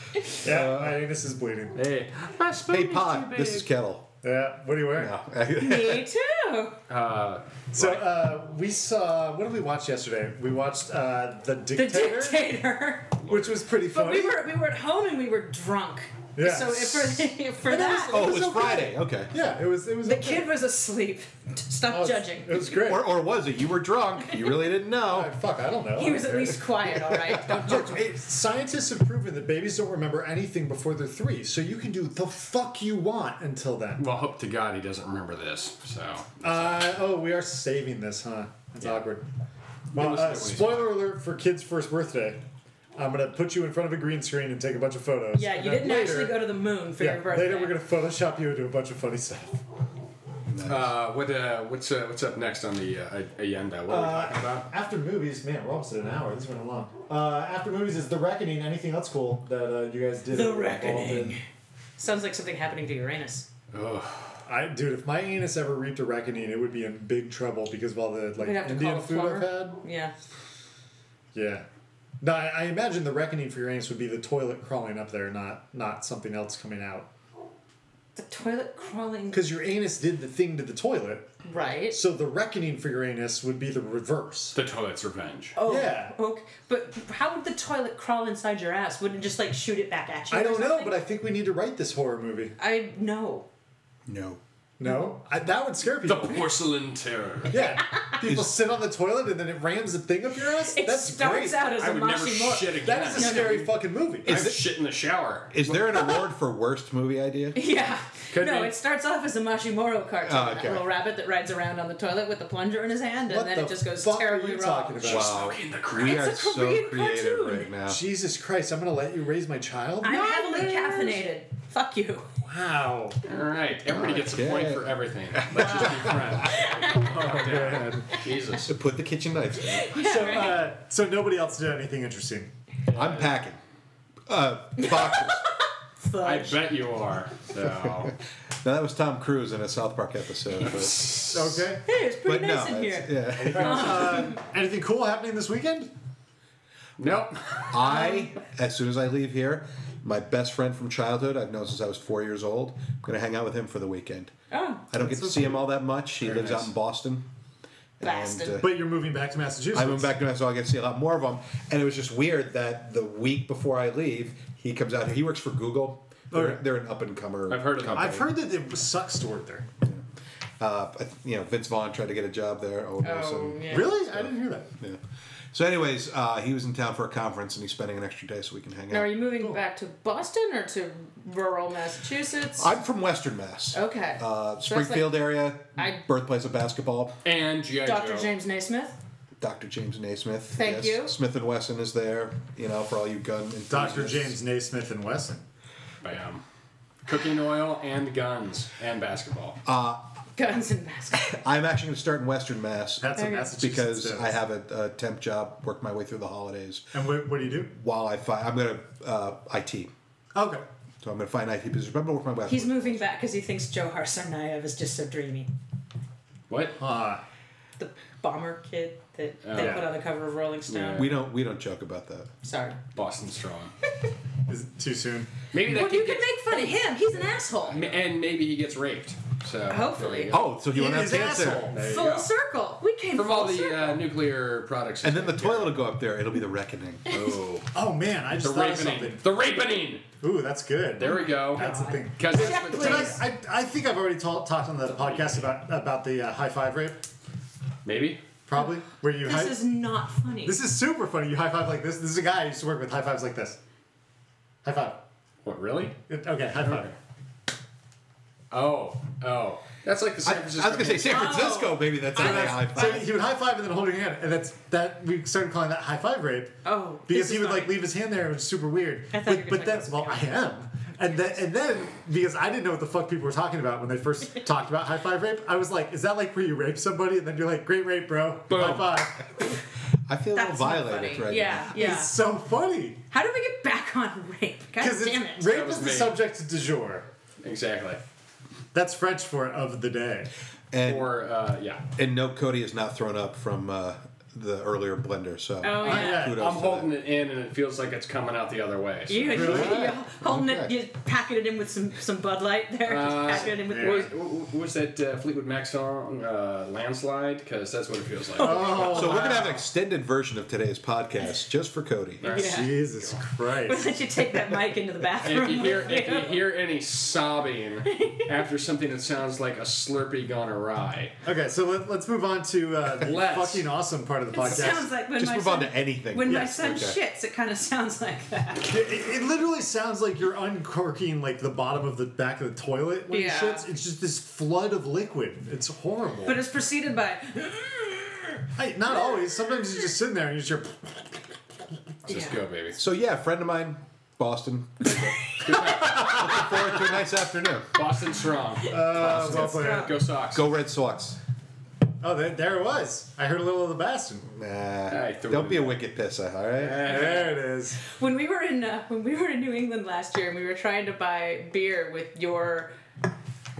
Speaker 2: Yeah,
Speaker 3: Uh,
Speaker 2: my anus is bleeding.
Speaker 4: Hey, my spoon
Speaker 3: Hey,
Speaker 4: is too
Speaker 3: Pod, this
Speaker 4: big.
Speaker 3: is Kettle.
Speaker 2: Yeah, what are you wearing?
Speaker 3: No.
Speaker 5: Me too.
Speaker 4: Uh,
Speaker 2: So uh, we saw. What did we watch yesterday? We watched uh, the
Speaker 5: The
Speaker 2: Dictator,
Speaker 5: dictator.
Speaker 2: which was pretty
Speaker 5: But
Speaker 2: funny.
Speaker 5: we were we were at home and we were drunk.
Speaker 2: Yeah.
Speaker 5: So if for for
Speaker 2: But it was-
Speaker 5: that,
Speaker 3: oh, it was
Speaker 2: okay.
Speaker 3: Friday. Okay.
Speaker 2: yeah, it was. It was
Speaker 5: the
Speaker 2: okay.
Speaker 5: kid was asleep. Stop
Speaker 2: Oh,
Speaker 5: judging.
Speaker 2: It was great.
Speaker 3: Or, or was it? You were drunk. You really didn't know.
Speaker 2: Oh, fuck, I don't know.
Speaker 5: He was at least quiet, all right. Don't judge me.
Speaker 2: It- scientists have proven that babies don't remember anything before they're three, so you can do the fuck you want until then.
Speaker 4: well, hope to God he doesn't remember this. So
Speaker 2: Uh, oh, we are saving this, huh? That's
Speaker 4: Yeah.
Speaker 2: awkward. Well,
Speaker 4: was
Speaker 2: uh,
Speaker 4: that way.
Speaker 2: spoiler alert for kids' first birthday. I'm gonna put you in front of a green screen and take a bunch of photos.
Speaker 5: Yeah,
Speaker 2: And
Speaker 5: you
Speaker 2: then
Speaker 5: didn't
Speaker 2: later-
Speaker 5: actually go to the moon for
Speaker 2: yeah,
Speaker 5: your birthday.
Speaker 2: Later, we're gonna Photoshop you into a bunch of funny stuff.
Speaker 4: uh, what uh, what's uh, what's up next on the uh, agenda? What are we talking about?
Speaker 2: Uh, After movies, man, we're almost at an hour. This went long. Uh, after movies is The Reckoning. Anything else cool that uh, you guys did?
Speaker 5: The
Speaker 2: or were involved
Speaker 5: Reckoning.
Speaker 2: in?
Speaker 5: Sounds like something happening to Uranus.
Speaker 4: Oh,
Speaker 2: I, dude, if my anus ever reaped a reckoning, it would be in big trouble because of all the like
Speaker 5: We'd have to
Speaker 2: Indian
Speaker 5: call a
Speaker 2: food I've
Speaker 5: plumber.
Speaker 2: had.
Speaker 5: Yeah.
Speaker 2: Yeah. No, I, I imagine the reckoning for your anus would be the toilet crawling up there, not not something else coming out.
Speaker 5: The toilet crawling.
Speaker 2: Because your anus did the thing to the toilet,
Speaker 5: Right.
Speaker 2: so the reckoning for your anus would be the reverse.
Speaker 4: the toilet's revenge.
Speaker 5: Oh,
Speaker 2: Yeah.
Speaker 5: Okay. But how would the toilet crawl inside your ass? Wouldn't it just like shoot it back at you?
Speaker 2: I
Speaker 5: or
Speaker 2: don't know,
Speaker 5: something?
Speaker 2: but I think we need to write this horror movie.
Speaker 5: I know.
Speaker 3: No.
Speaker 2: No, I, that would scare
Speaker 4: The
Speaker 2: people.
Speaker 4: porcelain terror.
Speaker 2: yeah, people sit on the toilet and then it rams the thing up your ass.
Speaker 5: It
Speaker 2: That's
Speaker 5: starts
Speaker 2: great.
Speaker 5: out as a
Speaker 4: I would never
Speaker 5: mossy mor-
Speaker 4: shit again.
Speaker 2: that is a scary fucking movie.
Speaker 4: I shit in the shower.
Speaker 3: Is there an award for worst movie idea?
Speaker 5: Yeah.
Speaker 4: Could
Speaker 5: no,
Speaker 4: be.
Speaker 5: it starts off as a Mashimoro cartoon,
Speaker 3: Oh, okay.
Speaker 5: that little rabbit that rides around on the toilet with the plunger in his hand, and
Speaker 2: What
Speaker 5: then
Speaker 2: the
Speaker 5: it just goes
Speaker 2: fuck are
Speaker 5: terribly
Speaker 2: you
Speaker 5: wrong.
Speaker 2: talking about?
Speaker 3: Wow.
Speaker 4: Smoking the crap.
Speaker 3: We
Speaker 5: It's
Speaker 3: are
Speaker 5: a
Speaker 3: so
Speaker 5: Korean
Speaker 3: creative
Speaker 5: cartoon.
Speaker 3: right now.
Speaker 2: Jesus Christ, I'm gonna let you raise my child?
Speaker 5: I'm heavily caffeinated. Fuck you.
Speaker 2: Wow.
Speaker 4: All right, everybody gets
Speaker 2: Oh,
Speaker 4: a point
Speaker 3: Okay.
Speaker 4: for everything. Let's just be friends. oh, damn. Jesus.
Speaker 3: To put the kitchen knives down.
Speaker 2: So, uh, so nobody else did anything interesting.
Speaker 3: I'm packing. Uh, boxes.
Speaker 4: I
Speaker 5: Fudge.
Speaker 4: bet you are. So.
Speaker 3: now that was Tom Cruise in a South Park episode. But,
Speaker 2: Okay.
Speaker 5: Hey, it's
Speaker 3: but
Speaker 5: pretty nice
Speaker 3: no,
Speaker 5: in
Speaker 3: it's-
Speaker 5: here.
Speaker 3: yeah.
Speaker 2: Anything cool happening this weekend?
Speaker 4: Nope.
Speaker 3: I, as soon as I leave here, my best friend from childhood, I've known since I was four years old, I'm going to hang out with him for the weekend.
Speaker 5: Oh,
Speaker 3: I don't get to see him all that much. He lives
Speaker 4: nice.
Speaker 3: out in Boston.
Speaker 5: Bastard.
Speaker 3: And, uh,
Speaker 2: But you're moving back to Massachusetts.
Speaker 3: I went back to him, so I get to see a lot more of him. And it was just weird that the week before I leave, he comes out. He works for Google. They're,
Speaker 2: Okay.
Speaker 3: they're an up and comer.
Speaker 4: Oh, I've heard of them.
Speaker 2: I've heard that it sucks to work there.
Speaker 3: Uh, I th- you know, Vince Vaughn tried to get a job there. Owen
Speaker 5: oh
Speaker 3: Wilson.
Speaker 5: yeah.
Speaker 2: Really? I didn't hear that.
Speaker 3: Yeah. So, anyways, uh, he was in town for a conference, and he's spending an extra day so we can hang
Speaker 5: Now, are
Speaker 3: out.
Speaker 5: you moving back to Boston or to rural Massachusetts?
Speaker 3: I'm from Western Mass.
Speaker 5: okay.
Speaker 3: Uh,
Speaker 5: So that's
Speaker 3: Springfield area,
Speaker 5: I-
Speaker 3: birthplace of basketball.
Speaker 4: And G.I.
Speaker 5: Like Dr.
Speaker 4: Joe.
Speaker 5: James Naismith.
Speaker 3: Dr. James Naismith.
Speaker 5: Thank you.
Speaker 3: Smith and Wesson is there. You know, for all you gun.
Speaker 2: Dr.
Speaker 3: enthusiasts.
Speaker 2: James Naismith and Wesson.
Speaker 4: Bam. Cooking oil and guns and basketball.
Speaker 2: Uh,
Speaker 5: Guns and basketball.
Speaker 3: I'm actually going to start in Western Mass
Speaker 2: That's a
Speaker 5: Okay.
Speaker 2: Massachusetts.
Speaker 3: because
Speaker 2: joke.
Speaker 3: I have a, a temp job. Work my way through the holidays
Speaker 2: And what, what do you do?
Speaker 3: while I find. I'm going to uh, IT.
Speaker 2: Okay.
Speaker 3: So I'm going to find IT positions. But I'm going to work my way.
Speaker 5: He's moving back because he thinks Joe Harsarnayev is just so dreamy.
Speaker 4: what?
Speaker 2: Uh,
Speaker 5: The bomber kid that they
Speaker 2: yeah.
Speaker 5: put on the cover of Rolling Stone.
Speaker 4: Yeah.
Speaker 3: we don't. We don't joke about that.
Speaker 5: Sorry.
Speaker 4: Boston strong.
Speaker 2: is it too soon?
Speaker 4: Maybe that
Speaker 5: Well, you
Speaker 4: could
Speaker 5: can
Speaker 4: get,
Speaker 5: make fun of him. He's an asshole.
Speaker 4: and maybe he gets raped. So
Speaker 5: Hopefully.
Speaker 4: there you go.
Speaker 3: Oh, so he went out
Speaker 2: is
Speaker 3: to answer.
Speaker 2: asshole.
Speaker 4: There you
Speaker 5: Full
Speaker 4: go.
Speaker 5: circle. We came
Speaker 4: From
Speaker 5: full
Speaker 4: all the
Speaker 5: circle.
Speaker 4: uh, nuclear products.
Speaker 3: And then the toilet will go up there. It'll be the reckoning.
Speaker 4: Oh.
Speaker 2: Oh man, I just
Speaker 4: The
Speaker 2: thought of something.
Speaker 4: rapening. The rapening.
Speaker 2: Ooh, that's good.
Speaker 4: There we go.
Speaker 2: That's the thing.
Speaker 4: Because
Speaker 5: Yeah,
Speaker 4: that's what
Speaker 2: Did I,
Speaker 5: please.
Speaker 2: I, I think I've already ta- talked on the podcast about about the uh, high five rape,
Speaker 4: Maybe.
Speaker 2: probably where you high-
Speaker 5: This is not funny.
Speaker 2: This is super funny. You high five like this. This is a guy I used to work with. High fives like this. High five.
Speaker 4: What really?
Speaker 2: It- Okay, high five.
Speaker 4: Oh, oh. That's like the
Speaker 3: I,
Speaker 4: San
Speaker 3: I was
Speaker 4: Francisco.
Speaker 3: going to say San
Speaker 5: Oh.
Speaker 3: Francisco. Maybe that's
Speaker 5: I
Speaker 3: how they
Speaker 5: was-
Speaker 3: high
Speaker 2: So
Speaker 3: five.
Speaker 2: he would high five and then hold your hand, and that's that. We started calling that high five rape.
Speaker 5: Oh,
Speaker 2: because
Speaker 5: this
Speaker 2: he
Speaker 5: is
Speaker 2: would
Speaker 5: funny.
Speaker 2: like leave his hand there. It was super weird.
Speaker 5: I thought
Speaker 2: but
Speaker 5: you were
Speaker 2: but
Speaker 5: gonna
Speaker 2: then, well,
Speaker 5: talk
Speaker 2: I am. And then, and then, because I didn't know what the fuck people were talking about when they first talked about high five rape, I was like, "Is that like where you rape somebody?" And then you're like, "Great rape, bro!
Speaker 4: Boom.
Speaker 2: High five.
Speaker 3: I feel a little
Speaker 5: That's not
Speaker 3: violated
Speaker 5: funny.
Speaker 3: right now.
Speaker 5: yeah, yeah.
Speaker 2: It's so funny
Speaker 5: How do we get back on rape? God
Speaker 2: because
Speaker 5: damn it.
Speaker 2: rape
Speaker 4: That was
Speaker 2: is the
Speaker 4: me.
Speaker 2: subject du jour.
Speaker 4: Exactly.
Speaker 2: That's French for of the day.
Speaker 3: And
Speaker 4: Or uh, yeah.
Speaker 3: And no, Cody is not thrown up from uh, the earlier blender. So
Speaker 5: Oh, yeah.
Speaker 2: Kudos
Speaker 4: I'm
Speaker 3: to
Speaker 4: holding
Speaker 3: that.
Speaker 4: it in, and it feels like it's coming out the other way. so-
Speaker 5: You,
Speaker 2: Really?
Speaker 5: you holding it,
Speaker 3: Okay.
Speaker 5: you packing it in with some some Bud Light there, just
Speaker 4: Uh,
Speaker 5: packing it in with
Speaker 2: yeah.
Speaker 5: water.
Speaker 4: Was, was that uh, Fleetwood Mac song uh, "Landslide"? Because that's what it feels like.
Speaker 5: Oh,
Speaker 3: So we're gonna have an extended version of today's podcast just for Cody.
Speaker 4: All right.
Speaker 5: Yeah.
Speaker 2: Jesus
Speaker 5: We'll
Speaker 2: Christ.
Speaker 5: let you take that mic into the bathroom.
Speaker 4: If you hear
Speaker 5: with
Speaker 4: if you
Speaker 5: you.
Speaker 4: hear any sobbing after something that sounds like a Slurpee gone awry,
Speaker 2: Okay, so let, let's move on to uh, the
Speaker 4: Let's.
Speaker 2: fucking awesome part of the
Speaker 5: it
Speaker 2: podcast.
Speaker 5: sounds like when
Speaker 3: Just
Speaker 5: my
Speaker 3: move
Speaker 5: son,
Speaker 3: on to anything.
Speaker 5: when
Speaker 3: Yes,
Speaker 5: my son
Speaker 3: okay.
Speaker 5: shits, it kind of sounds like that.
Speaker 2: It, it- it literally sounds like you're uncorking like the bottom of the back of the toilet when
Speaker 5: Yeah.
Speaker 2: it shits. It's just this flood of liquid. It's horrible.
Speaker 5: But it's preceded by "Mm."
Speaker 2: hey, not always. Sometimes you're just sitting there and you just
Speaker 5: Oh,
Speaker 2: hear
Speaker 4: just
Speaker 5: Yeah.
Speaker 4: go, baby.
Speaker 3: So yeah, friend of mine, Boston. Looking forward to a nice afternoon.
Speaker 4: Boston strong.
Speaker 2: uh, well played.
Speaker 4: go Sox.
Speaker 3: Go Red Sox.
Speaker 2: Oh, there, there it was. I heard a little of the bastion.
Speaker 3: Nah,
Speaker 4: threw it
Speaker 3: don't
Speaker 4: in
Speaker 3: be a wicked pisser, all right?
Speaker 2: There it is.
Speaker 5: when we were in uh, when we were in New England last year and we were trying to buy beer with your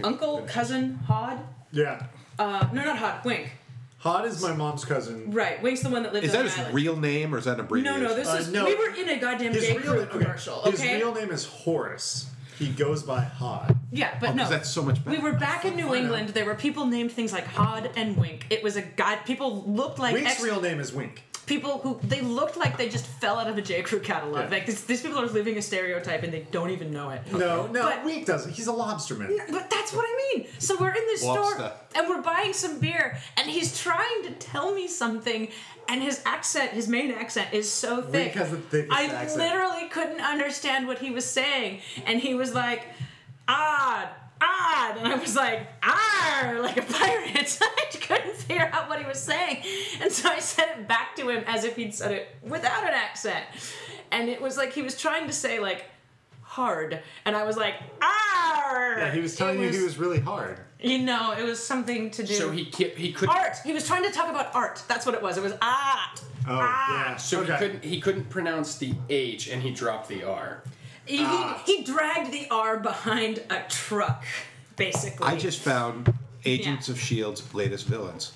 Speaker 5: uncle cousin Hod.
Speaker 2: Yeah.
Speaker 5: Uh, no, not Hod. Wink.
Speaker 2: Hod is my mom's cousin.
Speaker 5: Right. Wink's the one that lives.
Speaker 3: Is
Speaker 5: on
Speaker 3: that
Speaker 5: the
Speaker 3: his
Speaker 5: island.
Speaker 3: real name or is that an
Speaker 5: No,
Speaker 3: abbreviation?
Speaker 5: no. This
Speaker 2: Uh,
Speaker 5: is
Speaker 2: no.
Speaker 5: we were in a goddamn
Speaker 2: His
Speaker 5: gay
Speaker 2: real
Speaker 5: crew
Speaker 2: name,
Speaker 5: commercial.
Speaker 2: okay.
Speaker 5: Okay.
Speaker 2: His real name is Horace. He goes by Hod.
Speaker 5: Yeah, but
Speaker 3: Oh, 'cause
Speaker 5: no.
Speaker 3: that's so much better.
Speaker 5: We were back in New
Speaker 2: I know.
Speaker 5: England. There were people named things like Hod and Wink. It was a god. People looked like
Speaker 2: Wink's
Speaker 5: ex-
Speaker 2: real name is Wink.
Speaker 5: people who they looked like they just fell out of a J Crew catalog.
Speaker 2: Yeah.
Speaker 5: Like these, these people are living a stereotype and they don't even know it.
Speaker 2: No, no,
Speaker 5: But-
Speaker 2: Wink doesn't. He's a lobsterman.
Speaker 5: But that's what I mean. So we're in this store
Speaker 3: Lobster.
Speaker 5: and we're buying some beer, and he's trying to tell me something, and his accent, his main accent, is so thick.
Speaker 2: has the thickest
Speaker 5: I
Speaker 2: accent.
Speaker 5: literally couldn't understand what he was saying, and he was like, odd, odd, and I was like, "Arr," like a pirate. I couldn't figure out what he was saying, and so I said it back to him as if he'd said it without an accent, and it was like he was trying to say like. Hard, and I was like, "Arr!"
Speaker 2: Yeah, he was telling
Speaker 5: It
Speaker 2: you he was really hard.
Speaker 5: you know, it was something to do.
Speaker 4: So he ki- he couldn't.
Speaker 5: art. He was trying to talk about art. That's what it was. It was art.
Speaker 2: Oh, yeah.
Speaker 4: So
Speaker 2: Okay.
Speaker 4: he couldn't he couldn't pronounce the H, and he dropped the R.
Speaker 5: He, he-
Speaker 2: Ah.
Speaker 5: he dragged the R behind a truck, basically.
Speaker 3: I just found Agents
Speaker 5: Yeah.
Speaker 3: of Shield's latest villains.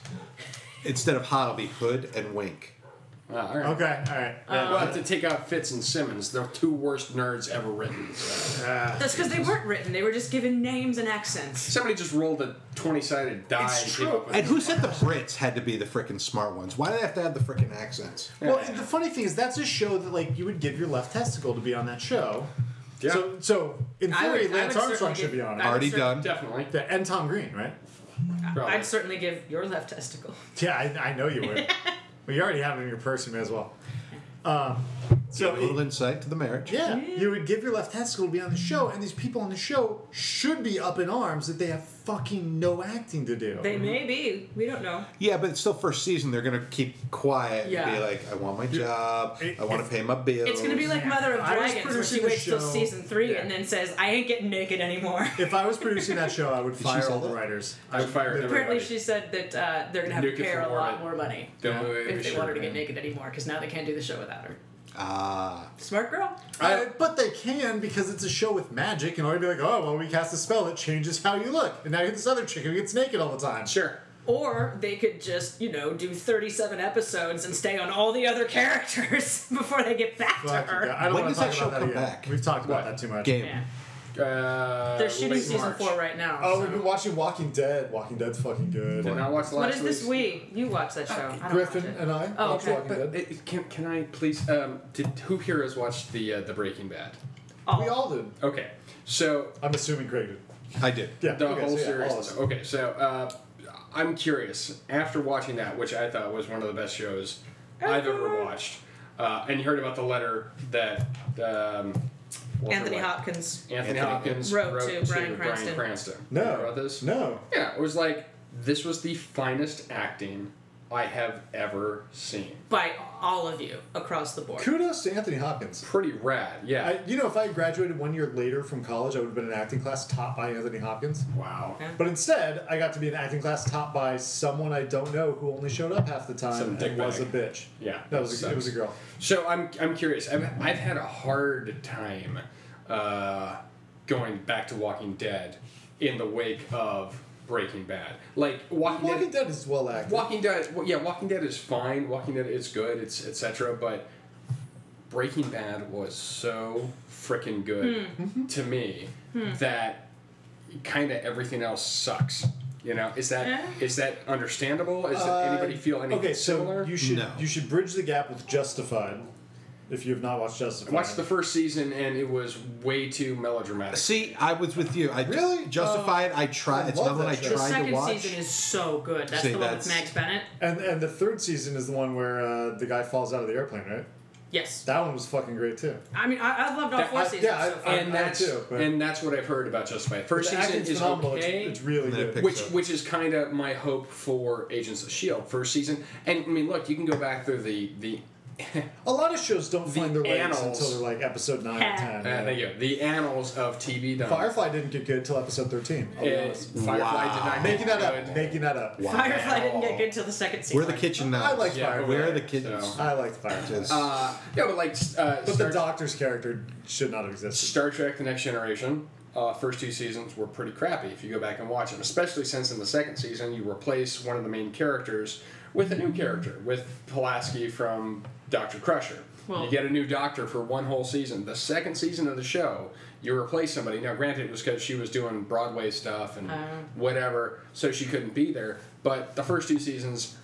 Speaker 3: Instead of Hod, it'll be Hood and Wink.
Speaker 4: Uh, all right.
Speaker 2: Okay, all right.
Speaker 4: We'll have to take out Fitz and Simmons, the two worst nerds ever written.
Speaker 5: That's because they weren't written. They were just given names and accents.
Speaker 4: Somebody just rolled a twenty-sided die.
Speaker 2: It's
Speaker 4: and came
Speaker 2: true.
Speaker 4: up with
Speaker 3: And who said the Brits had to be the frickin' smart ones? Why do they have to have the frickin' accents?
Speaker 2: Well, the funny thing is, that's a show that like you would give your left testicle to be on that show.
Speaker 4: Yeah.
Speaker 2: So, so in
Speaker 5: I
Speaker 2: theory,
Speaker 5: would- I
Speaker 2: Lance
Speaker 5: would
Speaker 2: Armstrong
Speaker 5: certainly
Speaker 2: should
Speaker 5: give-
Speaker 2: be on
Speaker 5: I
Speaker 2: it.
Speaker 5: would
Speaker 3: Already
Speaker 5: cer-
Speaker 3: done.
Speaker 4: Definitely.
Speaker 2: Yeah, and Tom Green, right?
Speaker 4: Probably.
Speaker 5: I'd certainly give your left testicle.
Speaker 2: Yeah, I, I know you would. well, you already have it in your purse, you may as well. Um,
Speaker 3: A
Speaker 2: so
Speaker 3: little insight to the marriage.
Speaker 2: yeah, you would give your left testicle to be on the show, and these people on the show should be up in arms that they have fucking no acting to do.
Speaker 5: They may be. We don't know.
Speaker 3: Yeah, but it's still first season. They're gonna keep quiet and
Speaker 5: Yeah.
Speaker 3: be like, "I want my job.
Speaker 2: It-
Speaker 3: I want to pay my bills."
Speaker 5: It's gonna be like Mother of
Speaker 2: I was
Speaker 5: Dragons, where she
Speaker 2: producing a
Speaker 5: waits till
Speaker 2: show-
Speaker 5: season three
Speaker 2: Yeah.
Speaker 5: and then says, "I ain't getting naked anymore."
Speaker 2: if I was producing that show, I would fire
Speaker 3: say
Speaker 2: all the
Speaker 3: that?
Speaker 2: writers.
Speaker 4: I would fire everybody.
Speaker 5: Apparently, she said that uh, they're gonna have
Speaker 4: Nuke it
Speaker 5: to pay her
Speaker 4: for
Speaker 5: a lot
Speaker 4: orbit.
Speaker 5: more money
Speaker 4: Don't
Speaker 2: Yeah.
Speaker 4: worry,
Speaker 5: if they
Speaker 4: sure,
Speaker 5: want her to get
Speaker 4: man.
Speaker 5: naked anymore, because now they can't do the show without her.
Speaker 3: ah,
Speaker 5: Smart girl.
Speaker 2: Uh, but they can because it's a show with magic, and already be like, oh, well, we cast a spell, it changes how you look. And now you get this other chick who gets naked all the time.
Speaker 4: Sure.
Speaker 5: Or they could just, you know, do 37 episodes and stay on all the other characters before they get back to
Speaker 2: Fuck you,
Speaker 5: her.
Speaker 2: I don't
Speaker 3: When
Speaker 2: wanna
Speaker 3: does
Speaker 2: talk
Speaker 3: that show
Speaker 2: about
Speaker 3: come
Speaker 2: again.
Speaker 3: back?
Speaker 2: We've talked about
Speaker 4: What?
Speaker 2: that too much.
Speaker 3: game.
Speaker 5: Yeah.
Speaker 4: Uh,
Speaker 5: They're shooting
Speaker 4: late
Speaker 5: season
Speaker 4: March.
Speaker 5: four right now.
Speaker 2: Oh,
Speaker 5: so-
Speaker 2: we've been watching Walking Dead. Walking Dead's fucking good.
Speaker 4: Did not watch the
Speaker 5: What
Speaker 4: last
Speaker 5: is this
Speaker 4: week's-
Speaker 5: we? You watch that show. I don't
Speaker 2: Griffin
Speaker 5: watch it.
Speaker 2: and I
Speaker 5: Oh,
Speaker 2: watched
Speaker 5: okay.
Speaker 2: Walking
Speaker 4: But
Speaker 2: Dead.
Speaker 4: Uh, it, can can I please? Um, did who here has watched the uh, the Breaking Bad?
Speaker 5: Oh.
Speaker 2: We all did.
Speaker 4: Okay, so
Speaker 2: I'm assuming Greg did.
Speaker 3: I did.
Speaker 2: Yeah,
Speaker 4: the
Speaker 2: okay,
Speaker 4: whole
Speaker 2: so yeah,
Speaker 4: series.
Speaker 2: all of us.
Speaker 4: okay, so uh, I'm curious. After watching that, which I thought was one of the best shows I've ever
Speaker 5: Uh-huh.
Speaker 4: watched, uh, and you heard about the letter that um, Walter
Speaker 5: Anthony
Speaker 4: White-
Speaker 5: Hopkins.
Speaker 3: Anthony
Speaker 4: Anthony Hopkins
Speaker 5: wrote
Speaker 4: wrote,
Speaker 5: to
Speaker 4: to
Speaker 5: Bryan Cranston.
Speaker 4: You
Speaker 2: No.
Speaker 4: heard about this?
Speaker 2: No.
Speaker 4: Yeah, it was like this was the finest acting I have ever seen.
Speaker 5: By all of you across the board.
Speaker 2: Kudos to Anthony Hopkins.
Speaker 4: Pretty rad, yeah.
Speaker 2: I, you know, if I had graduated one year later from college, I would have been an acting class taught by Anthony Hopkins.
Speaker 4: wow.
Speaker 5: Yeah.
Speaker 2: But instead, I got to be an acting class taught by someone I don't know who only showed up half the time
Speaker 4: Some
Speaker 2: and
Speaker 4: dickbag.
Speaker 2: was a bitch.
Speaker 4: Yeah,
Speaker 2: that
Speaker 4: that
Speaker 2: was a,
Speaker 4: sucks.
Speaker 2: it was a girl.
Speaker 4: So I'm I'm curious. I've I've had a hard time uh, going back to Walking Dead in the wake of Breaking Bad. Like Walking,
Speaker 6: Walking
Speaker 4: Dead.
Speaker 6: Dead is well acted.
Speaker 4: Walking Dead. well, yeah, Walking Dead is fine. Walking Dead is good. It's etc. But Breaking Bad was so freaking good to me that kind of everything else sucks. You know, is that is
Speaker 5: Eh?
Speaker 4: that understandable? Is that anybody feel
Speaker 2: Uh,
Speaker 4: anything
Speaker 2: Okay, so
Speaker 4: similar?
Speaker 2: you should
Speaker 3: No.
Speaker 2: you should bridge the gap with Justified. If you have not watched Justified,
Speaker 4: watched the first season and it was way too melodramatic.
Speaker 3: See, I was with you. I
Speaker 6: Really?
Speaker 3: Justified. I tried.
Speaker 6: I
Speaker 3: It's
Speaker 6: love
Speaker 3: another one I
Speaker 6: that show. The
Speaker 5: The
Speaker 3: tried to
Speaker 5: second
Speaker 3: watch.
Speaker 5: season is so good. That's
Speaker 3: See,
Speaker 5: the one
Speaker 3: that's-
Speaker 5: with Mags Bennett.
Speaker 2: and and the third season is the one where uh, the guy falls out of the airplane, right?
Speaker 5: Yes.
Speaker 2: That one was fucking great too.
Speaker 5: I mean, I, I've loved all
Speaker 4: That-
Speaker 5: four
Speaker 4: I-
Speaker 5: seasons
Speaker 2: yeah,
Speaker 5: so
Speaker 2: I-
Speaker 5: far.
Speaker 2: I-
Speaker 4: and that's
Speaker 2: too, but-
Speaker 4: and that's what I've heard about Justified. First
Speaker 2: The
Speaker 4: season
Speaker 2: acting's
Speaker 4: is
Speaker 2: phenomenal. It's-
Speaker 4: okay,
Speaker 2: It's, really
Speaker 3: And then it
Speaker 2: good.
Speaker 3: picks-
Speaker 4: which
Speaker 3: So-
Speaker 4: which is kind of my hope for Agents of Shield E first season. And I mean, look, you can go back through the the
Speaker 2: A lot of shows don't find their legs
Speaker 4: annals.
Speaker 2: until they're like episode nine or ten.
Speaker 4: uh, there you go, the annals of TV. Done.
Speaker 2: Firefly didn't get good until episode thirteen. I'll be
Speaker 4: Uh,
Speaker 2: honest.
Speaker 4: Firefly
Speaker 3: Wow.
Speaker 4: did not
Speaker 2: Making
Speaker 4: get
Speaker 2: that up.
Speaker 4: good.
Speaker 2: Making that up.
Speaker 5: Firefly didn't get good till the second season.
Speaker 3: We're the kitchen now.
Speaker 2: I like
Speaker 4: Yeah,
Speaker 2: Firefly.
Speaker 3: Where are the
Speaker 4: so-
Speaker 3: kittens?
Speaker 2: I liked Firefly.
Speaker 4: Uh, yeah, but like uh,
Speaker 2: but
Speaker 4: Star,
Speaker 2: the Doctor's character should not have existed.
Speaker 4: Star Trek: The Next Generation. Uh, first two seasons were pretty crappy if you go back and watch them, especially since in the second season you replace one of the main characters with a new character, with Pulaski from Doctor Crusher.
Speaker 5: Well-
Speaker 4: you get a new doctor for one whole season. The second season of the show, you replace somebody. Now, granted, it was because she was doing Broadway stuff and whatever, so she couldn't be there. But the first two seasons,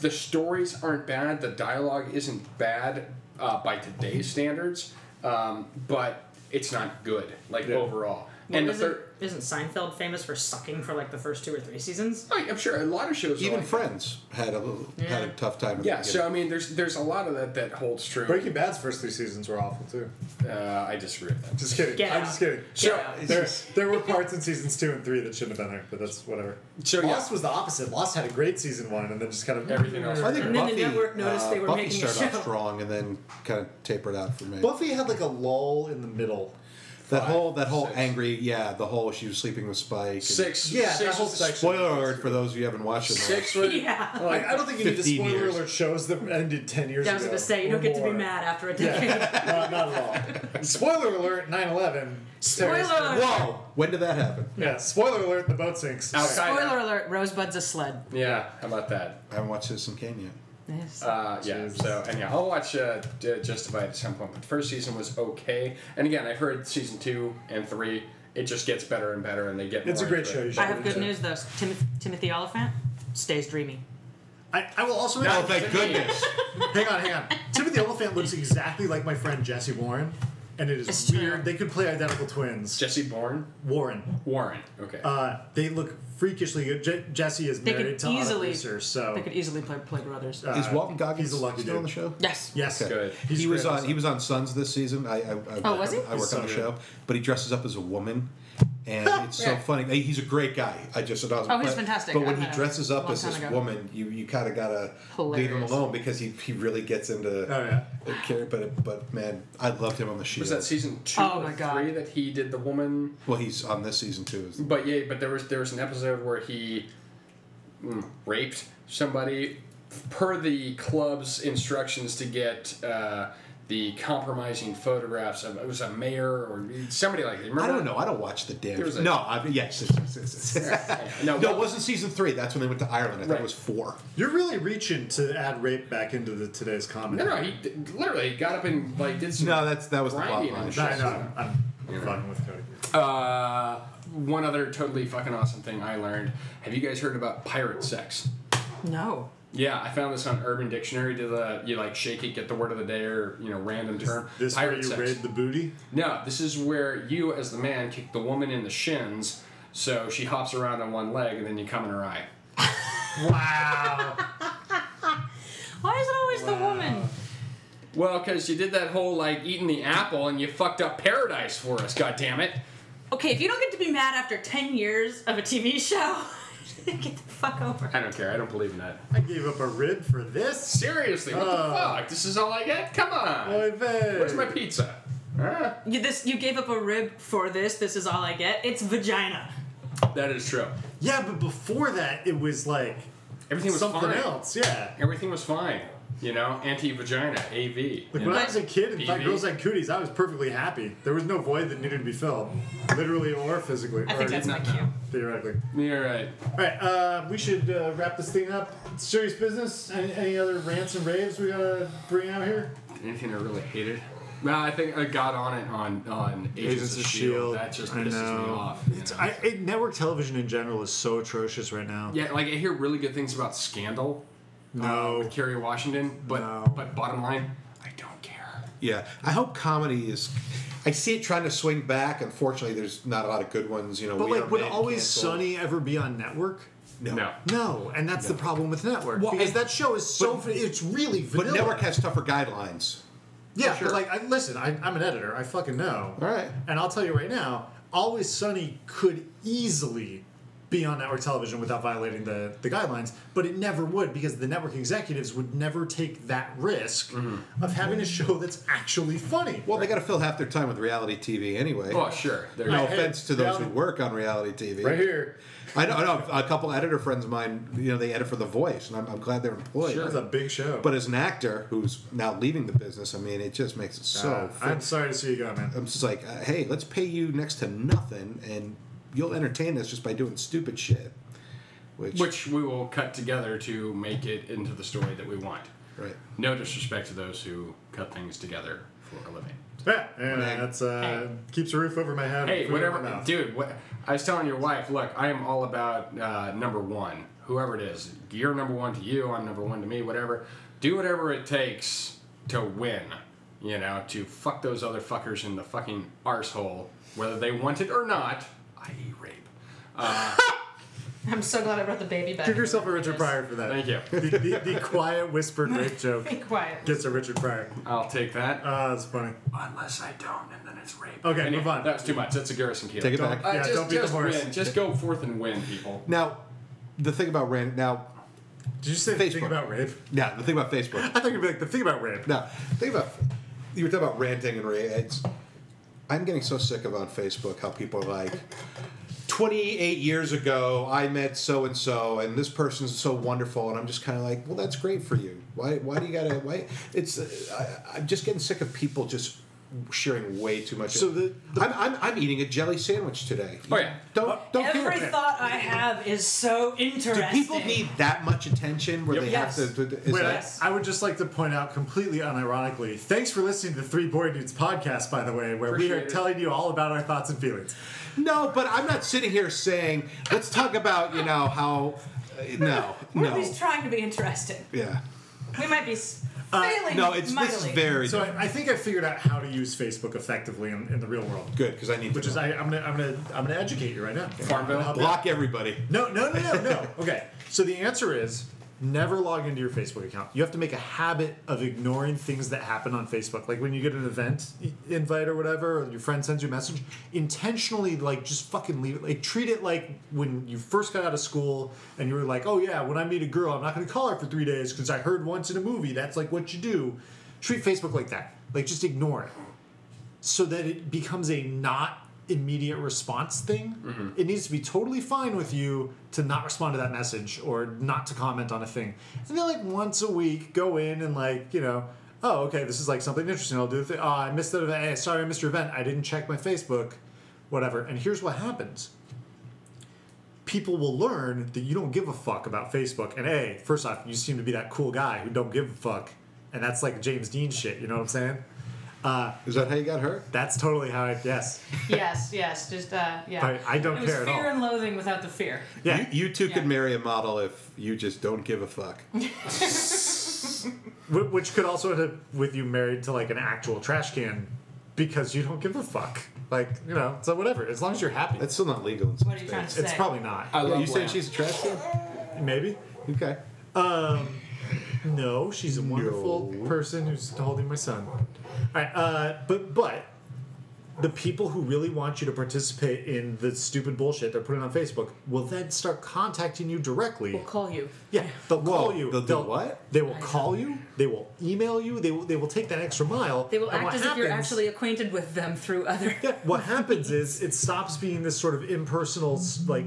Speaker 4: the stories aren't bad. The dialogue isn't bad uh, by today's standards, um, but it's not good like overall.
Speaker 5: Well,
Speaker 4: and the
Speaker 5: isn't,
Speaker 4: third,
Speaker 5: isn't Seinfeld famous for sucking for like the first two or three seasons?
Speaker 4: I'm sure a lot of shows are
Speaker 3: Even
Speaker 4: like-
Speaker 3: Friends had a little, had a tough time. at the
Speaker 4: Yeah, so I
Speaker 3: beginning.
Speaker 4: mean, there's there's a lot of that that holds true.
Speaker 2: Breaking Bad's first three seasons were awful too.
Speaker 4: Uh, I disagree with that.
Speaker 2: Just kidding.
Speaker 5: Get
Speaker 2: I'm
Speaker 5: out.
Speaker 2: just kidding.
Speaker 5: Get
Speaker 4: So-
Speaker 5: out.
Speaker 2: There, there were parts in seasons two and three that shouldn't have been there, but that's whatever.
Speaker 4: So, yeah.
Speaker 2: Lost was the opposite. Lost had a great season one, and then just kind of
Speaker 4: Everything else-
Speaker 3: I think
Speaker 5: And then the
Speaker 3: Buffy,
Speaker 5: network noticed
Speaker 3: uh,
Speaker 5: they were
Speaker 3: Buffy
Speaker 5: making a
Speaker 3: started
Speaker 5: show.
Speaker 3: off strong and then kind of tapered out for me.
Speaker 2: Buffy had like a lull in the middle.
Speaker 3: that
Speaker 4: five,
Speaker 3: whole that whole
Speaker 4: six.
Speaker 3: angry yeah the whole she was sleeping with Spike. and-
Speaker 4: Six,
Speaker 2: Yeah, that
Speaker 4: six,
Speaker 2: whole section.
Speaker 3: Spoiler alert for those of you who haven't watched it.
Speaker 4: six was
Speaker 5: Yeah.
Speaker 2: Like, I don't think you need to
Speaker 3: 15
Speaker 2: spoiler
Speaker 3: years.
Speaker 2: alert shows that ended ten years
Speaker 5: I
Speaker 2: ago.
Speaker 5: was gonna say you don't
Speaker 2: or
Speaker 5: get to be
Speaker 2: more.
Speaker 5: mad after a decade.
Speaker 2: Yeah, no, not at all. Spoiler alert: 9/11.
Speaker 5: Spoiler
Speaker 2: Terrorist-
Speaker 5: alert.
Speaker 3: Whoa! When did that happen?
Speaker 2: Yeah, spoiler alert: the boat sinks.
Speaker 4: outside.
Speaker 1: Spoiler alert, Rosebud's a sled.
Speaker 4: Yeah, how about that?
Speaker 3: I haven't watched Citizen Kane yet.
Speaker 1: Yes.
Speaker 4: Uh, yeah. So and yeah, I'll watch uh, D- Justified at some point. But the first season was okay. And again, I've heard season two and three. It just gets better and better, and they get.
Speaker 2: It's a
Speaker 4: more
Speaker 2: great
Speaker 4: into
Speaker 2: show.
Speaker 4: it.
Speaker 2: You should
Speaker 1: I have
Speaker 2: watch
Speaker 1: good
Speaker 2: it.
Speaker 1: news though. Timoth- Timothy Oliphant stays dreamy.
Speaker 2: I, I will also.
Speaker 3: Oh, thank goodness!
Speaker 2: Hang on, hang on. Timothy Elephant looks exactly like my friend Jesse Warren, and it is
Speaker 1: It's true.
Speaker 2: weird. They could play identical twins.
Speaker 4: Jesse Bourne,
Speaker 2: Warren.
Speaker 4: Warren. Okay.
Speaker 2: Uh, they look freakishly good. Je- Jesse is
Speaker 1: They
Speaker 2: married
Speaker 1: could
Speaker 2: to Anna
Speaker 1: easily-
Speaker 2: Reeser, so
Speaker 1: They could easily play, play brothers.
Speaker 2: uh,
Speaker 3: Is Walton Goggins
Speaker 2: he's a lucky
Speaker 3: still
Speaker 2: dude.
Speaker 3: on the show?
Speaker 1: yes.
Speaker 2: Yes,
Speaker 4: Good.
Speaker 2: He's
Speaker 3: he was
Speaker 2: great
Speaker 3: on. He was on Sons this season. I, I, I
Speaker 1: Oh, was he?
Speaker 3: I work
Speaker 2: He's
Speaker 3: on
Speaker 2: so
Speaker 3: the
Speaker 2: good.
Speaker 3: show, but he dresses up as a woman, and it's so
Speaker 4: Yeah.
Speaker 3: funny. Hey, He's a great guy. I just it doesn't-
Speaker 1: Oh, he's
Speaker 3: but-
Speaker 1: fantastic.
Speaker 3: But
Speaker 1: I
Speaker 3: when
Speaker 1: met
Speaker 3: he
Speaker 1: him
Speaker 3: dresses
Speaker 1: a
Speaker 3: up
Speaker 1: long
Speaker 3: as
Speaker 1: time
Speaker 3: this
Speaker 1: ago.
Speaker 3: woman, you you kind of gotta leave him
Speaker 1: Hilarious.
Speaker 3: alone because he, he really gets into.
Speaker 2: Oh, yeah.
Speaker 3: the character. But but man, I loved him on the show.
Speaker 4: was that season two
Speaker 1: Oh
Speaker 4: or
Speaker 1: my God.
Speaker 4: three that he did the woman?
Speaker 3: Well, he's on this season too. isn't he?
Speaker 4: But yeah, but there was there was an episode where he mm, raped somebody per the club's instructions to get uh, the compromising photographs of it was a mayor or somebody like that. Remember
Speaker 3: I don't
Speaker 4: that?
Speaker 3: know. I don't watch the damn.
Speaker 4: There was a-
Speaker 3: no, I, yes, yes, yes, yes, yes.
Speaker 4: No,
Speaker 3: no, it wasn't season three. That's when they went to Ireland. I think
Speaker 4: Right.
Speaker 3: it was four.
Speaker 2: You're really reaching to add rape back into the today's comedy.
Speaker 4: no, no. He d- literally got up and like did some.
Speaker 3: No, that's that was the plot
Speaker 4: Grinding
Speaker 3: line.
Speaker 4: and
Speaker 2: No,
Speaker 4: shit.
Speaker 2: I know. I'm, I'm fucking with Cody.
Speaker 4: Uh, one other totally fucking awesome thing I learned. Have you guys heard about pirate sex?
Speaker 1: No.
Speaker 4: Yeah, I found this on Urban Dictionary. Do the you like shake it, get the word of the day, or you know random term?
Speaker 2: This where you raid the booty.
Speaker 4: No, this is where you, as the man, kick the woman in the shins, so she hops around on one leg, and then you come in her eye.
Speaker 2: Wow.
Speaker 1: Why is it always the woman?
Speaker 4: Well, because you did that whole like eating the apple, and you fucked up paradise for us. God damn it!
Speaker 1: Okay, if you don't get to be mad after 10 years of a TV show, get the fuck over.
Speaker 4: I don't care. I don't believe in that.
Speaker 2: I gave up a rib for this.
Speaker 4: Seriously, what the
Speaker 2: Uh.
Speaker 4: fuck? This is all I get? Come on.
Speaker 2: Oy vey.
Speaker 4: Where's my pizza? Huh?
Speaker 1: You, this, you gave up a rib for this, this is all I get. It's vagina.
Speaker 4: That is true.
Speaker 2: Yeah, but before that, it was like
Speaker 4: Everything was
Speaker 2: something
Speaker 4: fine.
Speaker 2: else. Yeah.
Speaker 4: Everything was fine. You know, anti-vagina, AV.
Speaker 2: Like
Speaker 4: you
Speaker 2: when
Speaker 4: know?
Speaker 2: I was a kid and thought
Speaker 4: BV.
Speaker 2: girls had cooties, I was perfectly happy. There was no void that needed to be filled, literally or physically,
Speaker 5: I
Speaker 2: or
Speaker 5: think that's my
Speaker 4: not know.
Speaker 5: cue.
Speaker 2: theoretically.
Speaker 4: You're right.
Speaker 2: All right, uh, we should uh, wrap this thing up. Serious business. Any, any other rants and raves we gotta bring out here?
Speaker 4: Anything I really hated. Well, I think I got on it on on Agents, of Shield. E
Speaker 2: E
Speaker 4: That just pisses me off. you
Speaker 2: It's,
Speaker 4: know?
Speaker 2: I, it, network television in general is so atrocious right now.
Speaker 4: yeah, like I hear really good things about Scandal. um,
Speaker 2: No.
Speaker 4: with Kerry Washington, but
Speaker 2: No.
Speaker 4: but bottom line, I don't care.
Speaker 3: Yeah, I hope comedy is. I see it trying to swing back. Unfortunately, there's not a lot of good ones. You know,
Speaker 2: but
Speaker 3: We
Speaker 2: like,
Speaker 3: Are
Speaker 2: would
Speaker 3: Men
Speaker 2: Always
Speaker 3: canceled.
Speaker 2: Sunny ever be on network?
Speaker 3: No.
Speaker 4: No.
Speaker 2: No, and that's the problem with network
Speaker 4: Well,
Speaker 2: because
Speaker 4: and-
Speaker 2: that show is so.
Speaker 3: but-
Speaker 2: fa- it's really
Speaker 3: But
Speaker 2: vanilla.
Speaker 3: network has tougher guidelines.
Speaker 2: Yeah,
Speaker 3: Sure.
Speaker 2: but like, I, listen, I, I'm an editor. I fucking know.
Speaker 3: All right.
Speaker 2: And I'll tell you right now, Always Sunny could easily be on network television without violating the, the guidelines, but it never would because the network executives would never take that risk of having a show that's actually funny.
Speaker 3: Mm-hmm. Well, they got to fill half their time with reality TV anyway.
Speaker 4: Oh sure, there
Speaker 3: no
Speaker 4: you
Speaker 2: Right.
Speaker 3: offense to those who
Speaker 2: Reality-
Speaker 3: work on reality TV.
Speaker 2: right here,
Speaker 3: I know, I know a couple editor friends of mine. You know, they edit for The Voice, and I'm, I'm glad they're employed.
Speaker 4: Sure.
Speaker 2: that's a big show.
Speaker 3: But as an actor who's now leaving the business, I mean, it just makes it so.
Speaker 2: Uh, I'm sorry to see you go, man.
Speaker 3: I'm just like, uh, hey, let's pay you next to nothing, and you'll entertain us just by doing stupid shit. Which,
Speaker 4: go. Which we will cut together to make it into the story that we want.
Speaker 3: right?
Speaker 4: No disrespect to those who cut things together for a living.
Speaker 2: Yeah, and
Speaker 3: Hey.
Speaker 2: that's uh, keeps a roof over my head.
Speaker 4: Hey,
Speaker 2: food in
Speaker 4: whatever,
Speaker 2: my mouth.
Speaker 4: dude. What I was telling your wife, look, I am all about uh, number one, whoever it is. You're number one to you. I'm number one to me. Whatever. Do whatever it takes to win. You know, to fuck those other fuckers in the fucking arsehole, whether they want it or not. I.e., rape.
Speaker 1: I'm so glad I brought the baby back.
Speaker 2: Give yourself a Richard Pryor for that.
Speaker 4: Thank you.
Speaker 2: The, the, the quiet whispered rape joke
Speaker 1: Be quiet.
Speaker 2: gets a Richard Pryor.
Speaker 4: I'll take that.
Speaker 2: Ah, that's funny.
Speaker 4: Unless I don't, and then it's rape.
Speaker 2: Okay,
Speaker 4: Anyway,
Speaker 2: move on.
Speaker 4: That's too much. That's a Garrison Keeler.
Speaker 3: Take it
Speaker 2: Don't-
Speaker 3: back.
Speaker 4: Uh,
Speaker 2: Yeah,
Speaker 4: just,
Speaker 2: don't beat the
Speaker 4: just
Speaker 2: horse.
Speaker 4: Win. Just go forth and win, people.
Speaker 3: Now, the thing about Rand. Now,
Speaker 2: Did you say the thing
Speaker 3: Facebook.
Speaker 2: about rape?
Speaker 3: now the thing about Facebook.
Speaker 2: I thought you'd be like the thing about rape.
Speaker 3: Now, think about you were talking about ranting and rants. I'm getting so sick of on Facebook how people are like, 28 years ago, I met so and so, and this person's so wonderful, and I'm just kind of like, well, that's great for you. Why? Why do you gotta? Why? It's. uh, I, I'm just getting sick of people just sharing way too much.
Speaker 2: So the-
Speaker 3: I'm, I'm, I'm eating a jelly sandwich today.
Speaker 4: Oh, yeah.
Speaker 3: Don't don't
Speaker 5: Every
Speaker 3: care.
Speaker 5: thought I have is so
Speaker 3: Do
Speaker 5: interesting.
Speaker 3: people need that much attention where
Speaker 4: Yep.
Speaker 3: they
Speaker 5: Yes.
Speaker 3: have to? to- is
Speaker 2: Wait,
Speaker 3: that-
Speaker 5: Yes.
Speaker 2: I, I would just like to point out completely unironically, thanks for listening to the Three Boy Dudes podcast, by the way, where we
Speaker 4: Appreciate
Speaker 2: are
Speaker 4: it.
Speaker 2: telling you all about our thoughts and feelings.
Speaker 3: No, but I'm not sitting here saying let's talk about you know how. uh, No,
Speaker 1: We're
Speaker 3: no,
Speaker 1: at least trying to be interesting.
Speaker 3: yeah,
Speaker 1: We might be s- failing
Speaker 3: Uh, no. It's
Speaker 1: mightily.
Speaker 3: this is very
Speaker 2: So I, I think I figured out how to use Facebook effectively in, in the real world.
Speaker 3: good because I need
Speaker 2: Which
Speaker 3: to
Speaker 2: is I, I'm gonna I'm gonna I'm gonna educate you right now.
Speaker 4: Farmville?
Speaker 2: I'll help you out.
Speaker 3: block everybody.
Speaker 2: No, no, no, no, no. Okay. So the answer is never log into your Facebook account. You have to make a habit of ignoring things that happen on Facebook. Like when you get an event i- invite or whatever, or your friend sends you a message, intentionally like just fucking leave it. Like treat it like when you first got out of school and you were like, oh yeah, when I meet a girl, I'm not gonna call her for three days because I heard once in a movie. That's like what you do. Treat Facebook like that. Like just ignore it so that it becomes a not immediate response thing. It needs to be totally fine with you to not respond to that message or not to comment on a thing. And then like once a week, go in and like you know, oh okay, this is like something interesting. I'll do. The thing. Oh, I missed that event. Hey, sorry, I missed your event. I didn't check my Facebook, whatever. And here's what happens. People will learn that you don't give a fuck about Facebook. And A, first off, you seem to be that cool guy who don't give a fuck. And that's like James Dean shit, you know what I'm saying?
Speaker 3: Is that how you got hurt?
Speaker 2: That's totally how I yes.
Speaker 1: Yes, yes, just uh, yeah.
Speaker 2: I- I don't
Speaker 1: it was
Speaker 2: care at
Speaker 1: fear
Speaker 2: all.
Speaker 1: and loathing without the fear.
Speaker 2: Yeah.
Speaker 3: You, you two could
Speaker 1: Yeah.
Speaker 3: marry a model if you just don't give a fuck.
Speaker 2: Wh- Which could also end up with you married to like an actual trash can because you don't give a fuck. Like, you know, so whatever. As long as you're happy.
Speaker 3: That's still not legal. In some
Speaker 1: What are you trying to
Speaker 3: states.
Speaker 1: say?
Speaker 2: It's probably not.
Speaker 4: I
Speaker 3: Yeah,
Speaker 4: love
Speaker 3: you saying
Speaker 4: lamb.
Speaker 3: she's a trash can?
Speaker 2: Maybe.
Speaker 3: Okay.
Speaker 2: No, she's a wonderful
Speaker 3: No.
Speaker 2: person who's holding my son. All right, uh, but but the people who really want you to participate in the stupid bullshit they're putting on Facebook will then start contacting you directly.
Speaker 5: We'll call you.
Speaker 2: Yeah, they'll call
Speaker 3: Whoa,
Speaker 2: you.
Speaker 3: they'll do what?
Speaker 2: They will call you. They will email you. They will. They will take that extra mile.
Speaker 5: They will
Speaker 2: and
Speaker 5: act
Speaker 2: what
Speaker 5: as if you're
Speaker 2: happens-
Speaker 5: actually acquainted with them through other.
Speaker 2: Yeah, what happens is it stops being this sort of impersonal s- like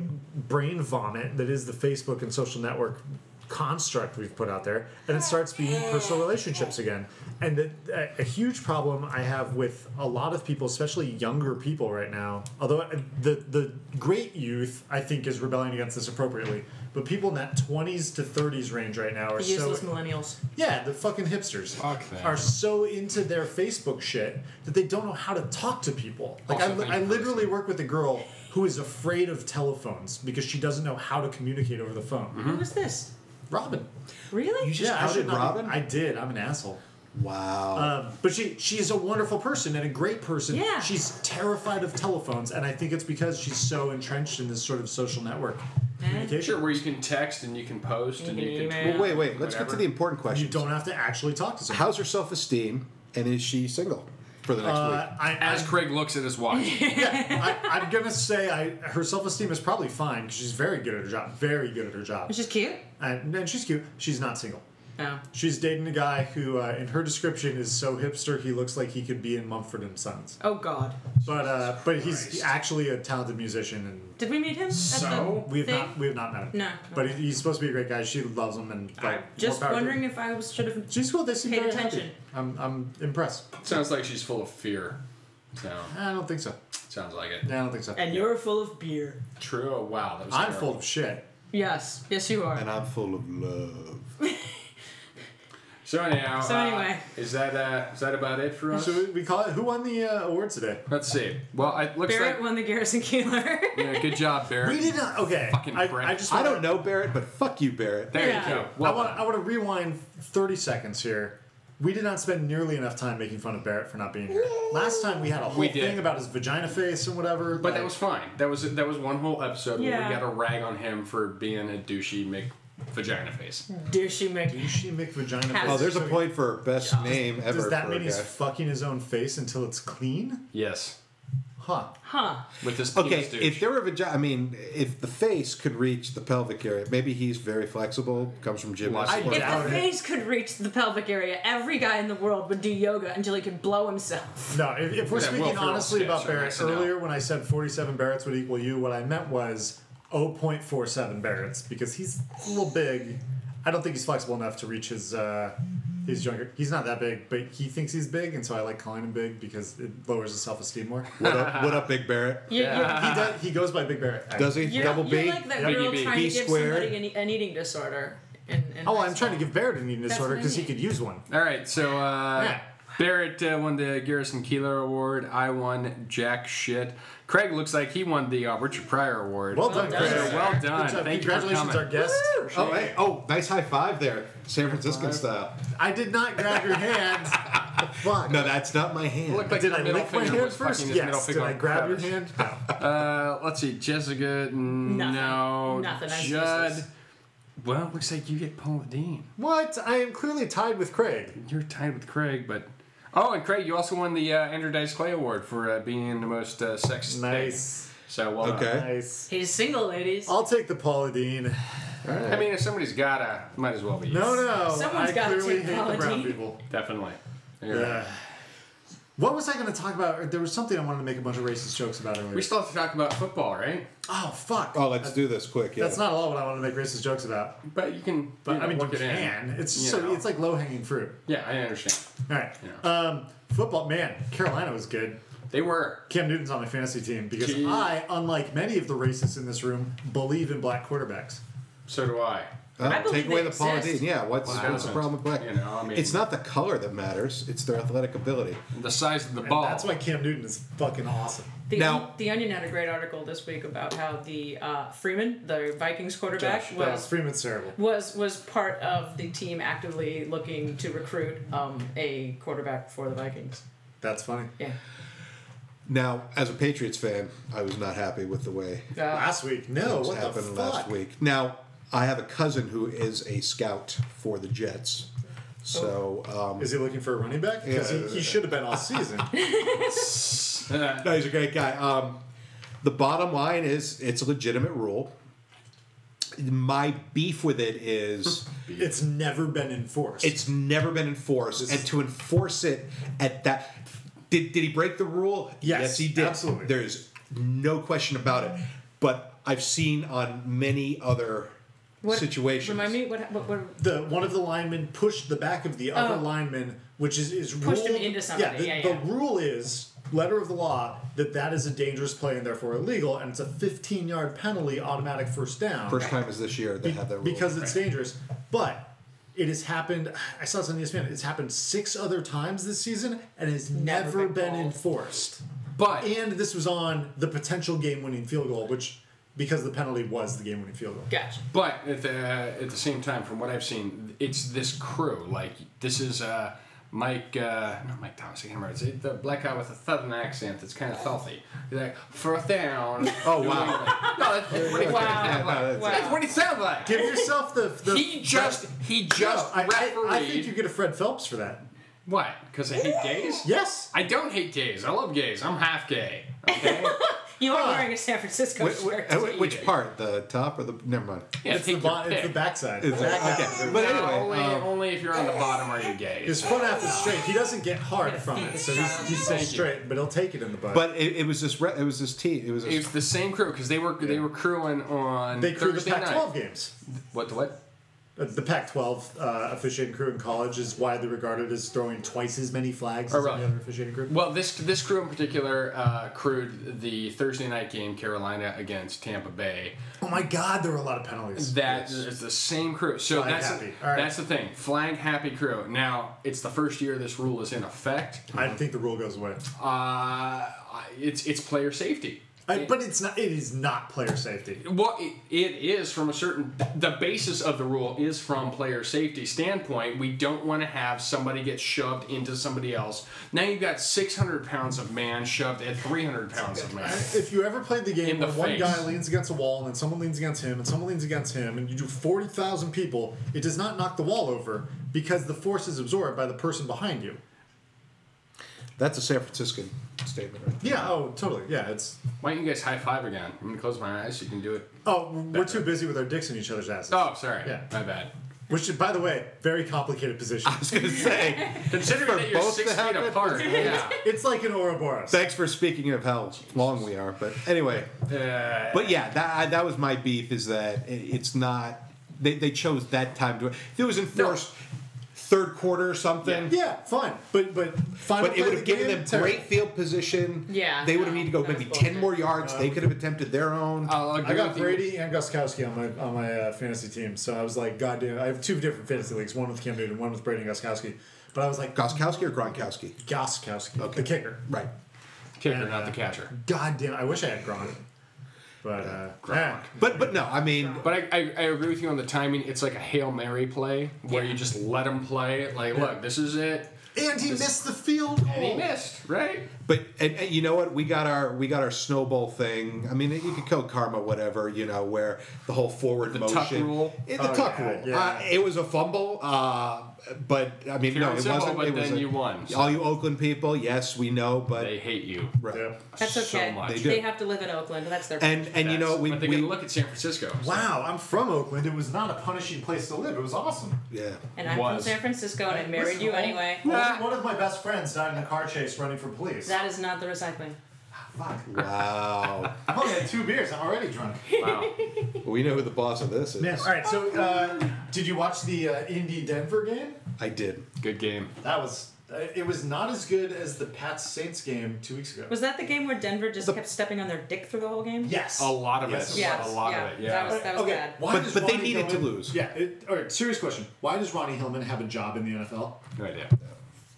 Speaker 2: brain vomit that is the Facebook and social network construct we've put out there, and it starts being personal relationships again. And the, a, a huge problem I have with a lot of people, especially younger people right now, although uh, the the great youth I think is rebelling against this appropriately, but people in that twenties to thirties range right now are
Speaker 5: The useless
Speaker 2: so
Speaker 5: millennials.
Speaker 2: yeah, the fucking hipsters
Speaker 4: Fuck them.
Speaker 2: are so into their Facebook shit that they don't know how to talk to people. Like
Speaker 4: Also
Speaker 2: I,
Speaker 4: thing
Speaker 2: I
Speaker 4: for
Speaker 2: literally
Speaker 4: listening.
Speaker 2: work with a girl who is afraid of telephones because she doesn't know how to communicate over the phone.
Speaker 5: Who was this?
Speaker 2: Robin.
Speaker 5: Really?
Speaker 3: You just
Speaker 2: yeah, I
Speaker 3: outed
Speaker 2: should not be-
Speaker 3: Robin?
Speaker 2: I did. I'm an asshole.
Speaker 3: wow.
Speaker 2: Um, but she she is a wonderful person and a great person.
Speaker 5: Yeah.
Speaker 2: She's terrified of telephones, and I think it's because she's so entrenched in this sort of social network communication.
Speaker 4: Sure, where you can text and you can post and you can.
Speaker 5: Email.
Speaker 4: tweet.
Speaker 3: well, wait, wait. Let's get to
Speaker 4: Whatever.
Speaker 3: the important question.
Speaker 2: You don't have to actually talk to someone.
Speaker 3: How's her self esteem, and is she single for the next
Speaker 2: Uh, I,
Speaker 4: As
Speaker 2: I'm-
Speaker 4: Craig looks at his watch,
Speaker 2: I, I'm gonna say I her self esteem is probably fine because she's very good at her job. Very good at her job,
Speaker 5: Which is cute.
Speaker 2: and, and she's cute. She's not single.
Speaker 5: Oh.
Speaker 2: She's dating a guy who, uh, in her description, is so hipster he looks like he could be in Mumford and Sons.
Speaker 5: Oh God.
Speaker 2: But uh, but he's actually a talented musician, and
Speaker 5: Did we meet him?
Speaker 4: So?
Speaker 2: we have
Speaker 5: thing?
Speaker 2: not we have not met him.
Speaker 5: No.
Speaker 2: but he, he's supposed to be a great guy. She loves him, and like,
Speaker 5: I'm
Speaker 2: more
Speaker 5: just
Speaker 2: power to her.
Speaker 5: wondering if I was should have.
Speaker 2: She's cool. They seem
Speaker 5: Paid
Speaker 2: very
Speaker 5: attention.
Speaker 2: happy. I'm I'm impressed.
Speaker 4: it sounds like she's full of fear. So
Speaker 2: I don't think so.
Speaker 4: sounds like it.
Speaker 2: No, I don't think so.
Speaker 5: And you're full of beer.
Speaker 4: True. Oh, Wow, that was.
Speaker 2: I'm
Speaker 4: terrible.
Speaker 2: full of shit.
Speaker 5: Yes. Yes, you are.
Speaker 3: week? And I'm full of love.
Speaker 4: So anyhow.
Speaker 5: So
Speaker 4: uh,
Speaker 5: anyway.
Speaker 4: is that uh, is that about it for us?
Speaker 2: So we, we call it. Who won the uh, award today?
Speaker 4: Let's see. Well, it looks
Speaker 5: Barrett
Speaker 4: like.
Speaker 5: won the Garrison Keeler.
Speaker 4: Yeah, good job, Barrett.
Speaker 2: We did not. Okay.
Speaker 4: Fucking
Speaker 2: I,
Speaker 4: prick.
Speaker 2: I just.
Speaker 3: I
Speaker 2: wanna-
Speaker 3: don't know Barrett, but fuck you, Barrett.
Speaker 4: There
Speaker 5: Yeah.
Speaker 4: you go.
Speaker 2: I
Speaker 4: Well,
Speaker 2: want. I want to rewind thirty seconds here. We did not spend nearly enough time making fun of Barrett for not being here. Last time we had a whole
Speaker 4: We did.
Speaker 2: thing about his vagina face and whatever.
Speaker 4: but that was fine. That was that was one whole episode where
Speaker 5: Yeah.
Speaker 4: we got to rag on him for being a douchey Mick vagina face.
Speaker 5: Hmm. Douchey Mick.
Speaker 2: she make vagina face.
Speaker 5: Has-
Speaker 3: Oh, there's a point for best name ever.
Speaker 2: Does that
Speaker 3: for a
Speaker 2: mean he's
Speaker 3: guy.
Speaker 2: fucking his own face until it's clean?
Speaker 4: Yes.
Speaker 2: Huh.
Speaker 5: Huh.
Speaker 4: With this
Speaker 3: Okay,
Speaker 4: penis douche.
Speaker 3: if there were vagina, I mean, if the face could reach the pelvic area, maybe he's very flexible. Comes from gymnastics.
Speaker 2: I
Speaker 3: or-
Speaker 5: If
Speaker 2: doubt
Speaker 5: the
Speaker 2: it.
Speaker 5: face could reach the pelvic area, every guy in the world would do yoga until he could blow himself.
Speaker 2: No, if, if we're
Speaker 4: Yeah, Will
Speaker 2: speaking
Speaker 4: Ferrell
Speaker 2: honestly
Speaker 4: sketch
Speaker 2: about
Speaker 4: on
Speaker 2: Barrett,
Speaker 4: SNL.
Speaker 2: earlier when I said 47 Barretts would equal you, what I meant was 0.47 Barretts because he's a little big. I don't think he's flexible enough to reach his uh, his younger. He's not that big, but he thinks he's big, and so I like calling him big because it lowers his self esteem more.
Speaker 3: what, up, what up, Big Barrett?
Speaker 5: You-
Speaker 2: he, does, he goes by Big Barrett. actually.
Speaker 3: Does he
Speaker 5: You're,
Speaker 3: double
Speaker 5: you're,
Speaker 3: B?
Speaker 5: you're like that
Speaker 4: Double
Speaker 5: girl
Speaker 4: B.
Speaker 5: trying
Speaker 3: B
Speaker 5: to give
Speaker 3: squared.
Speaker 5: somebody an, e- an eating disorder. In, in
Speaker 2: Oh,
Speaker 5: high
Speaker 2: I'm trying to
Speaker 5: school.
Speaker 2: give Barrett an eating
Speaker 7: That's
Speaker 2: disorder
Speaker 7: what I
Speaker 2: because he
Speaker 7: mean.
Speaker 2: could use one.
Speaker 4: All right, so uh,
Speaker 2: Yeah.
Speaker 4: Barrett uh, won the Garrison Keeler Award. I won Jack Shit. Craig looks like he won the uh, Richard Pryor Award.
Speaker 2: Well done,
Speaker 5: done,
Speaker 2: Chris.
Speaker 5: sir.
Speaker 4: Well
Speaker 2: Good
Speaker 4: done.
Speaker 2: job.
Speaker 4: Thank you for
Speaker 2: Congratulations,
Speaker 4: coming.
Speaker 2: our guest.
Speaker 3: Oh, hey, oh, nice high five there, San Franciscan style.
Speaker 2: I did not grab your hand. Fuck.
Speaker 3: No, that's not my hand.
Speaker 4: Looked like
Speaker 2: Did
Speaker 4: his
Speaker 2: I
Speaker 4: middle
Speaker 2: lick my
Speaker 4: finger
Speaker 2: hand
Speaker 4: was
Speaker 2: first?
Speaker 4: fucking his middle
Speaker 2: Yes. Did
Speaker 4: finger
Speaker 2: I
Speaker 4: on
Speaker 2: grab your
Speaker 4: Travis.
Speaker 2: hand? No.
Speaker 4: Uh, let's see, Jessica. n-
Speaker 5: Nothing.
Speaker 4: No.
Speaker 5: Nothing, that's
Speaker 4: Judd.
Speaker 5: useless.
Speaker 4: Well, it looks like you get Paula Dean.
Speaker 2: What? I am clearly tied with Craig.
Speaker 4: You're tied with Craig, but. Oh, and Craig, you also won the uh, Andrew Dice Clay Award for uh, being the most uh, sexist.
Speaker 2: Nice.
Speaker 4: Thing. So well. done.
Speaker 3: okay.
Speaker 2: Nice.
Speaker 5: He's single, ladies.
Speaker 2: I'll take the Paula Dean.
Speaker 4: I mean, if somebody's gotta, might as well be. you.
Speaker 2: No, no.
Speaker 5: Someone's
Speaker 2: I
Speaker 5: gotta
Speaker 2: clearly
Speaker 5: take
Speaker 2: hate
Speaker 5: Paula
Speaker 2: the brown
Speaker 5: Deen.
Speaker 2: people.
Speaker 4: Definitely. You're right.
Speaker 2: Yeah. What was I going to talk about? There was something I wanted to make a bunch of racist jokes about earlier.
Speaker 4: We still have to talk about football, right?
Speaker 2: oh fuck.
Speaker 3: Oh, let's do this quick. Yeah.
Speaker 2: That's not all what I wanted to make racist jokes about.
Speaker 4: But you can.
Speaker 2: But
Speaker 4: you know,
Speaker 2: I mean, you
Speaker 4: work it in.
Speaker 2: can. It's
Speaker 4: You
Speaker 2: just so
Speaker 4: know.
Speaker 2: it's like low hanging fruit.
Speaker 4: Yeah, I understand.
Speaker 2: All right.
Speaker 4: Yeah.
Speaker 2: Um, football man. Carolina was good.
Speaker 4: They were.
Speaker 2: Cam Newton's on my fantasy team because
Speaker 4: Gee.
Speaker 2: I, unlike many of the racists in this room, believe in black quarterbacks.
Speaker 4: So do I.
Speaker 3: Oh,
Speaker 5: I believe
Speaker 3: take away
Speaker 5: they
Speaker 3: the Paula
Speaker 5: exist.
Speaker 3: Dean. Yeah, what's,
Speaker 4: Wow.
Speaker 3: what's the problem with black?
Speaker 4: You know, I mean-
Speaker 3: it's not the color that matters; it's their athletic ability.
Speaker 4: The size of the
Speaker 2: And
Speaker 4: ball.
Speaker 2: that's why Cam Newton is fucking awesome.
Speaker 5: The,
Speaker 3: Now-
Speaker 5: the Onion had a great article this week about how the uh, Freeman, the Vikings quarterback,
Speaker 4: Josh,
Speaker 2: That was
Speaker 5: was
Speaker 2: Freeman's terrible.
Speaker 5: was was part of the team actively looking to recruit um, a quarterback for the Vikings.
Speaker 2: That's funny.
Speaker 5: Yeah.
Speaker 3: Now, as a Patriots fan, I was not happy with the way
Speaker 5: Uh,
Speaker 2: Last week, no.
Speaker 3: things
Speaker 2: What the
Speaker 3: happened
Speaker 2: fuck?
Speaker 3: last week. Now, I have a cousin who is a scout for the Jets, so um,
Speaker 2: Is he looking for a running back? Because he, he should have been all season.
Speaker 3: no, he's a great guy. Um, the bottom line is, it's a legitimate rule. My beef with it is.
Speaker 2: it's never been enforced.
Speaker 3: It's never been enforced, and to enforce it at that, did, did he break the rule?
Speaker 2: Yes,
Speaker 3: he did.
Speaker 2: absolutely.
Speaker 3: There's no question about it. But I've seen on many other
Speaker 5: What,
Speaker 3: situations.
Speaker 5: Remind me what what, what
Speaker 2: the one of the linemen pushed the back of the other
Speaker 5: Oh.
Speaker 2: lineman, which is is
Speaker 5: Pushed him
Speaker 2: ruled-
Speaker 5: into somebody,
Speaker 2: the,
Speaker 5: yeah,
Speaker 2: the
Speaker 5: yeah.
Speaker 2: rule is letter of the law that that is a dangerous play and therefore illegal, and it's a 15 yard penalty, automatic first down.
Speaker 3: First time is this year they
Speaker 2: Be-
Speaker 3: have that rule.
Speaker 2: because it's dangerous. But it has happened. I saw this on E ESPN. It's happened six other times this season and has never,
Speaker 5: Never been
Speaker 2: been
Speaker 5: called.
Speaker 2: enforced.
Speaker 4: But
Speaker 2: And this was on the potential game-winning field goal, which because the penalty was the game-winning field goal.
Speaker 5: gotcha.
Speaker 4: But at the at the same time, from what I've seen, it's this crew. Like this is uh, Mike, uh, not Mike Thomas. I can't remember. It's the black guy with a southern accent that's kind of filthy. He's like first down.
Speaker 3: Oh,
Speaker 4: New
Speaker 3: wow.
Speaker 4: England." no, that's, that's what he
Speaker 5: Wow.
Speaker 4: sounds like.
Speaker 5: Wow.
Speaker 4: That's what he sounds like.
Speaker 2: Give yourself the. the
Speaker 4: he just he
Speaker 2: No,
Speaker 4: just
Speaker 2: I, I, I
Speaker 4: refereed.
Speaker 2: think you get a Fred Phelps for that.
Speaker 4: What? Because I hate gays.
Speaker 2: Yes.
Speaker 4: I don't hate gays. I love gays. I'm half gay. Okay.
Speaker 5: You are wearing a San Francisco
Speaker 3: Wh-
Speaker 5: shirt.
Speaker 3: wh- wh- which part? The top or the? Never mind.
Speaker 4: Yeah,
Speaker 2: It's the,
Speaker 4: take your
Speaker 2: bo- it's the
Speaker 4: pick.
Speaker 2: backside.
Speaker 3: It's- okay. But
Speaker 4: No,
Speaker 3: anyway,
Speaker 4: only,
Speaker 2: um,
Speaker 4: only if you're on the bottom are you gay.
Speaker 2: His front half is straight. He doesn't get hard from it, so he's, he's still
Speaker 4: Thank you.
Speaker 2: straight, but he'll take it in the butt.
Speaker 3: But it, it was this. Re- it was this team. It was. This,
Speaker 4: It's the same crew because they were they were crewing on
Speaker 2: they crew the
Speaker 4: Thursday night.
Speaker 2: Pac-12 games.
Speaker 4: What the what?
Speaker 2: Uh, The Pac-12 uh, officiating crew in college is widely regarded as throwing twice as many flags
Speaker 4: Oh,
Speaker 2: as
Speaker 4: really?
Speaker 2: any other officiating crew.
Speaker 4: Well, this this crew in particular uh, crewed the Thursday night game, Carolina against Tampa Bay.
Speaker 2: Oh my God, there were a lot of penalties.
Speaker 4: That is the same crew. So
Speaker 2: Flag
Speaker 4: that's
Speaker 2: happy. All right.
Speaker 4: that's the thing. Flag happy crew. Now it's the first year this rule is in effect.
Speaker 2: I think the rule goes away.
Speaker 4: Uh, it's it's player safety.
Speaker 2: I, but it's not. It is not player safety.
Speaker 4: Well, it, it is from a certain. The basis of the rule is from player safety standpoint. We don't want to have somebody get shoved into somebody else. Now you've got 600 pounds of man shoved at 300 pounds of man.
Speaker 2: If you ever played the game
Speaker 4: In the
Speaker 2: where one
Speaker 4: face.
Speaker 2: guy leans against a wall and then someone leans against him and someone leans against him and you do 40,000 people, it does not knock the wall over because the force is absorbed by the person behind you.
Speaker 3: that's a San Franciscan statement. Right?
Speaker 2: Yeah, oh, totally. Yeah, it's.
Speaker 4: Why don't you guys high five again? I'm gonna close my eyes so you can do it.
Speaker 2: Oh, we're too busy with our dicks in each other's asses.
Speaker 4: Oh, sorry,
Speaker 2: Yeah.
Speaker 4: my bad.
Speaker 2: Which, by the way, very complicated position.
Speaker 3: I was gonna say.
Speaker 4: Considering that you're
Speaker 3: both
Speaker 4: six
Speaker 3: to
Speaker 4: feet
Speaker 3: happen?
Speaker 4: apart, yeah.
Speaker 2: It's like an Ouroboros.
Speaker 3: Thanks for speaking of how long we are, but anyway.
Speaker 4: Uh,
Speaker 3: But yeah, that I, that was my beef is that it, it's not. They, they chose that time to. If it was enforced third quarter or something.
Speaker 2: yeah, fine. But but final
Speaker 3: But
Speaker 2: play
Speaker 3: it would
Speaker 2: of the
Speaker 3: have given
Speaker 2: game,
Speaker 3: them
Speaker 2: terrible.
Speaker 3: great field position.
Speaker 5: Yeah,
Speaker 3: They would have
Speaker 5: no,
Speaker 3: needed to go
Speaker 5: that was
Speaker 3: maybe ten
Speaker 5: bullshit.
Speaker 3: more yards. they could have attempted their own.
Speaker 4: I'll agree
Speaker 2: I got
Speaker 4: with you.
Speaker 2: Brady and Guskowski on my on my uh, fantasy team, so I was like, God damn! I have two different fantasy leagues, one with Cam Newton, one with Brady and Guskowski. But I was like,
Speaker 3: Goskowski or Gronkowski?
Speaker 2: Goskowski,
Speaker 3: Okay.
Speaker 2: the kicker.
Speaker 3: Right.
Speaker 4: Kicker, not the catcher.
Speaker 2: God damn! I wish I had Gronk, but uh,
Speaker 4: Gronk.
Speaker 3: But but no, I mean,
Speaker 4: But I, I, I agree with you on the timing. It's like a hail mary play where you just let him play. Like, look, this is it.
Speaker 2: eh. and he missed the field goal.
Speaker 4: And he missed, right?
Speaker 3: But and, and you know what? We got our we got our snowball thing. I mean, you could call it karma whatever. You know, where the whole forward
Speaker 4: The
Speaker 3: motion,
Speaker 4: tuck rule?
Speaker 3: Eh, the
Speaker 2: Oh,
Speaker 3: tuck
Speaker 2: yeah,
Speaker 3: rule.
Speaker 2: yeah.
Speaker 3: Uh, it was a fumble, uh, but I mean,
Speaker 4: Pure
Speaker 3: no, it
Speaker 4: and simple,
Speaker 3: wasn't.
Speaker 4: but
Speaker 3: it was
Speaker 4: then
Speaker 3: a-
Speaker 4: you won, so.
Speaker 3: All you Oakland people, yes, we know, but
Speaker 4: They hate you.
Speaker 3: right.
Speaker 2: Yeah.
Speaker 5: That's
Speaker 4: so
Speaker 5: okay.
Speaker 4: much. They
Speaker 5: They,
Speaker 3: do.
Speaker 5: have to live in Oakland. That's their
Speaker 3: and and you know we,
Speaker 4: but they
Speaker 3: we
Speaker 4: can look at San Francisco. so-
Speaker 2: Wow, I'm from Oakland. It was not a punishing place to live. It was awesome.
Speaker 3: yeah.
Speaker 5: and I'm
Speaker 4: was.
Speaker 5: from San Francisco, and I married
Speaker 2: Listen,
Speaker 5: you
Speaker 2: all-
Speaker 5: anyway.
Speaker 4: Ah.
Speaker 2: Only One of my best friends died in a car chase running from police.
Speaker 5: That is not the recycling.
Speaker 2: Fuck.
Speaker 3: Wow,
Speaker 2: I've only had two beers. I'm already drunk.
Speaker 4: Wow.
Speaker 3: we know who the boss of this is.
Speaker 2: Man, all right. So, uh, did you watch the uh, Indy Denver game?
Speaker 3: I did.
Speaker 4: Good game.
Speaker 2: That was. Uh, it was not as good as the Pats Saints game two weeks ago.
Speaker 5: Was that the game where Denver just kept stepping on their dick through the whole game?
Speaker 2: yes.
Speaker 4: A lot of
Speaker 2: Yes,
Speaker 4: it.
Speaker 5: Yes,
Speaker 4: A lot
Speaker 5: yeah.
Speaker 4: of it, yeah.
Speaker 5: That was, that was
Speaker 2: okay.
Speaker 5: bad.
Speaker 2: Why
Speaker 3: But-
Speaker 2: does
Speaker 3: but they
Speaker 2: Ronnie
Speaker 3: needed to
Speaker 2: Hillman-
Speaker 3: lose.
Speaker 2: Yeah. It, all right. Serious question. Why does Ronnie Hillman have a job in the NFL?
Speaker 4: No idea.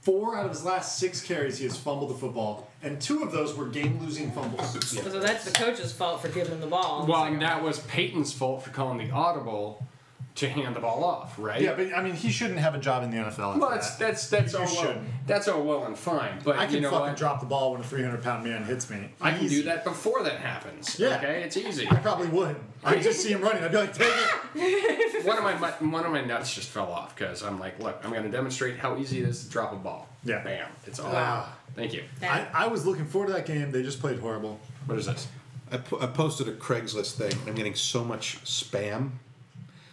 Speaker 2: Four out of his last six carries, he has fumbled the football, and two of those were game-losing fumbles.
Speaker 5: So that's the coach's fault for giving them the ball.
Speaker 4: Well, and that was Peyton's fault for calling the audible to hand the ball off, right?
Speaker 2: Yeah, but I mean, he shouldn't have a job in the NFL. after
Speaker 4: Well, that's
Speaker 2: that.
Speaker 4: that's that's
Speaker 2: You
Speaker 4: all well,
Speaker 2: shouldn't.
Speaker 4: that's all well and fine, but
Speaker 2: I can
Speaker 4: you know
Speaker 2: fucking
Speaker 4: what?
Speaker 2: drop the ball when a 300-pound man hits me.
Speaker 4: I can
Speaker 2: Easy.
Speaker 4: do that before that happens.
Speaker 2: Yeah.
Speaker 4: Okay, it's easy.
Speaker 2: I probably would. I just see him running. I'd be like, take it.
Speaker 4: one of my mu- one of my nuts just fell off because I'm like, look, I'm going to demonstrate how easy it is to drop a ball.
Speaker 2: Yeah.
Speaker 4: Bam. It's all.
Speaker 2: Wow.
Speaker 4: Thank you.
Speaker 2: I, I was looking forward to that game. They just played horrible.
Speaker 4: What is this?
Speaker 3: I, po- I posted a Craigslist thing. and I'm getting so much spam.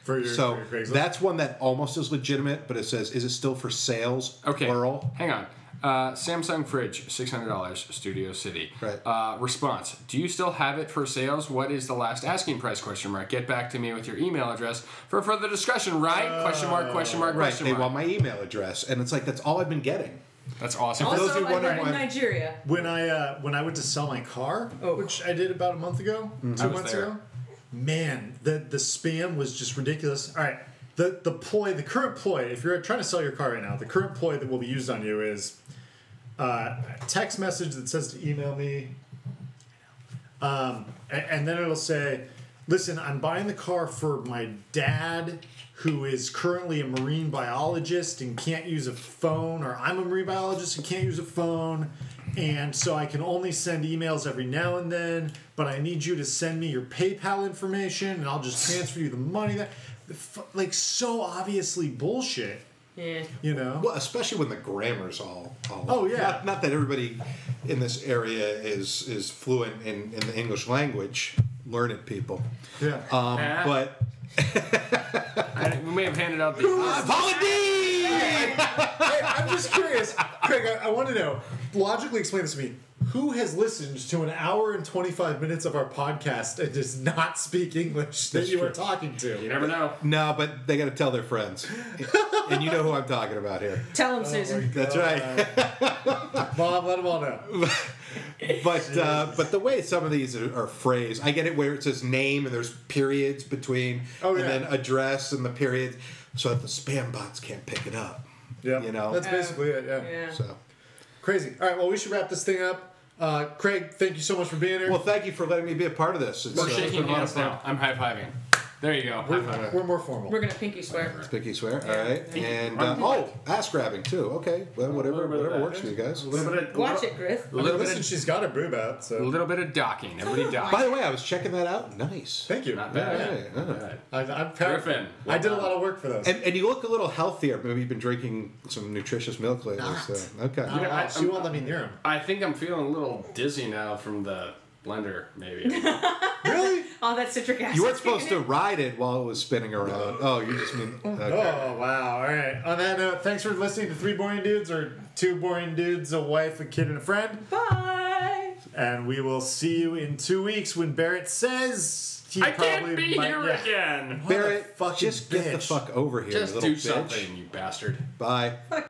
Speaker 2: For your,
Speaker 3: So
Speaker 2: for your Craigslist.
Speaker 3: that's one that almost is legitimate, but it says, "Is it still for sales?"
Speaker 4: Okay.
Speaker 3: Plural.
Speaker 4: Hang on. Uh, Samsung fridge, six hundred dollars, Studio City.
Speaker 3: Right.
Speaker 4: Uh, response: Do you still have it for sales? What is the last asking price? Question mark. Get back to me with your email address for further discussion. Right? question mark. Question mark.
Speaker 3: Uh, Right.
Speaker 4: Question
Speaker 3: They
Speaker 4: mark.
Speaker 3: want my email address, and it's like that's all I've been getting.
Speaker 4: That's awesome.
Speaker 3: those
Speaker 5: Also,
Speaker 3: who
Speaker 5: I
Speaker 3: wonder
Speaker 5: learned
Speaker 3: why-
Speaker 5: in Nigeria.
Speaker 2: When I uh, when I went to sell my car,
Speaker 5: Oh.
Speaker 2: which I did about a month ago,
Speaker 4: Mm-hmm. I
Speaker 2: two
Speaker 4: was
Speaker 2: months
Speaker 4: there.
Speaker 2: ago, man, the the spam was just ridiculous. All right, the the ploy, the current ploy, if you're trying to sell your car right now, the current ploy that will be used on you is uh, a text message that says to email me, um, a- and, then it'll say, "Listen, I'm buying the car for my dad." Who is currently a marine biologist and can't use a phone, or I'm a marine biologist and can't use a phone, and so I can only send emails every now and then. But I need you to send me your PayPal information, and I'll just transfer you the money. That, the fu- like, so obviously bullshit,
Speaker 5: Yeah.
Speaker 2: you know?
Speaker 3: Well, especially when the grammar's all. all
Speaker 2: Oh, yeah.
Speaker 3: Not, not that everybody in this area is is fluent in, in the English language. Learn it, people.
Speaker 2: Yeah.
Speaker 3: Um,
Speaker 4: Ah.
Speaker 3: But
Speaker 4: we may have handed out the.
Speaker 3: Paula Deen!
Speaker 2: Hey, I'm just curious, Craig. I, I want to know. Logically, explain this to me. Who has listened to an hour and 25 minutes of our podcast and does not speak English that
Speaker 3: That's
Speaker 2: you are
Speaker 3: true.
Speaker 2: talking to?
Speaker 4: You never know.
Speaker 3: No, but they got to tell their friends, and you know who I'm talking about here.
Speaker 5: Tell him, Susan.
Speaker 3: That's right.
Speaker 2: Bob, let them all know.
Speaker 3: But uh, but the way some of these are, are phrased, I get it where it says name and there's periods between,
Speaker 2: Oh,
Speaker 3: and
Speaker 2: yeah.
Speaker 3: then address and the period, so that the spam bots can't pick it up.
Speaker 2: Yeah,
Speaker 3: You know.
Speaker 2: That's basically it, yeah.
Speaker 5: Yeah.
Speaker 3: So
Speaker 2: Crazy. All right, well, we should wrap this thing up. Uh, Craig, thank you so much for being here.
Speaker 3: well, thank you for letting me be a part of this. It's,
Speaker 4: We're
Speaker 3: uh,
Speaker 4: shaking
Speaker 3: been a lot of
Speaker 4: hands now. I'm high fiving. There you go.
Speaker 2: we're,
Speaker 4: High five.
Speaker 2: we're more formal.
Speaker 5: We're gonna pinky swear.
Speaker 3: Pinky swear, all right, and uh,
Speaker 4: I'm-
Speaker 3: oh, ass grabbing too. Okay, well, whatever,
Speaker 4: little bit of
Speaker 3: whatever
Speaker 4: that.
Speaker 3: works for you guys.
Speaker 4: little bit of,
Speaker 5: Watch it, Griff.
Speaker 4: A
Speaker 2: I mean,
Speaker 4: little, bit
Speaker 2: listen,
Speaker 4: of,
Speaker 2: she's got her boob out,
Speaker 4: a
Speaker 2: so
Speaker 4: little bit of docking. Everybody
Speaker 3: By
Speaker 4: docks.
Speaker 3: the way, I was checking that out. Nice.
Speaker 2: thank you.
Speaker 4: Not bad.
Speaker 2: Yeah,
Speaker 3: Yeah, yeah.
Speaker 4: All right.
Speaker 2: I, I'm proud.
Speaker 4: Griffin.
Speaker 2: I did a lot of work for those.
Speaker 3: And, and you look a little healthier. Maybe you've been drinking some nutritious milk lately. So okay.
Speaker 2: Uh,
Speaker 4: know, I-
Speaker 2: she won't let me near him.
Speaker 4: I think I'm feeling a little dizzy now from the blender, maybe.
Speaker 2: Really?
Speaker 5: All that citric acid.
Speaker 3: You weren't supposed to ride it while it was spinning around. Oh, you just mean okay.
Speaker 2: Oh wow! All right. On that note, thanks for listening to Three Boring Dudes or Two Boring Dudes, a wife, a kid, and a friend.
Speaker 5: Bye.
Speaker 2: And we will see you in two weeks when Barrett says he
Speaker 4: I can't be
Speaker 2: might-
Speaker 4: here
Speaker 2: yeah. What
Speaker 4: again.
Speaker 2: a
Speaker 3: Barrett,
Speaker 2: fucking
Speaker 3: just get the
Speaker 2: bitch.
Speaker 3: fuck over here, you
Speaker 4: Just
Speaker 3: little
Speaker 4: do
Speaker 3: bitch.
Speaker 4: something, you bastard.
Speaker 3: Bye.